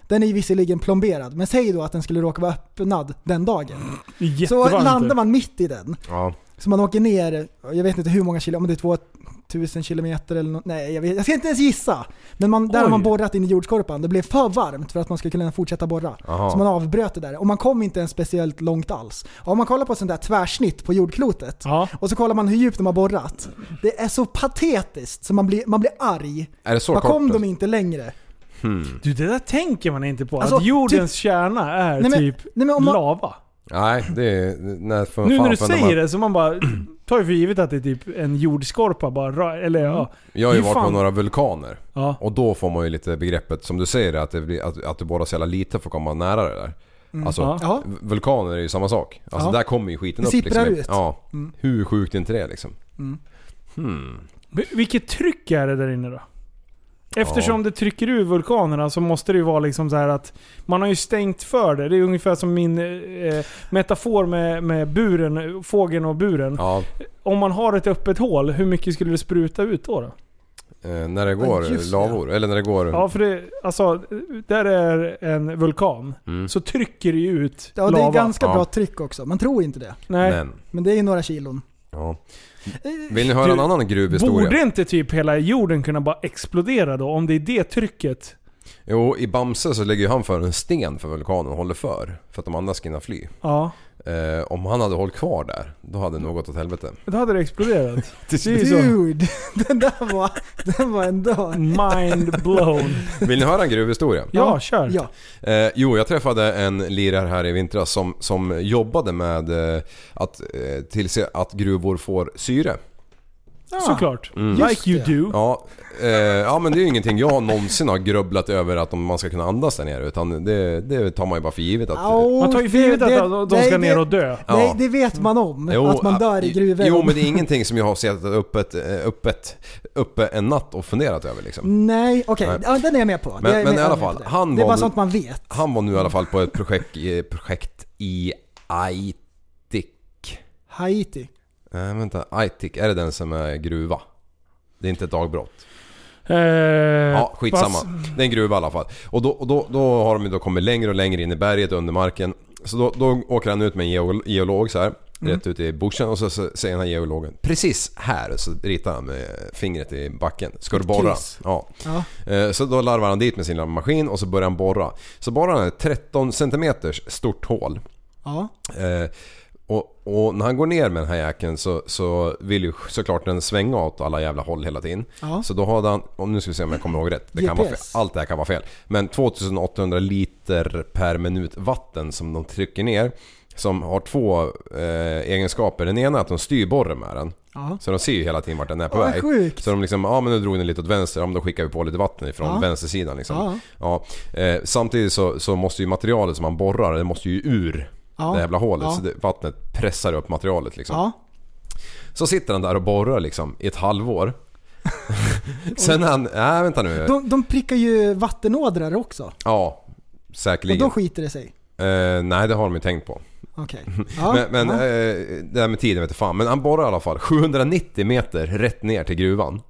Den är ju visserligen plomberad, men säg då att den skulle råka vara öppnad den dagen. Det är Så jättevarmt landar där. man mitt i den. Ja. Så man åker ner, jag vet inte hur många kilometer, om det är 2000 kilometer eller något. Nej, jag, vet, jag ska inte ens gissa. Men man, där har Oj. man borrat in i jordskorpan. Det blev för varmt för att man skulle kunna fortsätta borra. Aha. Så man avbröt det där. Och man kom inte ens speciellt långt alls. Om man kollar på sånt där tvärsnitt på jordklotet. Ja. Och så kollar man hur djupt de har borrat. Det är så patetiskt så man blir, man blir arg. Är det så Vad kort? kom de alltså? inte längre? Du det där tänker man inte på. Alltså, att jordens kärna är Nej, men- typ nej, men om man- lava. Nej, det är... När, för Nu fan, när du för man- säger det så man bara *clears throat* tar ju för givet att det är typ en jordskorpa bara. ra- Eller Mm. ja. Jag har ju Det är varit på fan- några vulkaner. Ja. Och då får man ju lite begreppet, som du säger, att, det blir, att, att du borrar så jävla lite för att komma nära det där. Alltså, mm. Ja. Ja. v- vulkaner är ju samma sak. Alltså Ja. där kommer ju skiten Det upp. sipprar liksom. ut. Mm. Ja. Hur sjukt är inte det liksom? Men Vilket tryck är det där inne då? Eftersom det trycker ur vulkanerna så måste det ju vara liksom så här att man har ju stängt för det. Det är ungefär som min eh, metafor med, med buren, fågeln och buren. Ja, Om man har ett öppet hål, hur mycket skulle det spruta ut då? då? eh, när det går Ja, just det. lavor. Eller när det går... Ja, för det, alltså, där är en vulkan. Mm. Så trycker det ju ut Ja, det lava. är ganska Ja. bra tryck också. Man tror inte det. Nej. Men, Men det är ju några kilon. ja. Eh, Vill ni höra en annan gruvhistoria? Borde inte typ hela jorden kunna bara explodera då? Om det är det trycket. Jo, i Bamse så lägger ju han för en sten för vulkanen och håller för. För att de andra ska hinna fly. Ja. Eh, om han hade hållit kvar där, då hade det nog gått åt helvete. Då hade det *laughs* exploderat. det är ju så. *laughs* Dude! Den där var, den var en dag. Mind *laughs* blown. Vill ni höra en gruvhistoria? Ja, kör. Ja. Eh, jo, jag träffade en lirare här i vintras som, som jobbade med eh, att eh, tillse att gruvor får syre. Såklart. Mm. Just Like you det. do. Ja, eh, ja men det är ju ingenting jag någonsin har grubblat över att om man ska kunna andas där nere utan det, det tar man ju bara för givet att... Man tar ju för givet att de- de ska ner och dö. Ja. eh, Nej, det vet man om. att man dör i gruvor. Jo men det är ingenting som jag har sett öppet, eh, öppet, uppe en natt och funderat över liksom. Nej, okej. Nej. Ja, den är jag med på. Men- Det är jag men med- i alla jag är med fall, på det. han Det är var bara väl- sånt man vet. Han var nu i alla fall på ett projekt, i- projekt i Aitik. Haiti. Nej vänta, Aitik, är det den som är gruva? Det är inte ett dagbrott. Eh, Ja, skitsamma. pass. Det är en gruva i alla fall. Och då, och då, då har de ju då kommit längre och längre in i berget under marken. Så då, då åker han ut med en geol- geolog så här. Rätt ut i bushen och så, så säger den här geologen Precis här så ritar han med fingret i backen. Ska du borra? kryss. Ja. Ja. Eh, Så då larvar han dit med sin lilla maskin och så börjar han borra. Så borrar han ett 13 cm stort hål. Ja. Eh, och, och när han går ner med den här jäkeln så, så vill ju såklart den svänga åt alla jävla håll hela tiden. Ja. Så då hade han, och nu ska vi se om jag kommer ihåg rätt. Det kan vara fel. GPS. Allt det här kan vara fel. Men 2800 liter per minut vatten som de trycker ner. Som har två eh, egenskaper. Den ena är att de styr borren med den. Ja. Så de ser ju hela tiden vart den är på Åh, vad väg. sjukt. Så de liksom, ja men nu drog den lite åt vänster, ja men då skickar vi på lite vatten ifrån Ja. vänstersidan liksom. Ja. Eh, samtidigt så, så måste ju materialet som man borrar, det måste ju ur Ja. det jävla hålet. Ja. Så det, vattnet pressar upp materialet liksom. Ja. Så sitter han där och borrar liksom i *laughs* ett halvår. Sen han, nej vänta nu. De, de prickar ju vattenådror också. Ja, Och säkerligen. då skiter det sig. eh, nej det har de ju tänkt på. Okej. Ja. *laughs* men men ja. eh, det här med tiden vet jag fan. Men han borrar i alla fall 790 meter rätt ner till gruvan.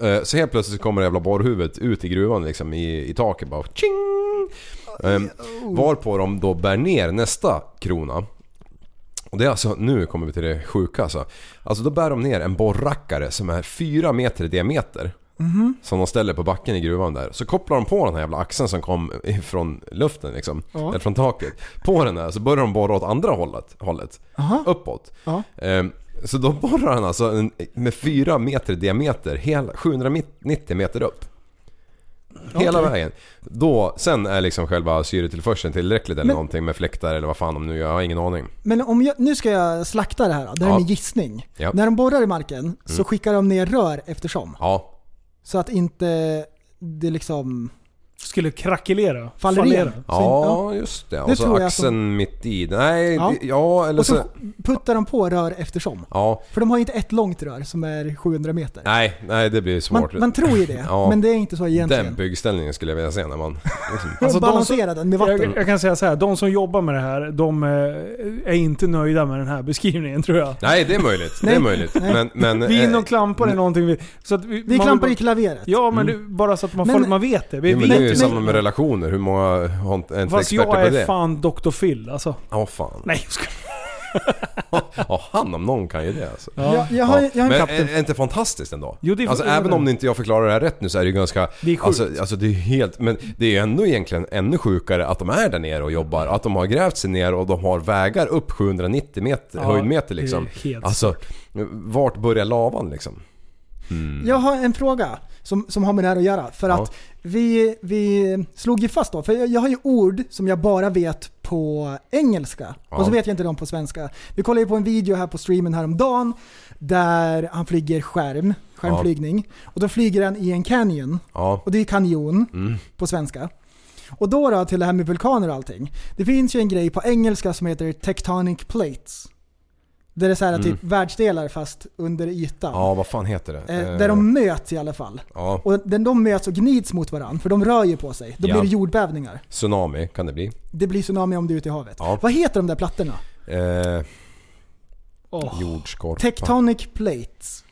Eh, så helt plötsligt kommer det jävla borrhuvudet ut i gruvan liksom i, i taket bara tjing! Eh, varpå de då bär ner nästa krona. Och det är alltså, nu kommer vi till det sjuka alltså. Alltså då bär de ner en borrackare som är 4 meter i diameter. Som de ställer på backen i gruvan där. Så kopplar de på den här jävla axeln som kom ifrån luften liksom. Eller från taket. På den här så börjar de borra åt andra hållet. hållet uppåt. Ja. Ehm, så då borrar han alltså en, med 4 meter i diameter, hela, 790 meter upp. Hela vägen. Då, sen är liksom själva syretillförseln tillräckligt eller Men- någonting med fläktar eller vad fan de nu gör, jag har ingen aning. Men om jag, nu ska jag slakta det här. då. Det här Ja. är en gissning. Ja. Mm. När de borrar i marken så skickar de ner rör eftersom. Ja, Så att inte det liksom Skulle krackelera. faller Fallera. igen. Så in- Ja, just det. Och Det så tror jag axeln mitt i. Nej, Ja. ja, ja eller Och så... så puttar de på rör eftersom. Ja. För de har ju inte ett långt rör som är 700 meter. Nej, nej det blir man, svårt. man tror ju det, Ja. men det är inte så egentligen. Den byggställningen skulle jag vilja se när man... Liksom, *laughs* Alltså, de som- Balansera den med vatten. Jag, jag kan säga så här, de som jobbar med det här, de eh, är inte nöjda med den här beskrivningen tror jag. nej, det är möjligt. Det är möjligt. Men... men Vi är inne eh, och klampar i någonting. vi- Så att vi, Vi man- klampar i klaveret. Ja, men det, bara så att man, Mm. Men- får, man vet det. Vi, jo, vi, men det är ju men- samma med relationer. Hur många har inte ens fast experter jag på är det? fan Dr. Phil alltså. Ja, fan. *laughs* Nej, jag skojar. Ja, han om någon kan ju det alltså. Jag, jag har, Ja, jag har en men eh, kapten. är, är inte fantastiskt ändå? Jo, det är- alltså, det är även det. om inte jag förklarar det här rätt nu så är det ju ganska... Det är sjukt. Alltså, alltså det är helt... Men det är ju ändå egentligen ännu sjukare att de är där nere och jobbar. Att de har grävt sig ner och de har vägar upp 790 meter, Ja, höjdmeter liksom. det är helt Alltså, vart börjar lavan liksom? Jag har en fråga som, som har med det här att göra. För Mm. Ja. att vi, vi slog ju fast då, för jag, jag har ju ord som jag bara vet på engelska. Ja. Och så vet jag inte dem på svenska. Vi kollade ju på en video här på streamen häromdagen där han flyger skärm, skärmflygning. Och då flyger han i en canyon. Ja. Mm. Och det är kanjon på svenska. Och då då till det här med vulkaner och allting. Det finns ju en grej på engelska som heter Tectonic Plates. Där det är så här typ världsdelar fast under ytan. Mm. Ja, vad fan heter det? Eh, Eh, där de möts i alla fall. Ja, Och den, de möts och gnids mot varandra, för de rör ju på sig. Då Ja. blir det jordbävningar. tsunami kan det bli. Det blir tsunami om du är ute i havet. Ja. Vad heter de där plattorna? Eh, Åh. Jordskorpa. Tectonic plates.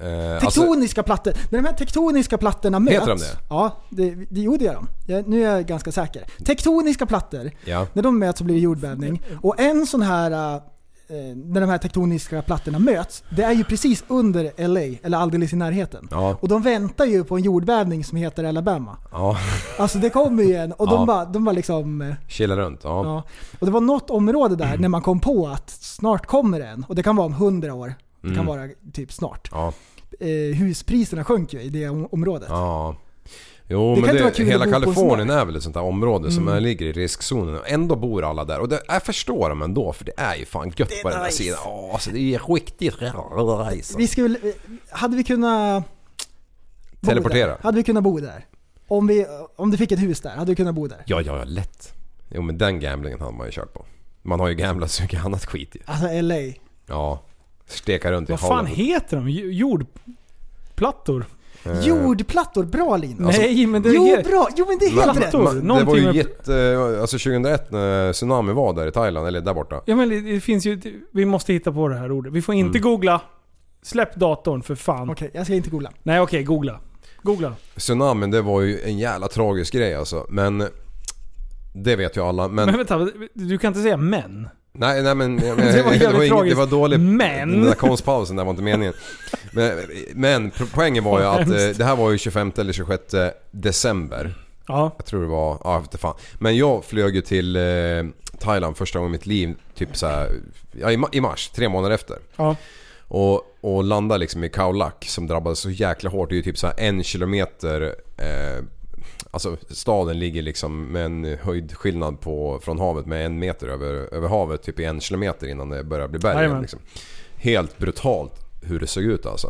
Eh, alltså, Tektoniska plattor. När de här tektoniska plattorna möts. Heter de det? Ja, det, det, jo det gör de. Jag, nu är jag ganska säker. Tektoniska plattor, ja. när de möts så blir det jordbävning. Och en sån här, eh, eh, när de här tektoniska plattorna möts, det är ju precis under LA, eller alldeles i närheten. Ja. Och de väntar ju på en jordbävning som heter Alabama. Ja, *laughs* Alltså det kommer ju en och de Ja. bara de bara liksom... eh, kila runt. Ja. Ja. Och det var något område Mm. där när man kom på att snart kommer det en. Och det kan vara om hundra år. Det kan Mm. vara typ snart. Ja. Eh, huspriserna sjönk ju i det om- området. Ja. Det Jo, kan men inte vara det, kul att hela bo på en Kalifornien sån Mm. är väl ett sånt där område som ligger i riskzonen och ändå bor alla där. Och det, jag förstår dem ändå för det är ju fan gött på den där sidan. Ja, alltså det är riktigt nice. Vi skulle, eh, hade vi kunnat... bo Teleportera. Där, hade vi kunnat bo där? Om, vi, om du fick ett hus där, hade du kunnat bo där? Ja, ja, ja, lätt. Jo men den gamblingen hade man ju kört på. Man har ju gamblat så mycket annat skit ju. Alltså LA. Ja. Steka runt i Vad fan hallen. heter de? Ju- Jordplattor? Jordplattor, bra Linus. Alltså- Nej, men det jo, är... bra. jo men det är helt rätt. Plattor. Man- Det var Någonting ju med- jätte... Alltså 2001 när tsunami var där i Thailand, eller där borta. Ja men det- det finns ju... Vi måste hitta på det här ordet. Vi får Mm. inte googla. Släpp datorn för fan. Okej, jag ska inte googla. Nej okej, googla. Googla. Tsunamin det var ju en jävla tragisk grej alltså. Men... Det vet ju alla. Men Men vänta, du kan inte säga men. Nej, nej men, *laughs* men Det det var var, jävligt inget, det tragiskt. var dåligt. Men- Den där konstpausen där var inte meningen. Men, men po- poängen var ju Vad att eh, hemskt. det här var ju 25 eller 26 december. Ja. Jag tror det var, ja jag vet inte fan. Men jag flög ju till eh, Thailand första gången i mitt liv, typ så här, ja, i, ma- i mars, tre månader efter. Ja. Och, och landade liksom i Khao Lak som drabbades så jäkla hårt. Det är ju typ så här en kilometer... Eh, alltså staden ligger liksom med en höjdskillnad på, från havet med en meter över, över havet. Typ i en kilometer innan det börjar bli berg Jajamän. igen. Liksom. Helt brutalt hur det såg ut alltså.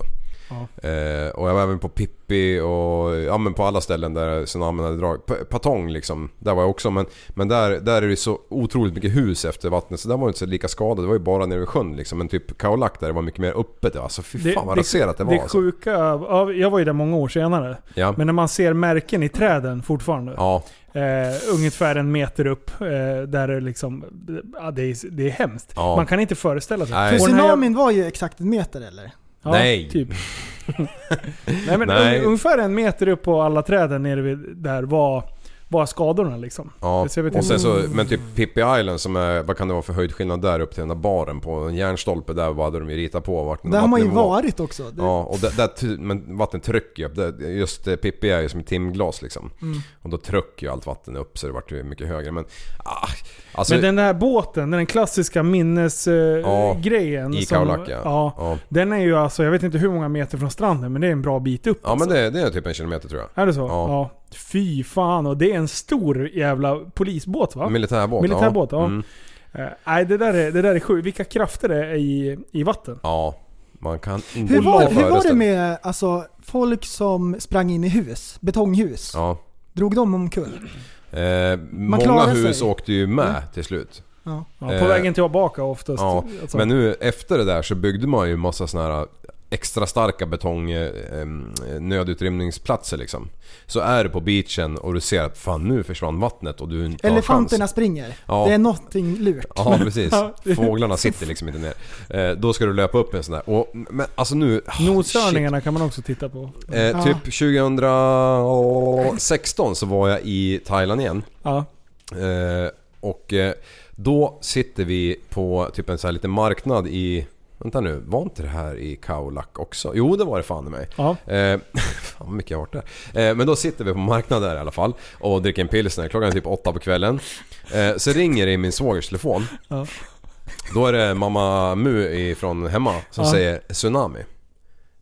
Eh, och jag var även på Pippi och ja, men på alla ställen där tsunamin hade dragit. P- Patong liksom, där var jag också. Men, men där, där är det ju så otroligt mycket hus efter vattnet så där var det inte så lika skadat. Det var ju bara nere vid sjön liksom. Men typ Khao Lak där det var mycket mer öppet. Alltså fy fan vad raserat det var. Det alltså. sjuka, ja, jag var ju där många år senare. ja. Men när man ser märken i träden fortfarande. ja, Eh, ungefär en meter upp. Eh, där det liksom, ja, det, är, det är hemskt. Ja. Man kan inte föreställa sig. Nej. För Och den här- tsunamin var ju exakt en meter eller? Ja, Nej. *laughs* Typ. Nej, men Nej. un- Ungefär en meter upp på alla träden nere vid, där var, var skadorna liksom. ja. Det ser vi till. Och sen så, men typ Pippi Island som är, vad kan det vara för höjdskillnad där upp till den där baren på en järnstolpe där vad hade de ju ritat på vart Där har man ju vattennivån- varit också. Det, Ja, och där, där, ty- men vattnet trycker ju upp. Där- Just eh, Pippi är ju som ett timglas liksom. Mm. Och då trycker ju allt vatten upp så det vart ju mycket högre. Men, ah, alltså, men den där båten, den klassiska Ja, minnesgrejen. i Khao Lak ja. ja. ja. Den är ju alltså, jag vet inte hur många meter från stranden, men det är en bra bit upp. alltså. Ja men det, det är typ en kilometer tror jag. Är det så? Ja. Ja. Fy fan, och det är en stor jävla polisbåt va? Militärbåt. Militärbåt, ja. Mm. Eh, Nej, det där är, det där är sjukt. Vilka krafter det är i, i vatten. ja. Man kan inte Hur var, hur var det föreställa- med alltså, folk som sprang in i hus? Betonghus? Ja. Drog de omkull? Eh, många klarar hus sig. åkte ju med till slut. Ja. Ja, på Eh, vägen tillbaka oftast. Ja, Alltså, men nu efter det där så byggde man ju massa såna här äh, extra starka betong eh, em, nödutrymningsplatser liksom. Så är du på beachen och du ser att fan nu försvann vattnet och du inte har Elefanterna chans. springer. Ja. Det är någonting lurt. Ja precis. Fåglarna sitter liksom inte ner. Eh, då ska du löpa upp en sån där. Och, men alltså nu... Nosstörningarna kan man också titta på. shit. Eh, typ 2016 så var jag i Thailand igen. Ja. Eh, och eh, då sitter vi på typ en sån här liten marknad i... Vänta nu, var inte det här i Khao Lak också? Jo, det var det fan i mig. Ja. Eh, *laughs* fan vad mycket jag har varit där. Eh, men då sitter vi på marknad där i alla fall och dricker en pilsner. Klockan är typ åtta på kvällen. Eh, så ringer det i min svågers telefon. Ja. Då är det mamma Mu från hemma som Ja. säger tsunami.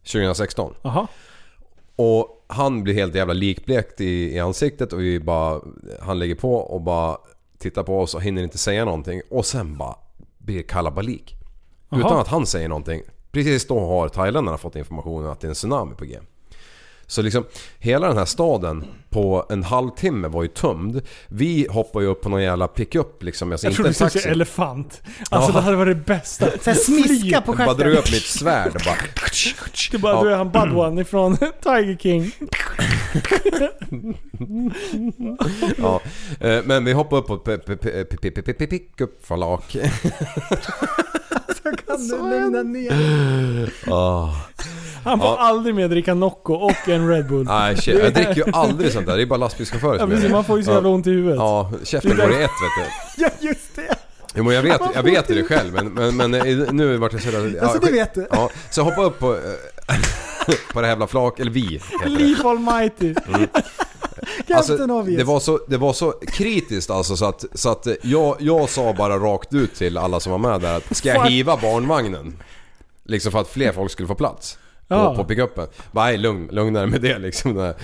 2016. Aha. Och han blir helt jävla likblekt i, i ansiktet och vi bara... Han lägger på och bara tittar på oss och hinner inte säga någonting. Och sen bara blir det kalabalik. Utan att han säger någonting. Precis då har thailändarna fått informationen att det är en tsunami på G. Så liksom hela den här staden på en halvtimme var ju tömd. Vi hoppade ju upp på någon jävla pickup liksom. Alltså, Jag inte trodde en du skulle taxi. säga elefant. Alltså Ja. det hade varit det *laughs* bästa. Så här smiska på Jag bara drog stjärten. upp mitt svärd och bara... Det är bara Ja. du är han Badwan ifrån *laughs* Tiger King. Ja. Eh, Men vi hoppade upp på pe- pe- pe- pe- pe- pe- pe- pickup-falak. Kan Alltså, du lugna ner Ah. Han får Ja. aldrig mer dricka Nocco och en Red Bull. *laughs* Nej, shit. Jag dricker ju aldrig sånt där. Det är bara lastbilschaufförer Ja, som gör precis, det. man får ju så jävla ont i huvudet. Ja, käften går i ett vet du. Ja just det. Jo, men jag vet, jag vet ju det själv men, men, men eh, nu vart jag så jävla... ja, Alltså det skit- vet du. Ja, så jag hoppade upp på, *laughs* eh, på det här jävla flak, eller vi heter det. Mm. Leaf Almighty. *laughs* Alltså, Captain Obvious. det, var så, det var så kritiskt alltså så att, så att eh, jag, jag sa bara rakt ut till alla som var med där att ska jag Fuck. hiva barnvagnen? Liksom för att fler folk skulle få plats. Ja. På, på pickupen. Bara, Nej, lugn, lugnare med det liksom. Den här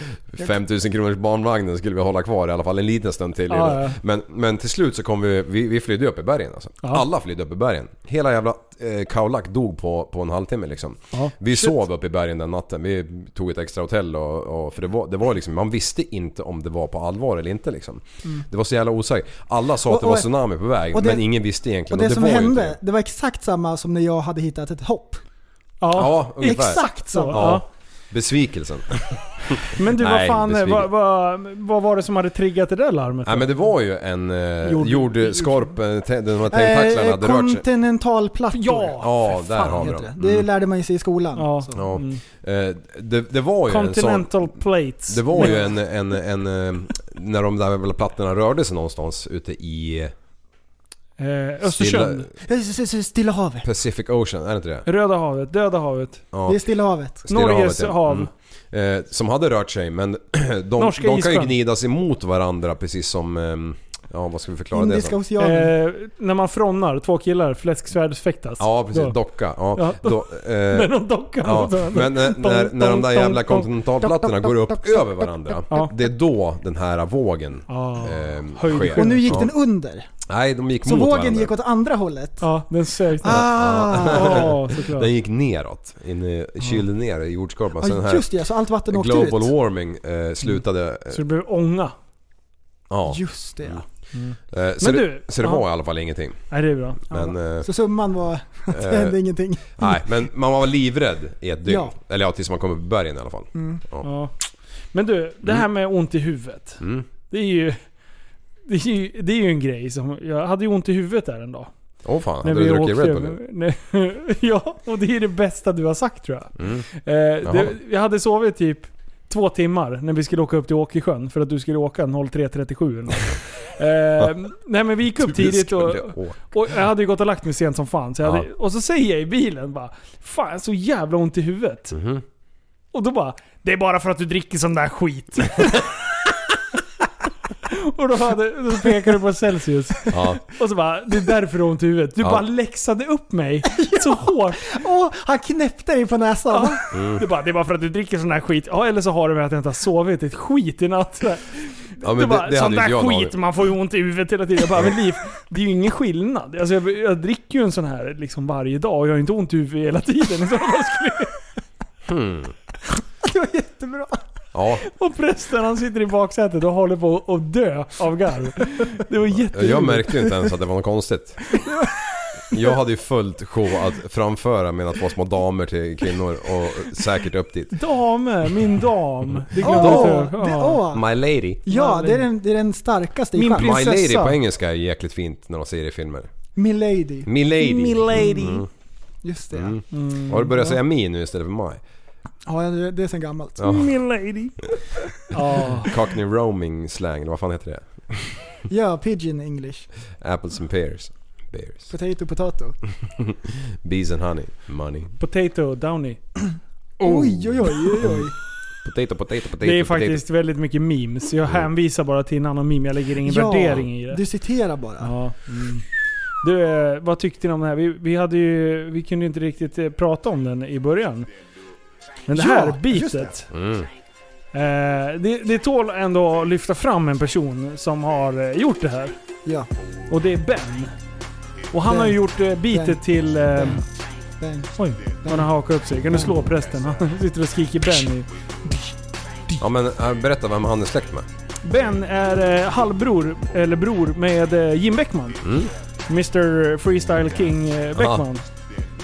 5000 kronors barnvagnen skulle vi hålla kvar i alla fall en liten stund till. Ja, ja. Men, men till slut så kom vi, vi, vi flydde upp i bergen alltså. Alla flydde upp i bergen. Hela jävla eh, Kaolack dog på, på en halvtimme liksom. Ja. Vi sov uppe i bergen den natten. Vi tog ett extra hotell och, och för det var, det var liksom, man visste inte om det var på allvar eller inte liksom. Det var så jävla osäkert. Alla sa att Mm. det Och- var och- tsunami på väg och det- men ingen visste Och egentligen. det, som var ju hände, inte det. det var exakt samma som när jag hade hittat ett hopp. Ja. Ja, ungefär. Exakt Så, så. Ja. Besvikelsen. Men du, vad Nej, fan, besviken. vad, vad, vad var det som hade triggat det där larmet? Nej men det var ju en Jord- eh, jordskorp, eh, te- de här tentaklarna hade Eh, rört sig. kontinentalplattor. Ja, Ja, Mm. för där fan har vi heter det. dem. det lärde man ju sig i skolan. Ja. Så. Ja. Mm. Eh, Det, det var ju en sån... Continental plates. Mm. Det var ju en, en, en, eh, När de där jävla plattorna rörde sig någonstans ute i... Eh, Östersund. Stilla, S- s- s- Stilla havet. Pacific Ocean, är det inte det? Röda havet, Döda havet. Ja. Det är Stilla havet. Stilla Norges havet, ja. hav. Eh, som hade rört sig men *clears throat* de, Norska de kan ju issjön. gnidas emot varandra precis som... ehm, Ja, vad ska vi förklara det Indiska som? oceanen. Eh, när man fronnar, två killar, fläsksvärdsfäktas. Ja, precis. Då. Docka. Ja, Ja. Då, eh, När de dockar ja. mot varandra. Men eh, när, när de där jävla kontinentalplattorna går upp över varandra. Ja. Det är då den här vågen Ja. ehm, Höjd- sker. Och nu gick Ja. den under. Nej, de gick Så mot vågen varandra. gick åt andra hållet. Ja, den sög ah. Ah, såklart. Den gick neråt, in, i- kylde ner i jordskorpan. Så den ja, här just det, så allt vatten åkte global ut. warming eh, slutade... Eh, Så det blev ånga. ja. Just det. ja. Eh, så, Men det, du- så det ja. var i alla fall ingenting. Nej, det är bra. Men, eh, Så summan var att det Eh, hände ingenting. nej, men man var beredd i ett dygn. Ja. Eller ja, tills man kommer på bergen i alla fall. Mm. Ja. Men du, det här med ont i huvudet. Mm. Det är ju... Det är, ju, det är ju en grej som... Jag hade ju ont i huvudet där en dag. Åh fan, hade du druckit Red Bull? nu? Nej, *laughs* ja, och det är det bästa du har sagt tror jag. Mm. Eh, Jaha. det, jag hade sovit typ två timmar när vi skulle åka upp till Åkersjön för att du skulle åka 03.37 *laughs* eller något. eh, Nej men vi gick upp tidigt och, Skulle åka. och jag hade ju gått och lagt mig sent som fan. Så jag hade, Ja. Och så säger jag i bilen bara Fan jag har så jävla ont i huvudet. Mhm. Och då bara Det är bara för att du dricker sån där *laughs* skit. och då, hade, då pekade du på Celsius. Ja. Och så bara, det är därför du har ont i huvudet. Du Ja. bara läxade upp *laughs* mig så hårt. Åh, han knäppte dig på näsan. Mm. Ja. Du bara, det är bara för att du dricker sån här skit. Ja, eller så har du med att jag inte har sovit ett skit i natt. Ja, du men bara, det, det sån hade ju inte där jag en skit, aning man får ju ont i huvudet hela tiden. Jag bara, men Liv, det är ju ingen skillnad. Alltså jag, jag dricker ju en sån här liksom varje dag och jag har ju inte ont i huvudet hela tiden. Så jag bara skulle- *laughs* hmm. Det var jättebra. Ja, Och prästen han sitter i baksätet och håller på att dö av garv. Det var jätteroligt. jag märkte ju inte ens att det var något konstigt. *laughs* Jag hade ju fullt sjå att framföra mina två små damer till kvinnor och säkert upp dit. Dame, min dam. Det glömde Åh, jag. det, ta upp. Ja. åh. My lady. Ja, det är den, det är den starkaste i Min genren. My lady Prinsessa. på engelska är jäkligt fint när de säger det i filmer. My lady. Me lady. lady. Just det. Mm. Har du börjat säga me nu istället för my? Ja, det det är sen gammalt. Ja. Min lady. Ja. Cockney roaming slang, eller vad fan heter det? Ja, pigeon english. Apples and pears. Bears. Potato, potato. Bees and honey. Money. Potato Downy. Oh. Oj, oj, oj, oj, Mm. oj. Potato, potato, Det är potato. potato. Mm. faktiskt väldigt mycket memes. Jag hänvisar bara till en annan meme. Jag lägger ingen värdering i det. du citerar bara. Ja. Mm. Du, eh, vad tyckte ni om det här? Vi, vi, hade ju, vi kunde ju inte riktigt eh, prata om den i början. Men det Ja, här just bitet. Mm. eh, Det, det tål ändå att lyfta fram en person som har eh, gjort det här. Ja. Och det är Ben. Och han Ben. har ju gjort eh, bitet Ben. till... eh, Ben. Oj, vad han hakar upp sig. Kan du slå prästen? Han sitter och skriker Ben i... Ja men eh, berätta vem han är släkt med. Ben är eh, halvbror, eller bror, med eh, Jim Beckman. Mm. Mr Freestyle King eh, Beckman.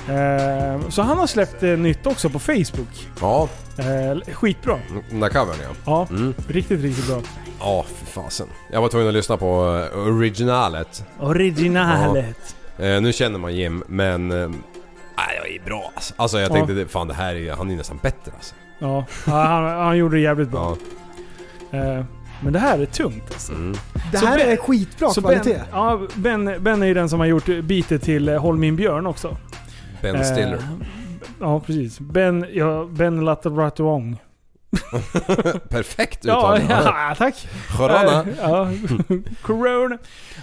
Eh, så han har släppt eh, nytt också på Facebook. Ja, mm, Eh, skitbra. den där covern ja. Ja, Mm. riktigt, riktigt bra. Ja, fy fasen. Jag var tvungen att lyssna på eh, originalet. Originalet. Eh, nu känner man Jim, men... eh, Nej, jag är bra alltså. Alltså jag Ja. tänkte, det- fan det här är ju- han är nästan bättre alltså. Ja, ja han, han gjorde det jävligt bra. Ja. Eh, men det här är tungt alltså. Mm. Det Så här Ben- är skitbra Så kvalitet. ben, ja, ben, ben är ju den som har gjort bitet till eh, Håll min björn också. Ben Stiller. *laughs* Eh, ja, precis. Ben, ja, ben Latteratuong. Perfekt Ja, uttal. *laughs* ja, tack. *laughs* Corona. Eh, Ja. Corona.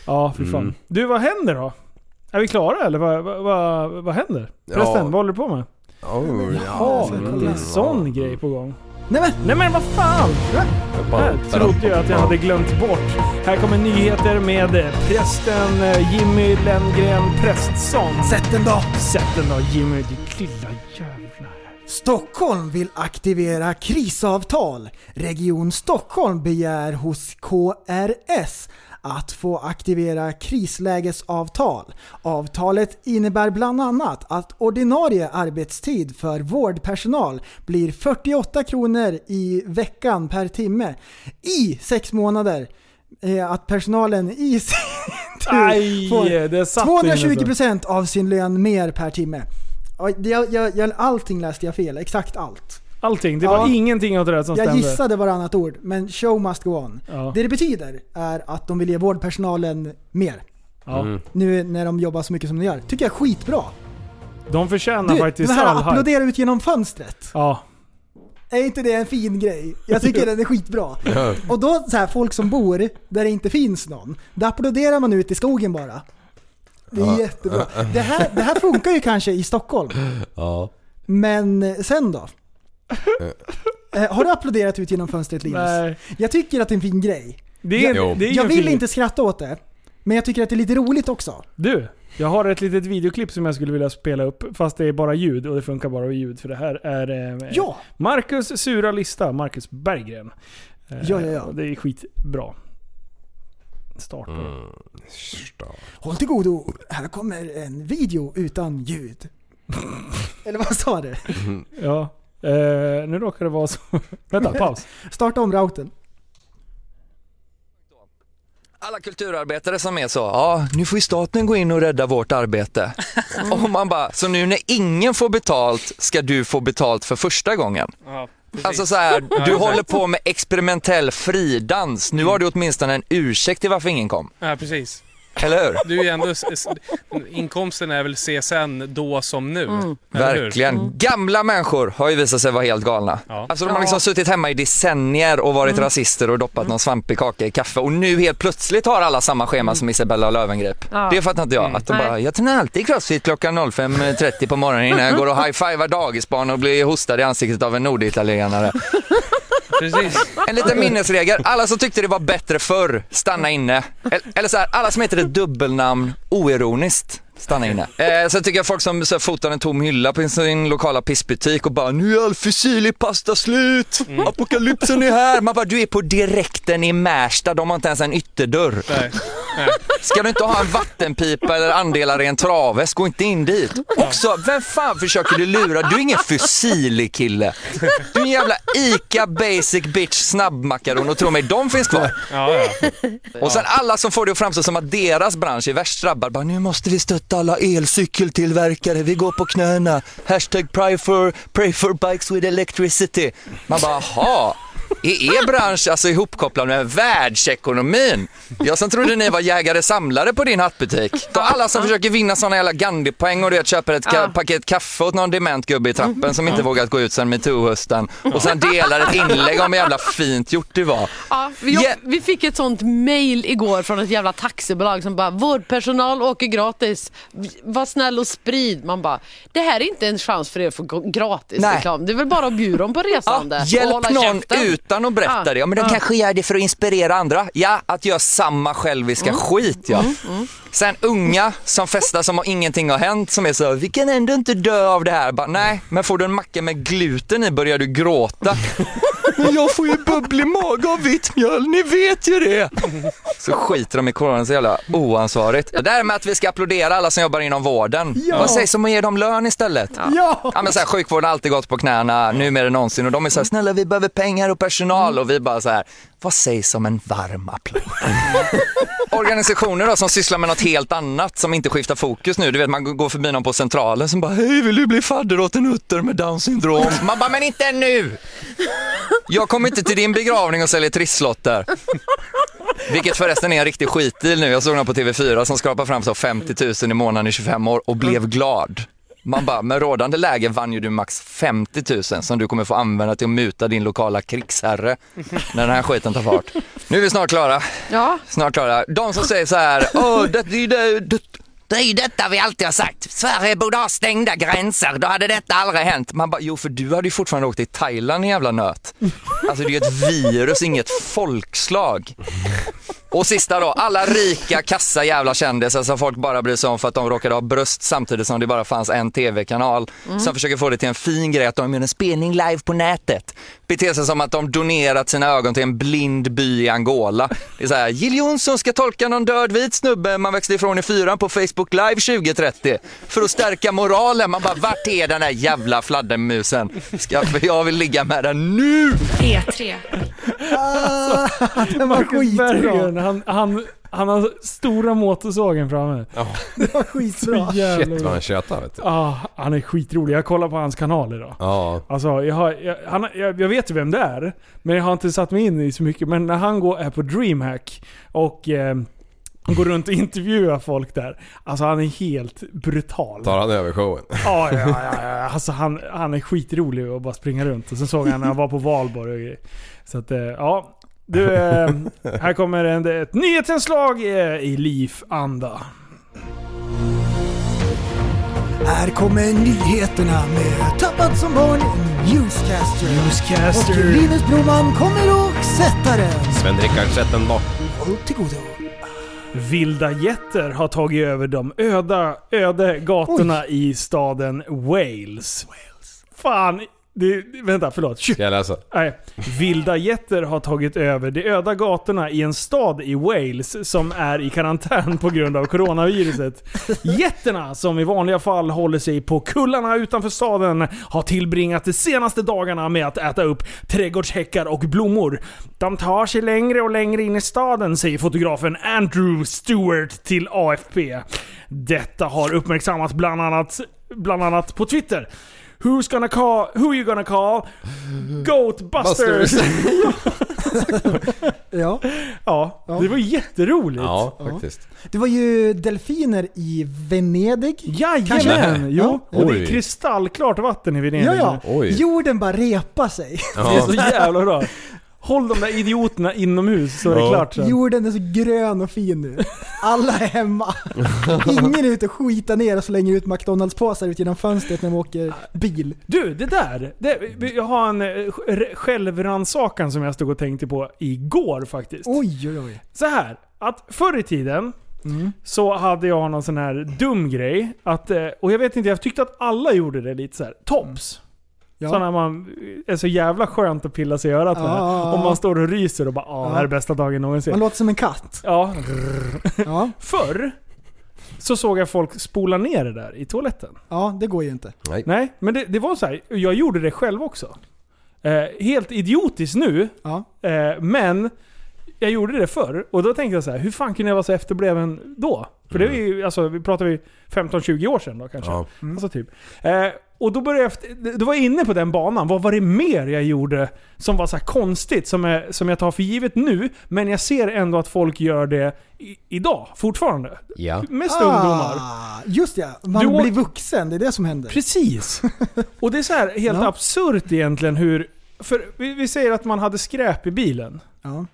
Ja, fy fan. Mm. Du, vad händer då? Är vi klara eller vad, vad, vad, vad händer? Förresten, vad håller du på med? Oh, Ja, ja. Mm. det är en sån grej på gång. Nej men! Nej men vad fan! Här trodde jag att jag hade glömt bort. Här kommer nyheter med eh, prästen eh, Jimmy Lenngren Prästsson. Sätt den då! Sätt den då Jimmy, ditt lilla jävla... Stockholm vill aktivera krisavtal. Region Stockholm begär hos KRS att få aktivera krislägesavtal. Avtalet innebär bland annat att ordinarie arbetstid för vårdpersonal blir 48 kronor i veckan per timme i sex månader. Eh, Att personalen i *laughs* sin tur får Aj, det satt 220% av sin lön mer per timme. Ja, det- Jag, jag, jag, allting läste jag fel, exakt allt. Allting, det var Ja. ingenting av det där som Jag stämde. gissade varannat ord, men show must go on. Ja. Det det betyder är att de vill ge vårdpersonalen mer. Ja. Nu när de jobbar så mycket som de gör. Tycker jag är skitbra. De förtjänar Du, det faktiskt här all att hype. applådera ut genom fönstret. Ja, Är inte det en fin grej? *laughs* Jag tycker den är skitbra. Och då så här, folk som bor där det inte finns någon. Där applåderar man ut i skogen bara. Det är jättebra. Det här, det här funkar ju kanske i Stockholm. Ja. Men eh, sen då? Eh, Har du applåderat ut genom fönstret Linus? nej. Jag tycker att det är en fin grej. Det är, Jo. det är ju Jag en vill fin- inte skratta åt det, men jag tycker att det är lite roligt också. Du, jag har ett litet videoklipp som jag skulle vilja spela upp. Fast det är bara ljud och det funkar bara med ljud. För det här är eh, Ja! Marcus sura lista, Marcus Berggren. Eh, Ja, ja, ja. och Det är skitbra. Start på det. Mm. Håll till godo, här kommer en video utan *laughs* ljud. Eller vad sa du? Ja. Eh, nu råkar det vara så... *laughs* Vänta, paus. Starta om routern. Alla kulturarbetare som är så, ja nu får ju staten gå in och rädda vårt arbete. Och man bara, så nu när ingen får betalt ska du få betalt för första gången. alltså så här, du håller på med experimentell fridans, nu har du åtminstone en ursäkt till varför ingen kom. Mm. Ja, precis. Eller hur? Du är ju ändå... s- s- Inkomsten är väl CSN då som nu? eller hur? Verkligen. Gamla människor har ju visat sig vara helt galna. Ja. Alltså de har liksom suttit hemma i decennier och varit Mm. rasister och doppat någon svampig kaka i kaffe och nu helt plötsligt har alla samma schema som Isabella Löwengrip. Mm. Ja. Mm. Det fattar inte jag. Att de Nej. bara, jag tränar alltid crossfit klockan 05.30 på morgonen innan jag går och high-fivar dagisbarn och blir hostad i ansiktet av en *laughs* norditalienare. Precis. En liten minnesregel. Alla som tyckte det var bättre förr, stanna inne. Eller- Eller så här, alla som heter ett dubbelnamn oironiskt. Stanna inne. Eh, sen tycker jag folk som så här, fotar en tom hylla på sin lokala pissbutik och bara nu är all fusilipasta slut, Mm. apokalypsen är här. Man bara du är på direkten i Märsta, de har inte ens en ytterdörr. Nej. Ska du inte ha en vattenpipa eller andelar i en traves, gå inte in dit. Också, vem fan försöker du lura? Du är ingen fusilikille. Du är en jävla ICA basic bitch snabbmakaron och tro mig, de finns kvar. Ja, ja. Och sen alla som får det att framstå som att deras bransch är värst drabbad. Bara, nu måste vi stötta alla elcykeltillverkare, vi går på knäna. Hashtag pray for, pray for bikes with electricity. Man bara, jaha. Är er bransch alltså ihopkopplad med världsekonomin? Jag som trodde ni var jägare-samlare på din hattbutik. För alla som försöker vinna såna jävla Gandhi-poäng och du vet, köper ett ka- paket kaffe åt någon dement gubbe i trappen som inte vågat gå ut sen metoo-hösten och sen delar ett inlägg om hur jävla fint gjort det var. Ja, vi, Yeah. vi fick ett sånt mail igår från ett jävla taxibolag som bara vårdpersonal åker gratis. Var snäll och sprid. Man bara, det här är inte en chans för er att få gå- gratis Nej. reklam. Det är väl bara att bjuda dem på resande. Ja, och hålla hjälp någon käften. utan att berätta Ja. det. Ja, men de Ja. kanske gör det för att inspirera andra. Ja, att göra samma själviska Mm. skit ja. Sen unga som festar som om ingenting har hänt som är så vi kan ändå inte dö av det här. Bara, Nej, men får du en macka med gluten i börjar du gråta. *laughs* Men jag får ju bubblig mage av vitt mjöl, ni vet ju det. Så skiter de i coronan så jävla oansvarigt. Det där med att vi ska applådera alla som jobbar inom vården. Ja. Vad sägs om att ge dem lön istället? *laughs* Ja! Ja men så här, sjukvården har alltid gått på knäna nu mer än någonsin och de är så här, snälla vi behöver pengar och personal och vi bara så här, vad sägs om en varm applåd? *laughs* Organisationer då som sysslar med något helt annat som inte skiftar fokus nu, du vet man går förbi någon på centralen som bara, hej vill du bli fadder åt en utter med down syndrom? Man bara, men inte nu! Jag kommer inte till din begravning och säljer trisslotter. Vilket förresten är en riktig skitdeal nu. Jag såg någon på TV4 som skrapade fram så 50 000 i månaden i 25 år och blev glad. Man bara, med rådande läge vann ju du max 50 000 som du kommer få använda till att muta din lokala krigsherre när den här skiten tar fart. Nu är vi snart klara. Ja. Snart klara. De som säger så här, åh, det, det, det, det, det är ju detta vi alltid har sagt. Sverige borde ha stängda gränser, då hade detta aldrig hänt. Man bara, jo för du hade ju fortfarande åkt till Thailand i jävla nöt. Alltså det är ju ett virus, inget folkslag. Och sista då, alla rika kassa jävla kändisar som folk bara bryr sig om för att de råkade ha bröst samtidigt som det bara fanns en tv-kanal som försöker få det till en fin grej att de gör en spelning live på nätet. Beter sig som att de donerat sina ögon till en blind by i Angola. Det är så här, Jill Johnson ska tolka någon död vit snubbe man växte ifrån i fyran på Facebook live 2030 för att stärka moralen. Man bara, vart är den här jävla fladdermusen? Ska, jag vill ligga med den nu! E P3. Ah, *laughs* Den var skitbra. Berggren, han, han, han har stora motorsågen framme. Den var skitbra. Så jävla Shit vad han tjötar vet du. Ah, han är skitrolig. Jag kollar på hans kanal idag. Ja. Alltså, jag, har, jag, han, har- jag, jag vet ju vem det är, men jag har inte satt mig in i så mycket. Men när han går är på DreamHack och eh, går runt och intervjuar folk där. Alltså han är helt brutal. Tar han över showen? Ja, ja, ja, ja. Alltså han, han är skitrolig och bara springa runt. Och sen såg jag när han var på valborg och grejer. Så att, eh, ja. Du, eh, här kommer en, ett nyhetsinslag eh, i LIF-anda. Här kommer nyheterna med Tappad som barn Newscaster. Newscaster. Och Linus Broman kommer och sätta den. Sven-Rickard Schettenbach. Håll till godo. Vilda jätter har tagit över de öda, öde gatorna i staden Wales. Fan, det, vänta förlåt. Tju. Ska jag läsa? Nej. Vilda jätter har tagit över de öda gatorna i en stad i Wales som är i karantän på grund av coronaviruset. Jätterna, som i vanliga fall håller sig på kullarna utanför staden, har tillbringat de senaste dagarna med att äta upp trädgårdshäckar och blommor. De tar sig längre och längre in i staden, säger fotografen Andrew Stewart till AFP. Detta har uppmärksammats bland annat, bland annat på Twitter. Who's gonna call? Who you gonna call? Goatbusters! Ja. *laughs* ja, det var jätteroligt. Ja, faktiskt. Det var ju delfiner i Venedig. Kanske. Jajamän! Jo, Ja. och det är Oj. kristallklart vatten i Venedig. Ja, ja. Oj. Jorden bara repa sig. Det är så jävla bra. Håll de där idioterna inomhus så är det Ja. klart sen. Jorden är så grön och fin nu. Alla *laughs* är hemma. Ingen är ute och skitar ner och slänger ut McDonalds-påsar ut genom fönstret när de åker bil. Du, det där. Det, vi- jag har en eh, sj- självrannsakan som jag stod och tänkte på igår faktiskt. Oj, oj, oj. Så här, att förr i tiden Mm. så hade jag någon sån här dum grej. Att, eh, och jag vet inte, jag tyckte att alla gjorde det lite så här. Tops. Ja. Sådana man är så jävla skönt att pilla sig i örat med. Ja. Om man står och ryser och bara ah, det här är Ja. bästa dagen någonsin. Man låter som en katt. Ja. Ja, Förr så såg jag folk spola ner det där i toaletten. ja det går ju inte. Nej, men det, det var så här. jag gjorde det själv också. Eh, helt idiotiskt nu, Ja. eh, men jag gjorde det förr. Och då tänkte jag så här: hur fan kunde jag vara så efterbliven då? För det är ju, alltså vi pratar vi 15-20 år sedan då kanske. Ja. Alltså typ. Eh, och då började jag, efter- då var jag inne på den banan. Vad var det mer jag gjorde som var så här konstigt, som, är, som jag tar för givet nu, men jag ser ändå att folk gör det i, idag, fortfarande. Ja. Mest ungdomar. Ah, Just ja, man Du å- blir vuxen. Det är det som händer. *laughs* Precis! Och det är så här helt Ja. absurt egentligen hur... För vi, vi säger att man hade skräp i bilen. Ja.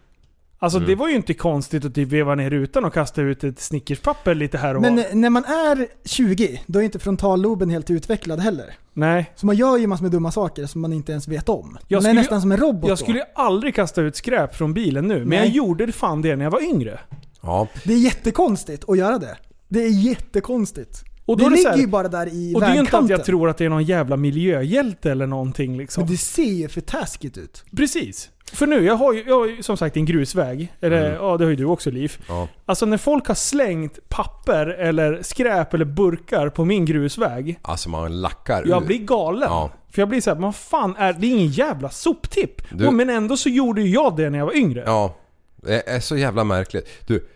Alltså Mm. det var ju inte konstigt att typ veva ner rutan och kasta ut ett snickerspapper lite här och Men var. eh, när man är 20, då är inte frontalloben helt utvecklad heller. Nej. Så man gör ju massor med dumma saker som man inte ens vet om. Jag man är skulle- nästan som en robot Jag skulle då. ju aldrig kasta ut skräp från bilen nu, men Nej. jag gjorde det fan det när jag var yngre. Ja. Det är jättekonstigt att göra det. Det är jättekonstigt. Och då är det det så ligger här, ju bara där i och det är ju inte att vägkanten. jag tror att det är någon jävla miljöhjälte eller någonting liksom. Men det ser ju för taskigt ut. Precis. För nu, jag har ju, jag har ju som sagt en grusväg. Eller ja, det har ju du också Liv. Mm. Ja. Alltså när folk har slängt papper eller skräp eller burkar på min grusväg. Alltså man lackar Jag ur. blir galen. Ja. För jag blir så här, man fan är det är ingen jävla soptipp. Du- Och, men ändå så gjorde ju jag det när jag var yngre. Ja, det är så jävla märkligt. Du,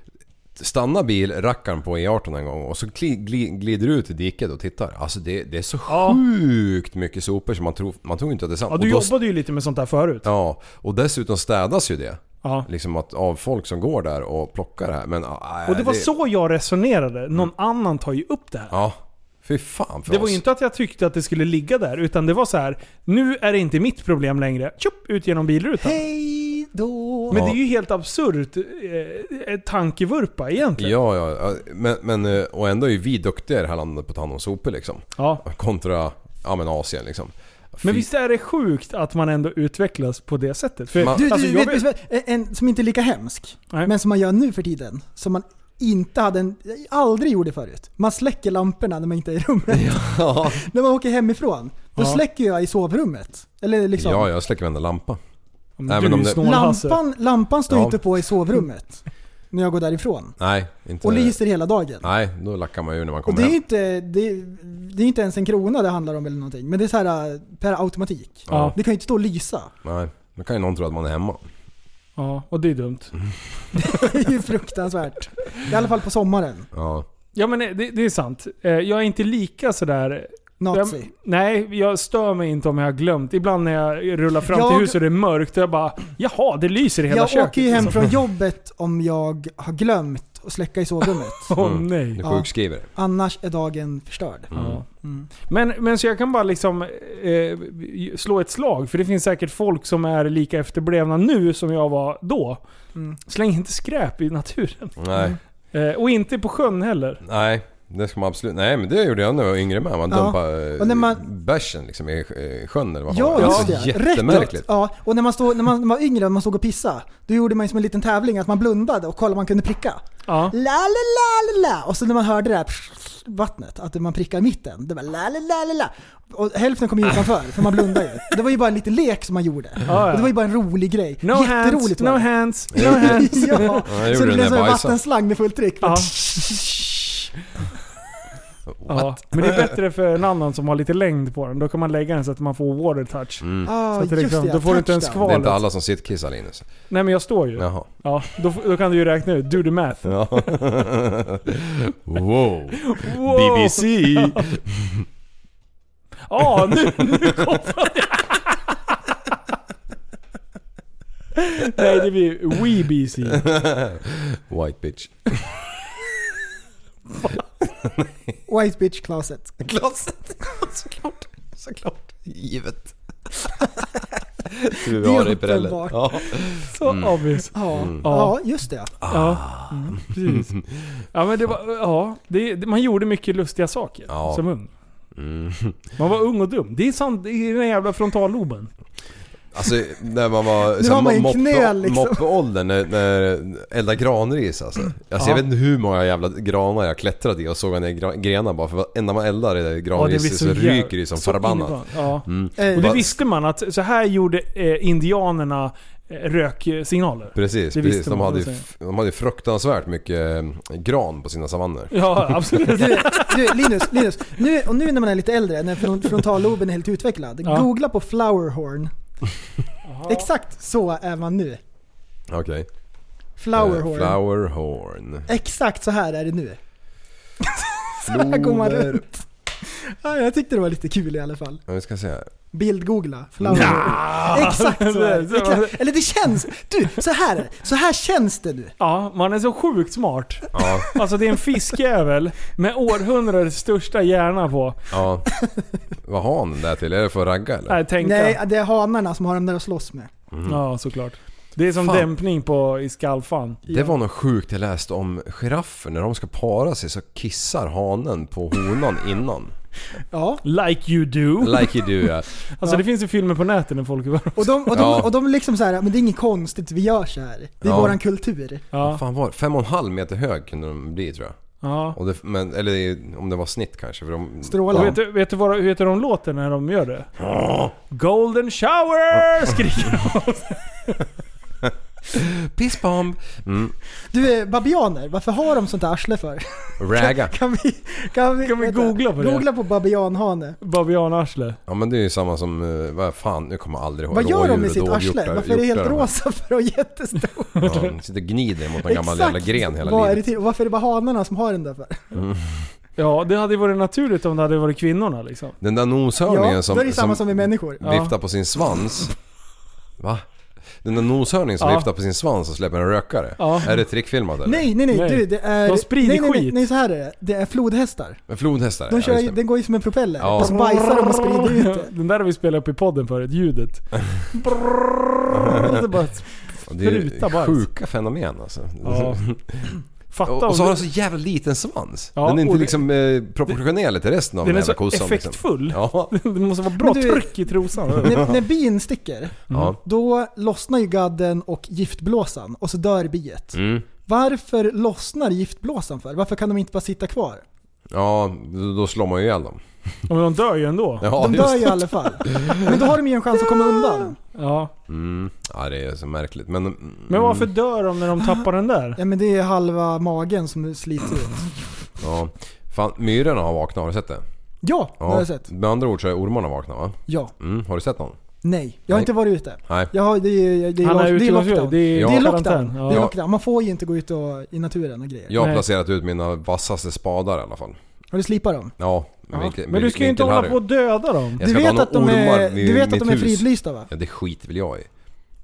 stanna bil, rackaren på E18 en gång och så gli, gli, glider du ut i diket och tittar. Alltså det, det är så Ja. sjukt mycket sopor som man tror, man tror inte att det är sant. Ja, du och då- jobbade ju lite med sånt där förut. Ja, och dessutom städas ju det. Ja. Liksom att, av folk som går där och plockar det Mm. här. Men, äh, Och det var så jag resonerade. Någon annan tar ju upp det här. Ja, fy fan för Det oss. var ju inte att jag tyckte att det skulle ligga där, utan det var så här. Nu är det inte mitt problem längre. Tjopp, ut genom bilrutan. Hej då! Men Ja. det är ju helt absurt eh, eh, tankevurpa egentligen. Ja, ja, ja. Men, men, eh, och ändå är ju vi duktiga i det här landet på att ta hand om sopor liksom. Ja. Kontra, ja men Asien liksom. Men Fy- visst är det sjukt att man ändå utvecklas på det sättet? För, Man- Du, du alltså, jag vet, vet, en- en som inte är lika hemsk, Nej. men som man gör nu för tiden. Som man inte hade en, aldrig gjorde förut. Man släcker lamporna när man inte är i rummet. *laughs* Ja, *laughs* När man åker hemifrån, då Ja. släcker jag i sovrummet. Eller liksom, ja jag släcker varenda lampa. Men Nej, du men är om ju det- snål Hasse. lampan, lampan står Ja. inte på *laughs* i sovrummet. När jag går därifrån. Nej, inte... Och lyser hela dagen. Nej, då lackar man ju när man Och kommer det är ju hem. inte, det, det är inte ens en krona det handlar om eller någonting. Men det är så här äh, per automatik. Ja. Det kan ju inte stå och lysa. *laughs* Nej, då kan ju någon tro att man är hemma. Ja, och det är dumt. Det är ju fruktansvärt. I alla fall på sommaren. Ja. Mm. Ja men det, det är sant. Eh, Jag är inte lika sådär... Jag, Nazi. nej, jag stör mig inte om jag har glömt. Ibland när jag rullar fram till Jag- huset och det är mörkt och jag bara Jaha, det lyser i hela Jag köket. åker ju hem liksom. från jobbet om jag har glömt att släcka i sovrummet. Åh Mm. nej. Du Ja. sjukskriver dig. Annars är dagen förstörd. Ja. Mm. Men, men så jag kan bara liksom eh, slå ett slag, för det finns säkert folk som är lika efterblivna nu som jag var då. Mm. Släng inte skräp i naturen. Nej, Eh, och inte på sjön heller. nej. Det ska man absolut... Nej men det gjorde jag när jag var yngre med. Man Ja. dumpade Och eh, när man- bärsen liksom i eh, sjön eller vad fan Ja, det var. just det. Alltså, Rätt *laughs* Jättemärkligt. ut. Ja, och när man, stod, när man när man var yngre och man såg och pissa då gjorde man ju som en liten tävling att man blundade och kollade om man kunde pricka. Ja. La, la, la, la, la. Och så när man hörde det här pss, vattnet, att man prickar i mitten. Det var la, la, la, la, la. Och hälften kom ju utanför, för man blundade ju. Det var ju bara en liten lek som man gjorde. Ah, ja. Och det var ju bara en rolig grej. No hands, Jätteroligt no var det. hands, no hands. *laughs* ja. Ja, jag gjorde Så det den blev där som en bajsen. vattenslang med fullt tryck. Ja. What? Ja. Men det är bättre för en annan som har lite längd på den. Då kan man lägga den så att man får water touch. Ah, Så att det just liksom- ja, då får du inte ens touchdown. Mm. Det är Valet. inte alla som sittkissar Linus. Nej men jag står ju. Ja. Jaha. då, då kan du ju räkna ut. Do the math. Ja. wow. Wow. BBC! Ja, nu, nu kom det. Nej, det blir WeBC. *laughs* White bitch. White bitch closet. Glaset. Såklart. Såklart. Givet. Det är Tuvar i prällen. uppenbart. Ja. Så Mm. obvious. Ja, Ja. ja just det. Ja, mm, precis. Ja, men det var, ja, det, det- man gjorde mycket lustiga saker Ja. som ung. Mm. Man var ung och dum. Det är sant, det är den jävla frontalloben. Alltså när man var Nu har man ju knöl, liksom. moppeåldern, när, när elda granris alltså. alltså Ja. Jag vet inte hur många jävla granar jag klättrade i och såg ner gra- grenar bara för varenda man eldar i det Ja, granriset blir så, jävla- ryker det som så förbannat. Mm. inifrån. Ja. Eh, Och det visste man att så här gjorde eh, indianerna eh, röksignaler. Precis, Det visste precis. De, man, hade ju, det vill f- de hade ju fruktansvärt mycket eh, gran på sina savanner. Ja, *laughs* absolut. Du, du, Linus, Linus nu, och nu när man är lite äldre, när front- frontalloben är helt utvecklad. Ja. Googla *laughs* på flowerhorn. Exakt så är man nu. Okej. Okay. Eh, Flowerhorn. Flowerhorn. Exakt så här är det nu. Så här går man Flower- *laughs* runt. Ja, jag tyckte det var lite kul i alla fall. Ja, vi ska se här. Bildgoogla. Flowerhorn. Exakt så *laughs* är det. Exakt. Eller det känns. Du, så här är det. Så här känns det nu. Ja, man är så sjukt smart. Ja, Alltså det är en fiskjävel med århundradets största hjärna på. *laughs* ja. Vad har han den där till? Är det för att ragga eller? Mhm. Nej, tänka. Nej, det är hanarna som har dem där att slåss med. Mm. Ja, såklart. Det är som Fan. dämpning på, i skallfan. Det var något sjukt jag läste om giraffer. När de ska para sig så kissar hanen på honan innan. Ja. Like you do. Like you do ja. Alltså det finns ju filmer på nätet när folk är Och de, och de, Ja. och de liksom så här, men det är inget konstigt, vi gör så här. Det är Ja. våran kultur. Vad ja. fan var det? Fem och en halv meter hög kunde de bli tror jag. Ja. Och det, men, eller om det var snitt kanske. För de, Och Strålar. vet, du, vet du vad, hur heter de låter när de gör det? Golden shower! Skriker de. Pissbomb! Mm. Du, eh, babianer, varför har de sånt där arsle för? Ragga. Kan vi, kan vi, Kan vi vänta. googla på det? Googla på babianhane. Babianarsle. Ja men det är ju samma som, eh, vad fan, nu kommer jag aldrig ihåg. Vad gör de Rådjur med och sitt dovhjortar- arsle? Varför är det helt hjortar, rosa för och jättestort? Ja, de sitter och gnider *laughs* mot någon gammal jävla gren hela Vad är det livet. till? Och Varför är det bara hanarna som har den där för? Ja, det hade ju varit naturligt om det hade varit kvinnorna liksom. Den där noshörningen Ja, som, då är det samma som som med människor. Ja. viftar på sin svans. Va? Den där noshörningen som Ja. viftar på sin svans och släpper en rökare. Ja. Är det trickfilmat eller? Nej, nej, nej, Nej. Du, det är... De sprider nej, nej, Nej, skit. nej, så här är det. Det är flodhästar. Men flodhästar De ja, kör, just ju- det. den går ju som en propeller. Ja. Och så bajsar de och sprider ut *laughs* det. Den där har vi spelat upp i podden förut, ljudet. Brrrr. Och så Alltså bara- Och det är ju sprutar bajs. sjuka fenomen alltså. *laughs* Ja. Fatta Och, och så om har det- den så jävla liten svans. Ja, den är och inte det- liksom eh, proportionell till resten av Den är den så jävla kossan. effektfull. Liksom. Ja. Det måste vara bra Men du- tryck i *laughs* trosan. När, när bin sticker, ja. då lossnar ju gadden och giftblåsan och så dör biet. Mm. Varför lossnar giftblåsan för? Varför kan de inte bara sitta kvar? Ja, då- då slår man ju ihjäl dem. Men de dör ju ändå. Ja. Ja, de just dör ju i alla fall. Men då har de ju en chans att komma undan. Mm. Ja, det är så märkligt. Men, mm, Men varför dör de när de tappar den där? Ja men det är halva magen som slits ut. Ja. Fan, myrorna har vaknat, har du sett det? Ja, det Ja. har jag sett. Med andra ord så är ormarna vakna va? Ja. Mm. Har du sett någon? Nej. Jag har Nej. inte varit ute. Nej. Jag har, det är, det är, Han är det ute är och kör. lockdown. Det är, Ja. Det är karantän. lockdown. Det är Ja. lockdown. Man får ju inte gå ut och, i naturen och grejer. Jag har Nej. placerat ut mina vassaste spadar i alla fall. Har du slipat dem? Ja. Ja. Vinkel- Men du ska ju inte vinkelharry. hålla på och döda dem. Jag Du ska inte vet, ha att de några är, ormar vid du vet att mitt de är hus. fridlysta va? Ja, det skiter väl jag i.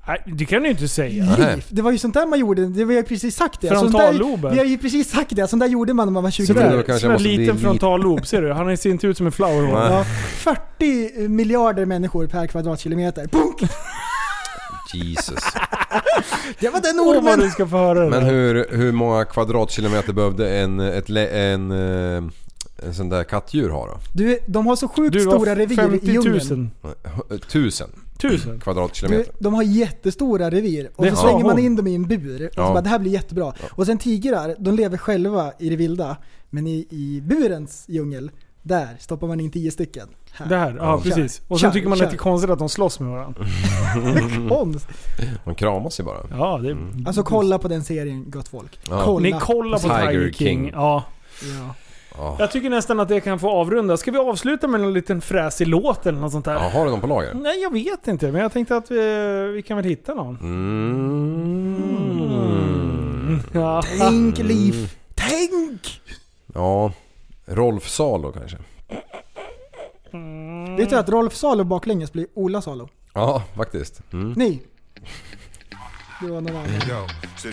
Nej, det kan du ju inte säga. Nej. Liv. Det var ju sånt där man gjorde, det, vi har ju precis sagt det. Sånt där, Frontalloben. vi har ju precis sagt det, sånt där gjorde man när man var 20 Så det år. var- kanske Sån här måste bli liten lite- frontallob, ser du? Han ser inte ut som en flowerhorn. Nej. Ja, 40 miljarder människor per kvadratkilometer. Punk! Jesus. Det var den Åh vad du ormen! ska få höra det Men där. hur, hur många kvadratkilometer behövde en, ett, lä- en, eh, en sån där kattdjur ha då? Du, de har så sjukt Du var stora revir i 50 djungeln. 000. Eh, Tusen 1000? Du, kvadratkilometer. de har jättestora revir och Det så har slänger man hon. in dem i en bur och Ja. så bara det här blir jättebra. Och sen tigrar, de lever själva i det vilda. Men i, i burens djungel, där stoppar man in 10 stycken. Här. Det här, ja Kör, precis. Och sen kör, tycker man att det är kör. konstigt att de slåss med varandra. Mm. Konst. De kramas ju bara. Ja, det är... Alltså kolla på den serien gott folk. Mm. Ja. Kolla. Ni kollar på Tiger, Tiger King. King. Ja. Ja. Ja. Jag tycker nästan att det kan få avrunda. Ska vi avsluta med en liten fräsig låt eller något sånt där? Ja, har du dem på lager? Nej, jag vet inte. Men jag tänkte att vi, vi kan väl hitta någon. Mm. Ja. Tänk liv. Tänk! Ja, Rolf Salo kanske. Vet du att Rolf Salo baklänges blir Ola Salo? Ja, faktiskt. Mm. Nej. Det var någon annan.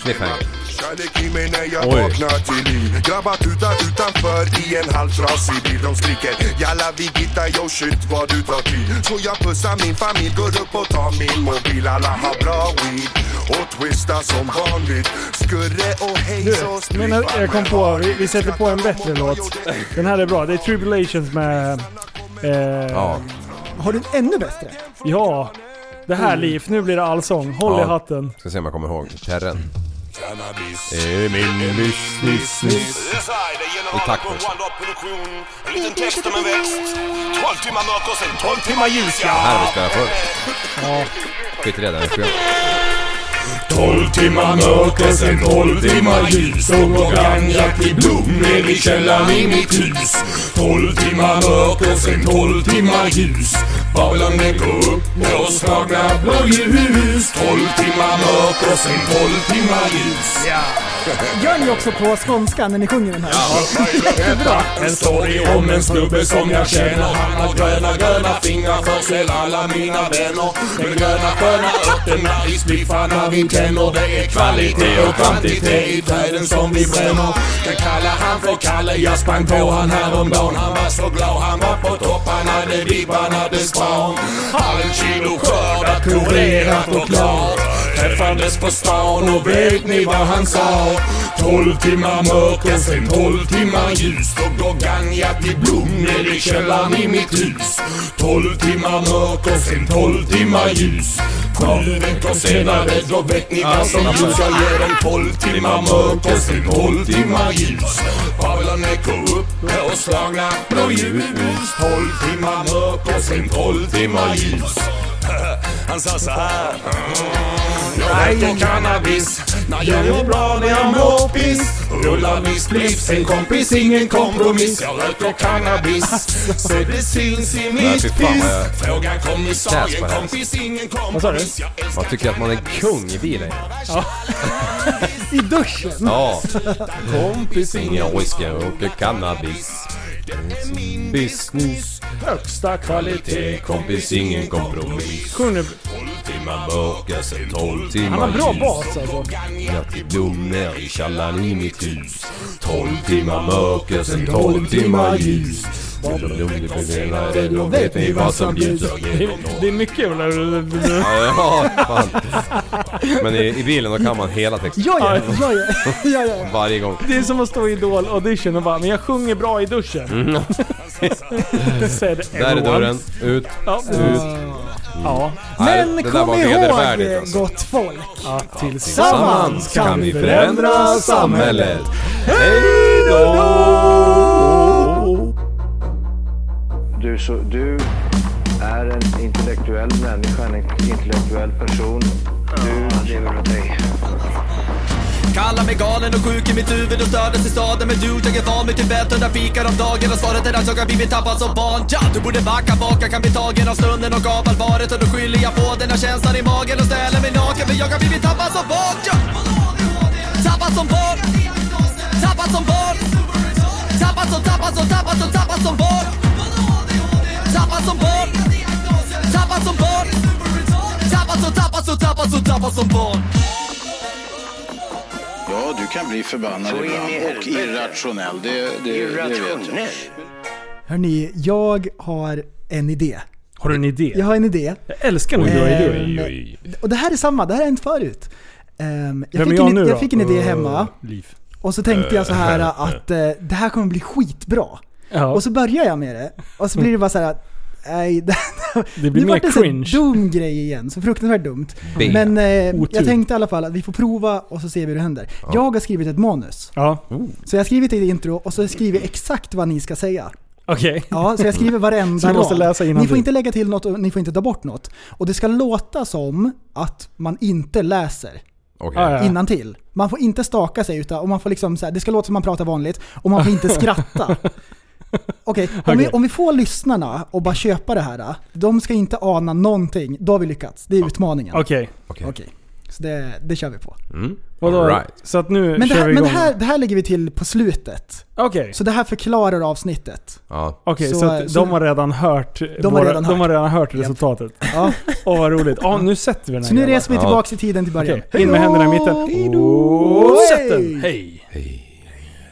Cliffhanger. Kärlek i mig när jag Oj. vaknar till liv Grabbar tutar utanför i en halvtrasig bil De skriker jalla vi hittar yo shit vad du tar till Så jag pussar min familj, går upp och tar min mobil Alla har bra weed och twistar som vanligt Skurre och hej så Du, men jag jag kom på. Vi, vi sätter på en bättre låt. Den här är bra. Det är Tribulations med... Eh, ja. Ja, Har du en ännu bättre? Det Mm. här Liv, nu blir det allsång. Håll Ja. i hatten. ska se om jag kommer ihåg. Terren. Cannabis, Det är min miss, miss, miss. I takt också. En liten text om en växt 12 timmar mörker och sen 12 timmar ljus ja! Här har vi spelat förut. Skit i det där. Tolv timmar mörker, sen tolv timmar ljus Och klockan jag blir dum ner i källaren i mitt hus Tolv timmar mörker, sen tolv timmar ljus Babylon det går upp med oss snagna blåljus Tolv timmar mörker, sen tolv timmar ljus Gör ni också på skånska när ni sjunger den här? En story om en snubbe som jag känner Han har gröna, gröna fingrar Först till alla mina vänner Med gröna, sköna örterna i spliffarna vi tänner Det är kvalitet och kvantitet i träden som vi bränner Kan kalla han för Kalle Jag sprang på han häromdagen Han var så glad, han var på topp Han hade dipp, han hade span Halv kilo skördat, kurerat och klart Träffades på stan och vet ni vad han sa? 12 timmar mörker, sen 12 timmar ljus Då går Ganja till Blom ner i källaren i mitt hus 12 timmar mörk och sen 12 timmar ljus. Sju veckor senare då vet ni vad som ljus. Jag ger dem 12 timmar mörk och sen 12 timmar ljus. Pavla Neko uppe och slagna blå ljus. 12 timmar mörk och sen 12 timmar ljus. Han sa så här. Jag röker cannabis när jag mår bra, när jag mår piss. Rullar min spliff, sen kompis, ingen kompromiss. Jag röker cannabis, så det syns i mitt fy fan vad jag- piss. Fråga Jäs kommissarien, vad hemskt. kompis, ingen kompromiss. sa du? Jag älskar Man tycker att man är kung i bilen. I duschen? Ja. Kompis, ingen whisky, röker cannabis. Business, högsta kvalitet, kompis, ingen kompromiss. Sjung nu. Timmar mörker, sen tolv Han har timmar bra ljus. bas alltså. Fattigdom ner i källaren i mitt hus. 12 timmar mörker, sen 12 timmar ljus. Vill de lugnt befinna er, då vet ni vad som bjuds. Det är, det är mycket jävla... Ja, fan. Men i, i bilen då kan man hela texten. Ja, ja, ja, ja, ja, ja. Varje gång. *laughs* Det är som att stå i Idol audition och bara “Men jag sjunger bra i duschen”. *laughs* det säger Mm. *laughs* Där är everyone. dörren, ut. Ja, ja. Nej, Men det där kom var vedervärdigt, ihåg, alltså. gott folk. ja, tillsammans. Tillsammans. Sammans kan vi förändra samhället. Hej då! Du, så, du är en intellektuell människa, en intellektuell person. Du lever åt dig. Kallar mig galen och sjuk i mitt huvud och stördes i staden Men du, jag är van vid Tibet och där fikar om dagen Och svaret är att jag har blivit tappad som barn ja! Du borde backa bak, jag kan bli tagen av stunden och av allvaret Och då skyller jag på den här känslan i magen och ställer mig naken För jag har blivit tappad som barn ja! Tappad som barn Tappad som barn Tappad som, tappad som, tappad som, tappad som barn Tappad som barn Tappad som barn Tappad som, tappad som, tappad som, tappad som barn Ja, du kan bli förbannad in i ibland och helvete. irrationell. Det, det, det vet jag. Hörni, jag har en idé. Har du en idé? Jag har en idé. Jag älskar nog Ehm, idéer. Och det här är samma, det här har hänt förut. Ehm, jag, Vem är fick jag en, nu jag då? fick en Mm. idé hemma Eh, Liv. och så tänkte jag så här att eh, det här kommer bli skitbra. Ja, Och så börjar jag med det och så blir det bara så här att nej, *laughs* det, det blir nu mer vart det så cringe. dum grej igen. Så fruktansvärt dumt. B. Men eh, Otur. jag tänkte i alla fall att vi får prova och så ser vi hur det händer. Jag har skrivit ett manus. Ja, Så jag har skrivit ett intro och så har jag skrivit exakt vad ni ska säga. okej. Ja, så *laughs* jag skriver varenda Så du måste rad. läsa innantill. Ni får inte lägga till något och ni får inte ta bort något. Och det ska låta som att man inte läser Okej. Ja. innantill. Man får inte staka sig utan och man får liksom så här, det ska låta som man pratar vanligt och man får *laughs* inte skratta. Okej, om, vi, Okej. om vi får lyssnarna och bara köpa det här. De ska inte ana någonting. Då har vi lyckats. Det är utmaningen. Okej, Okej. Okej. så det, det kör vi på. Mm. Vadå? Alright. Så att nu Men, kör det här, vi men igång. det, här, det här lägger vi till på slutet. Okej. Så det här förklarar avsnittet. Ja. Okej, så, Så, att så- de har redan hört, har våra, redan de hört. har redan hört resultatet. *laughs* Ja. Åh vad roligt. Ja, nu sätter vi den här Så nu grabbar. reser vi Ja. tillbaks i tiden till början. Okej, in med händerna i mitten. Hejdå! Oh, Sätt den! Hej! Hej! Hej.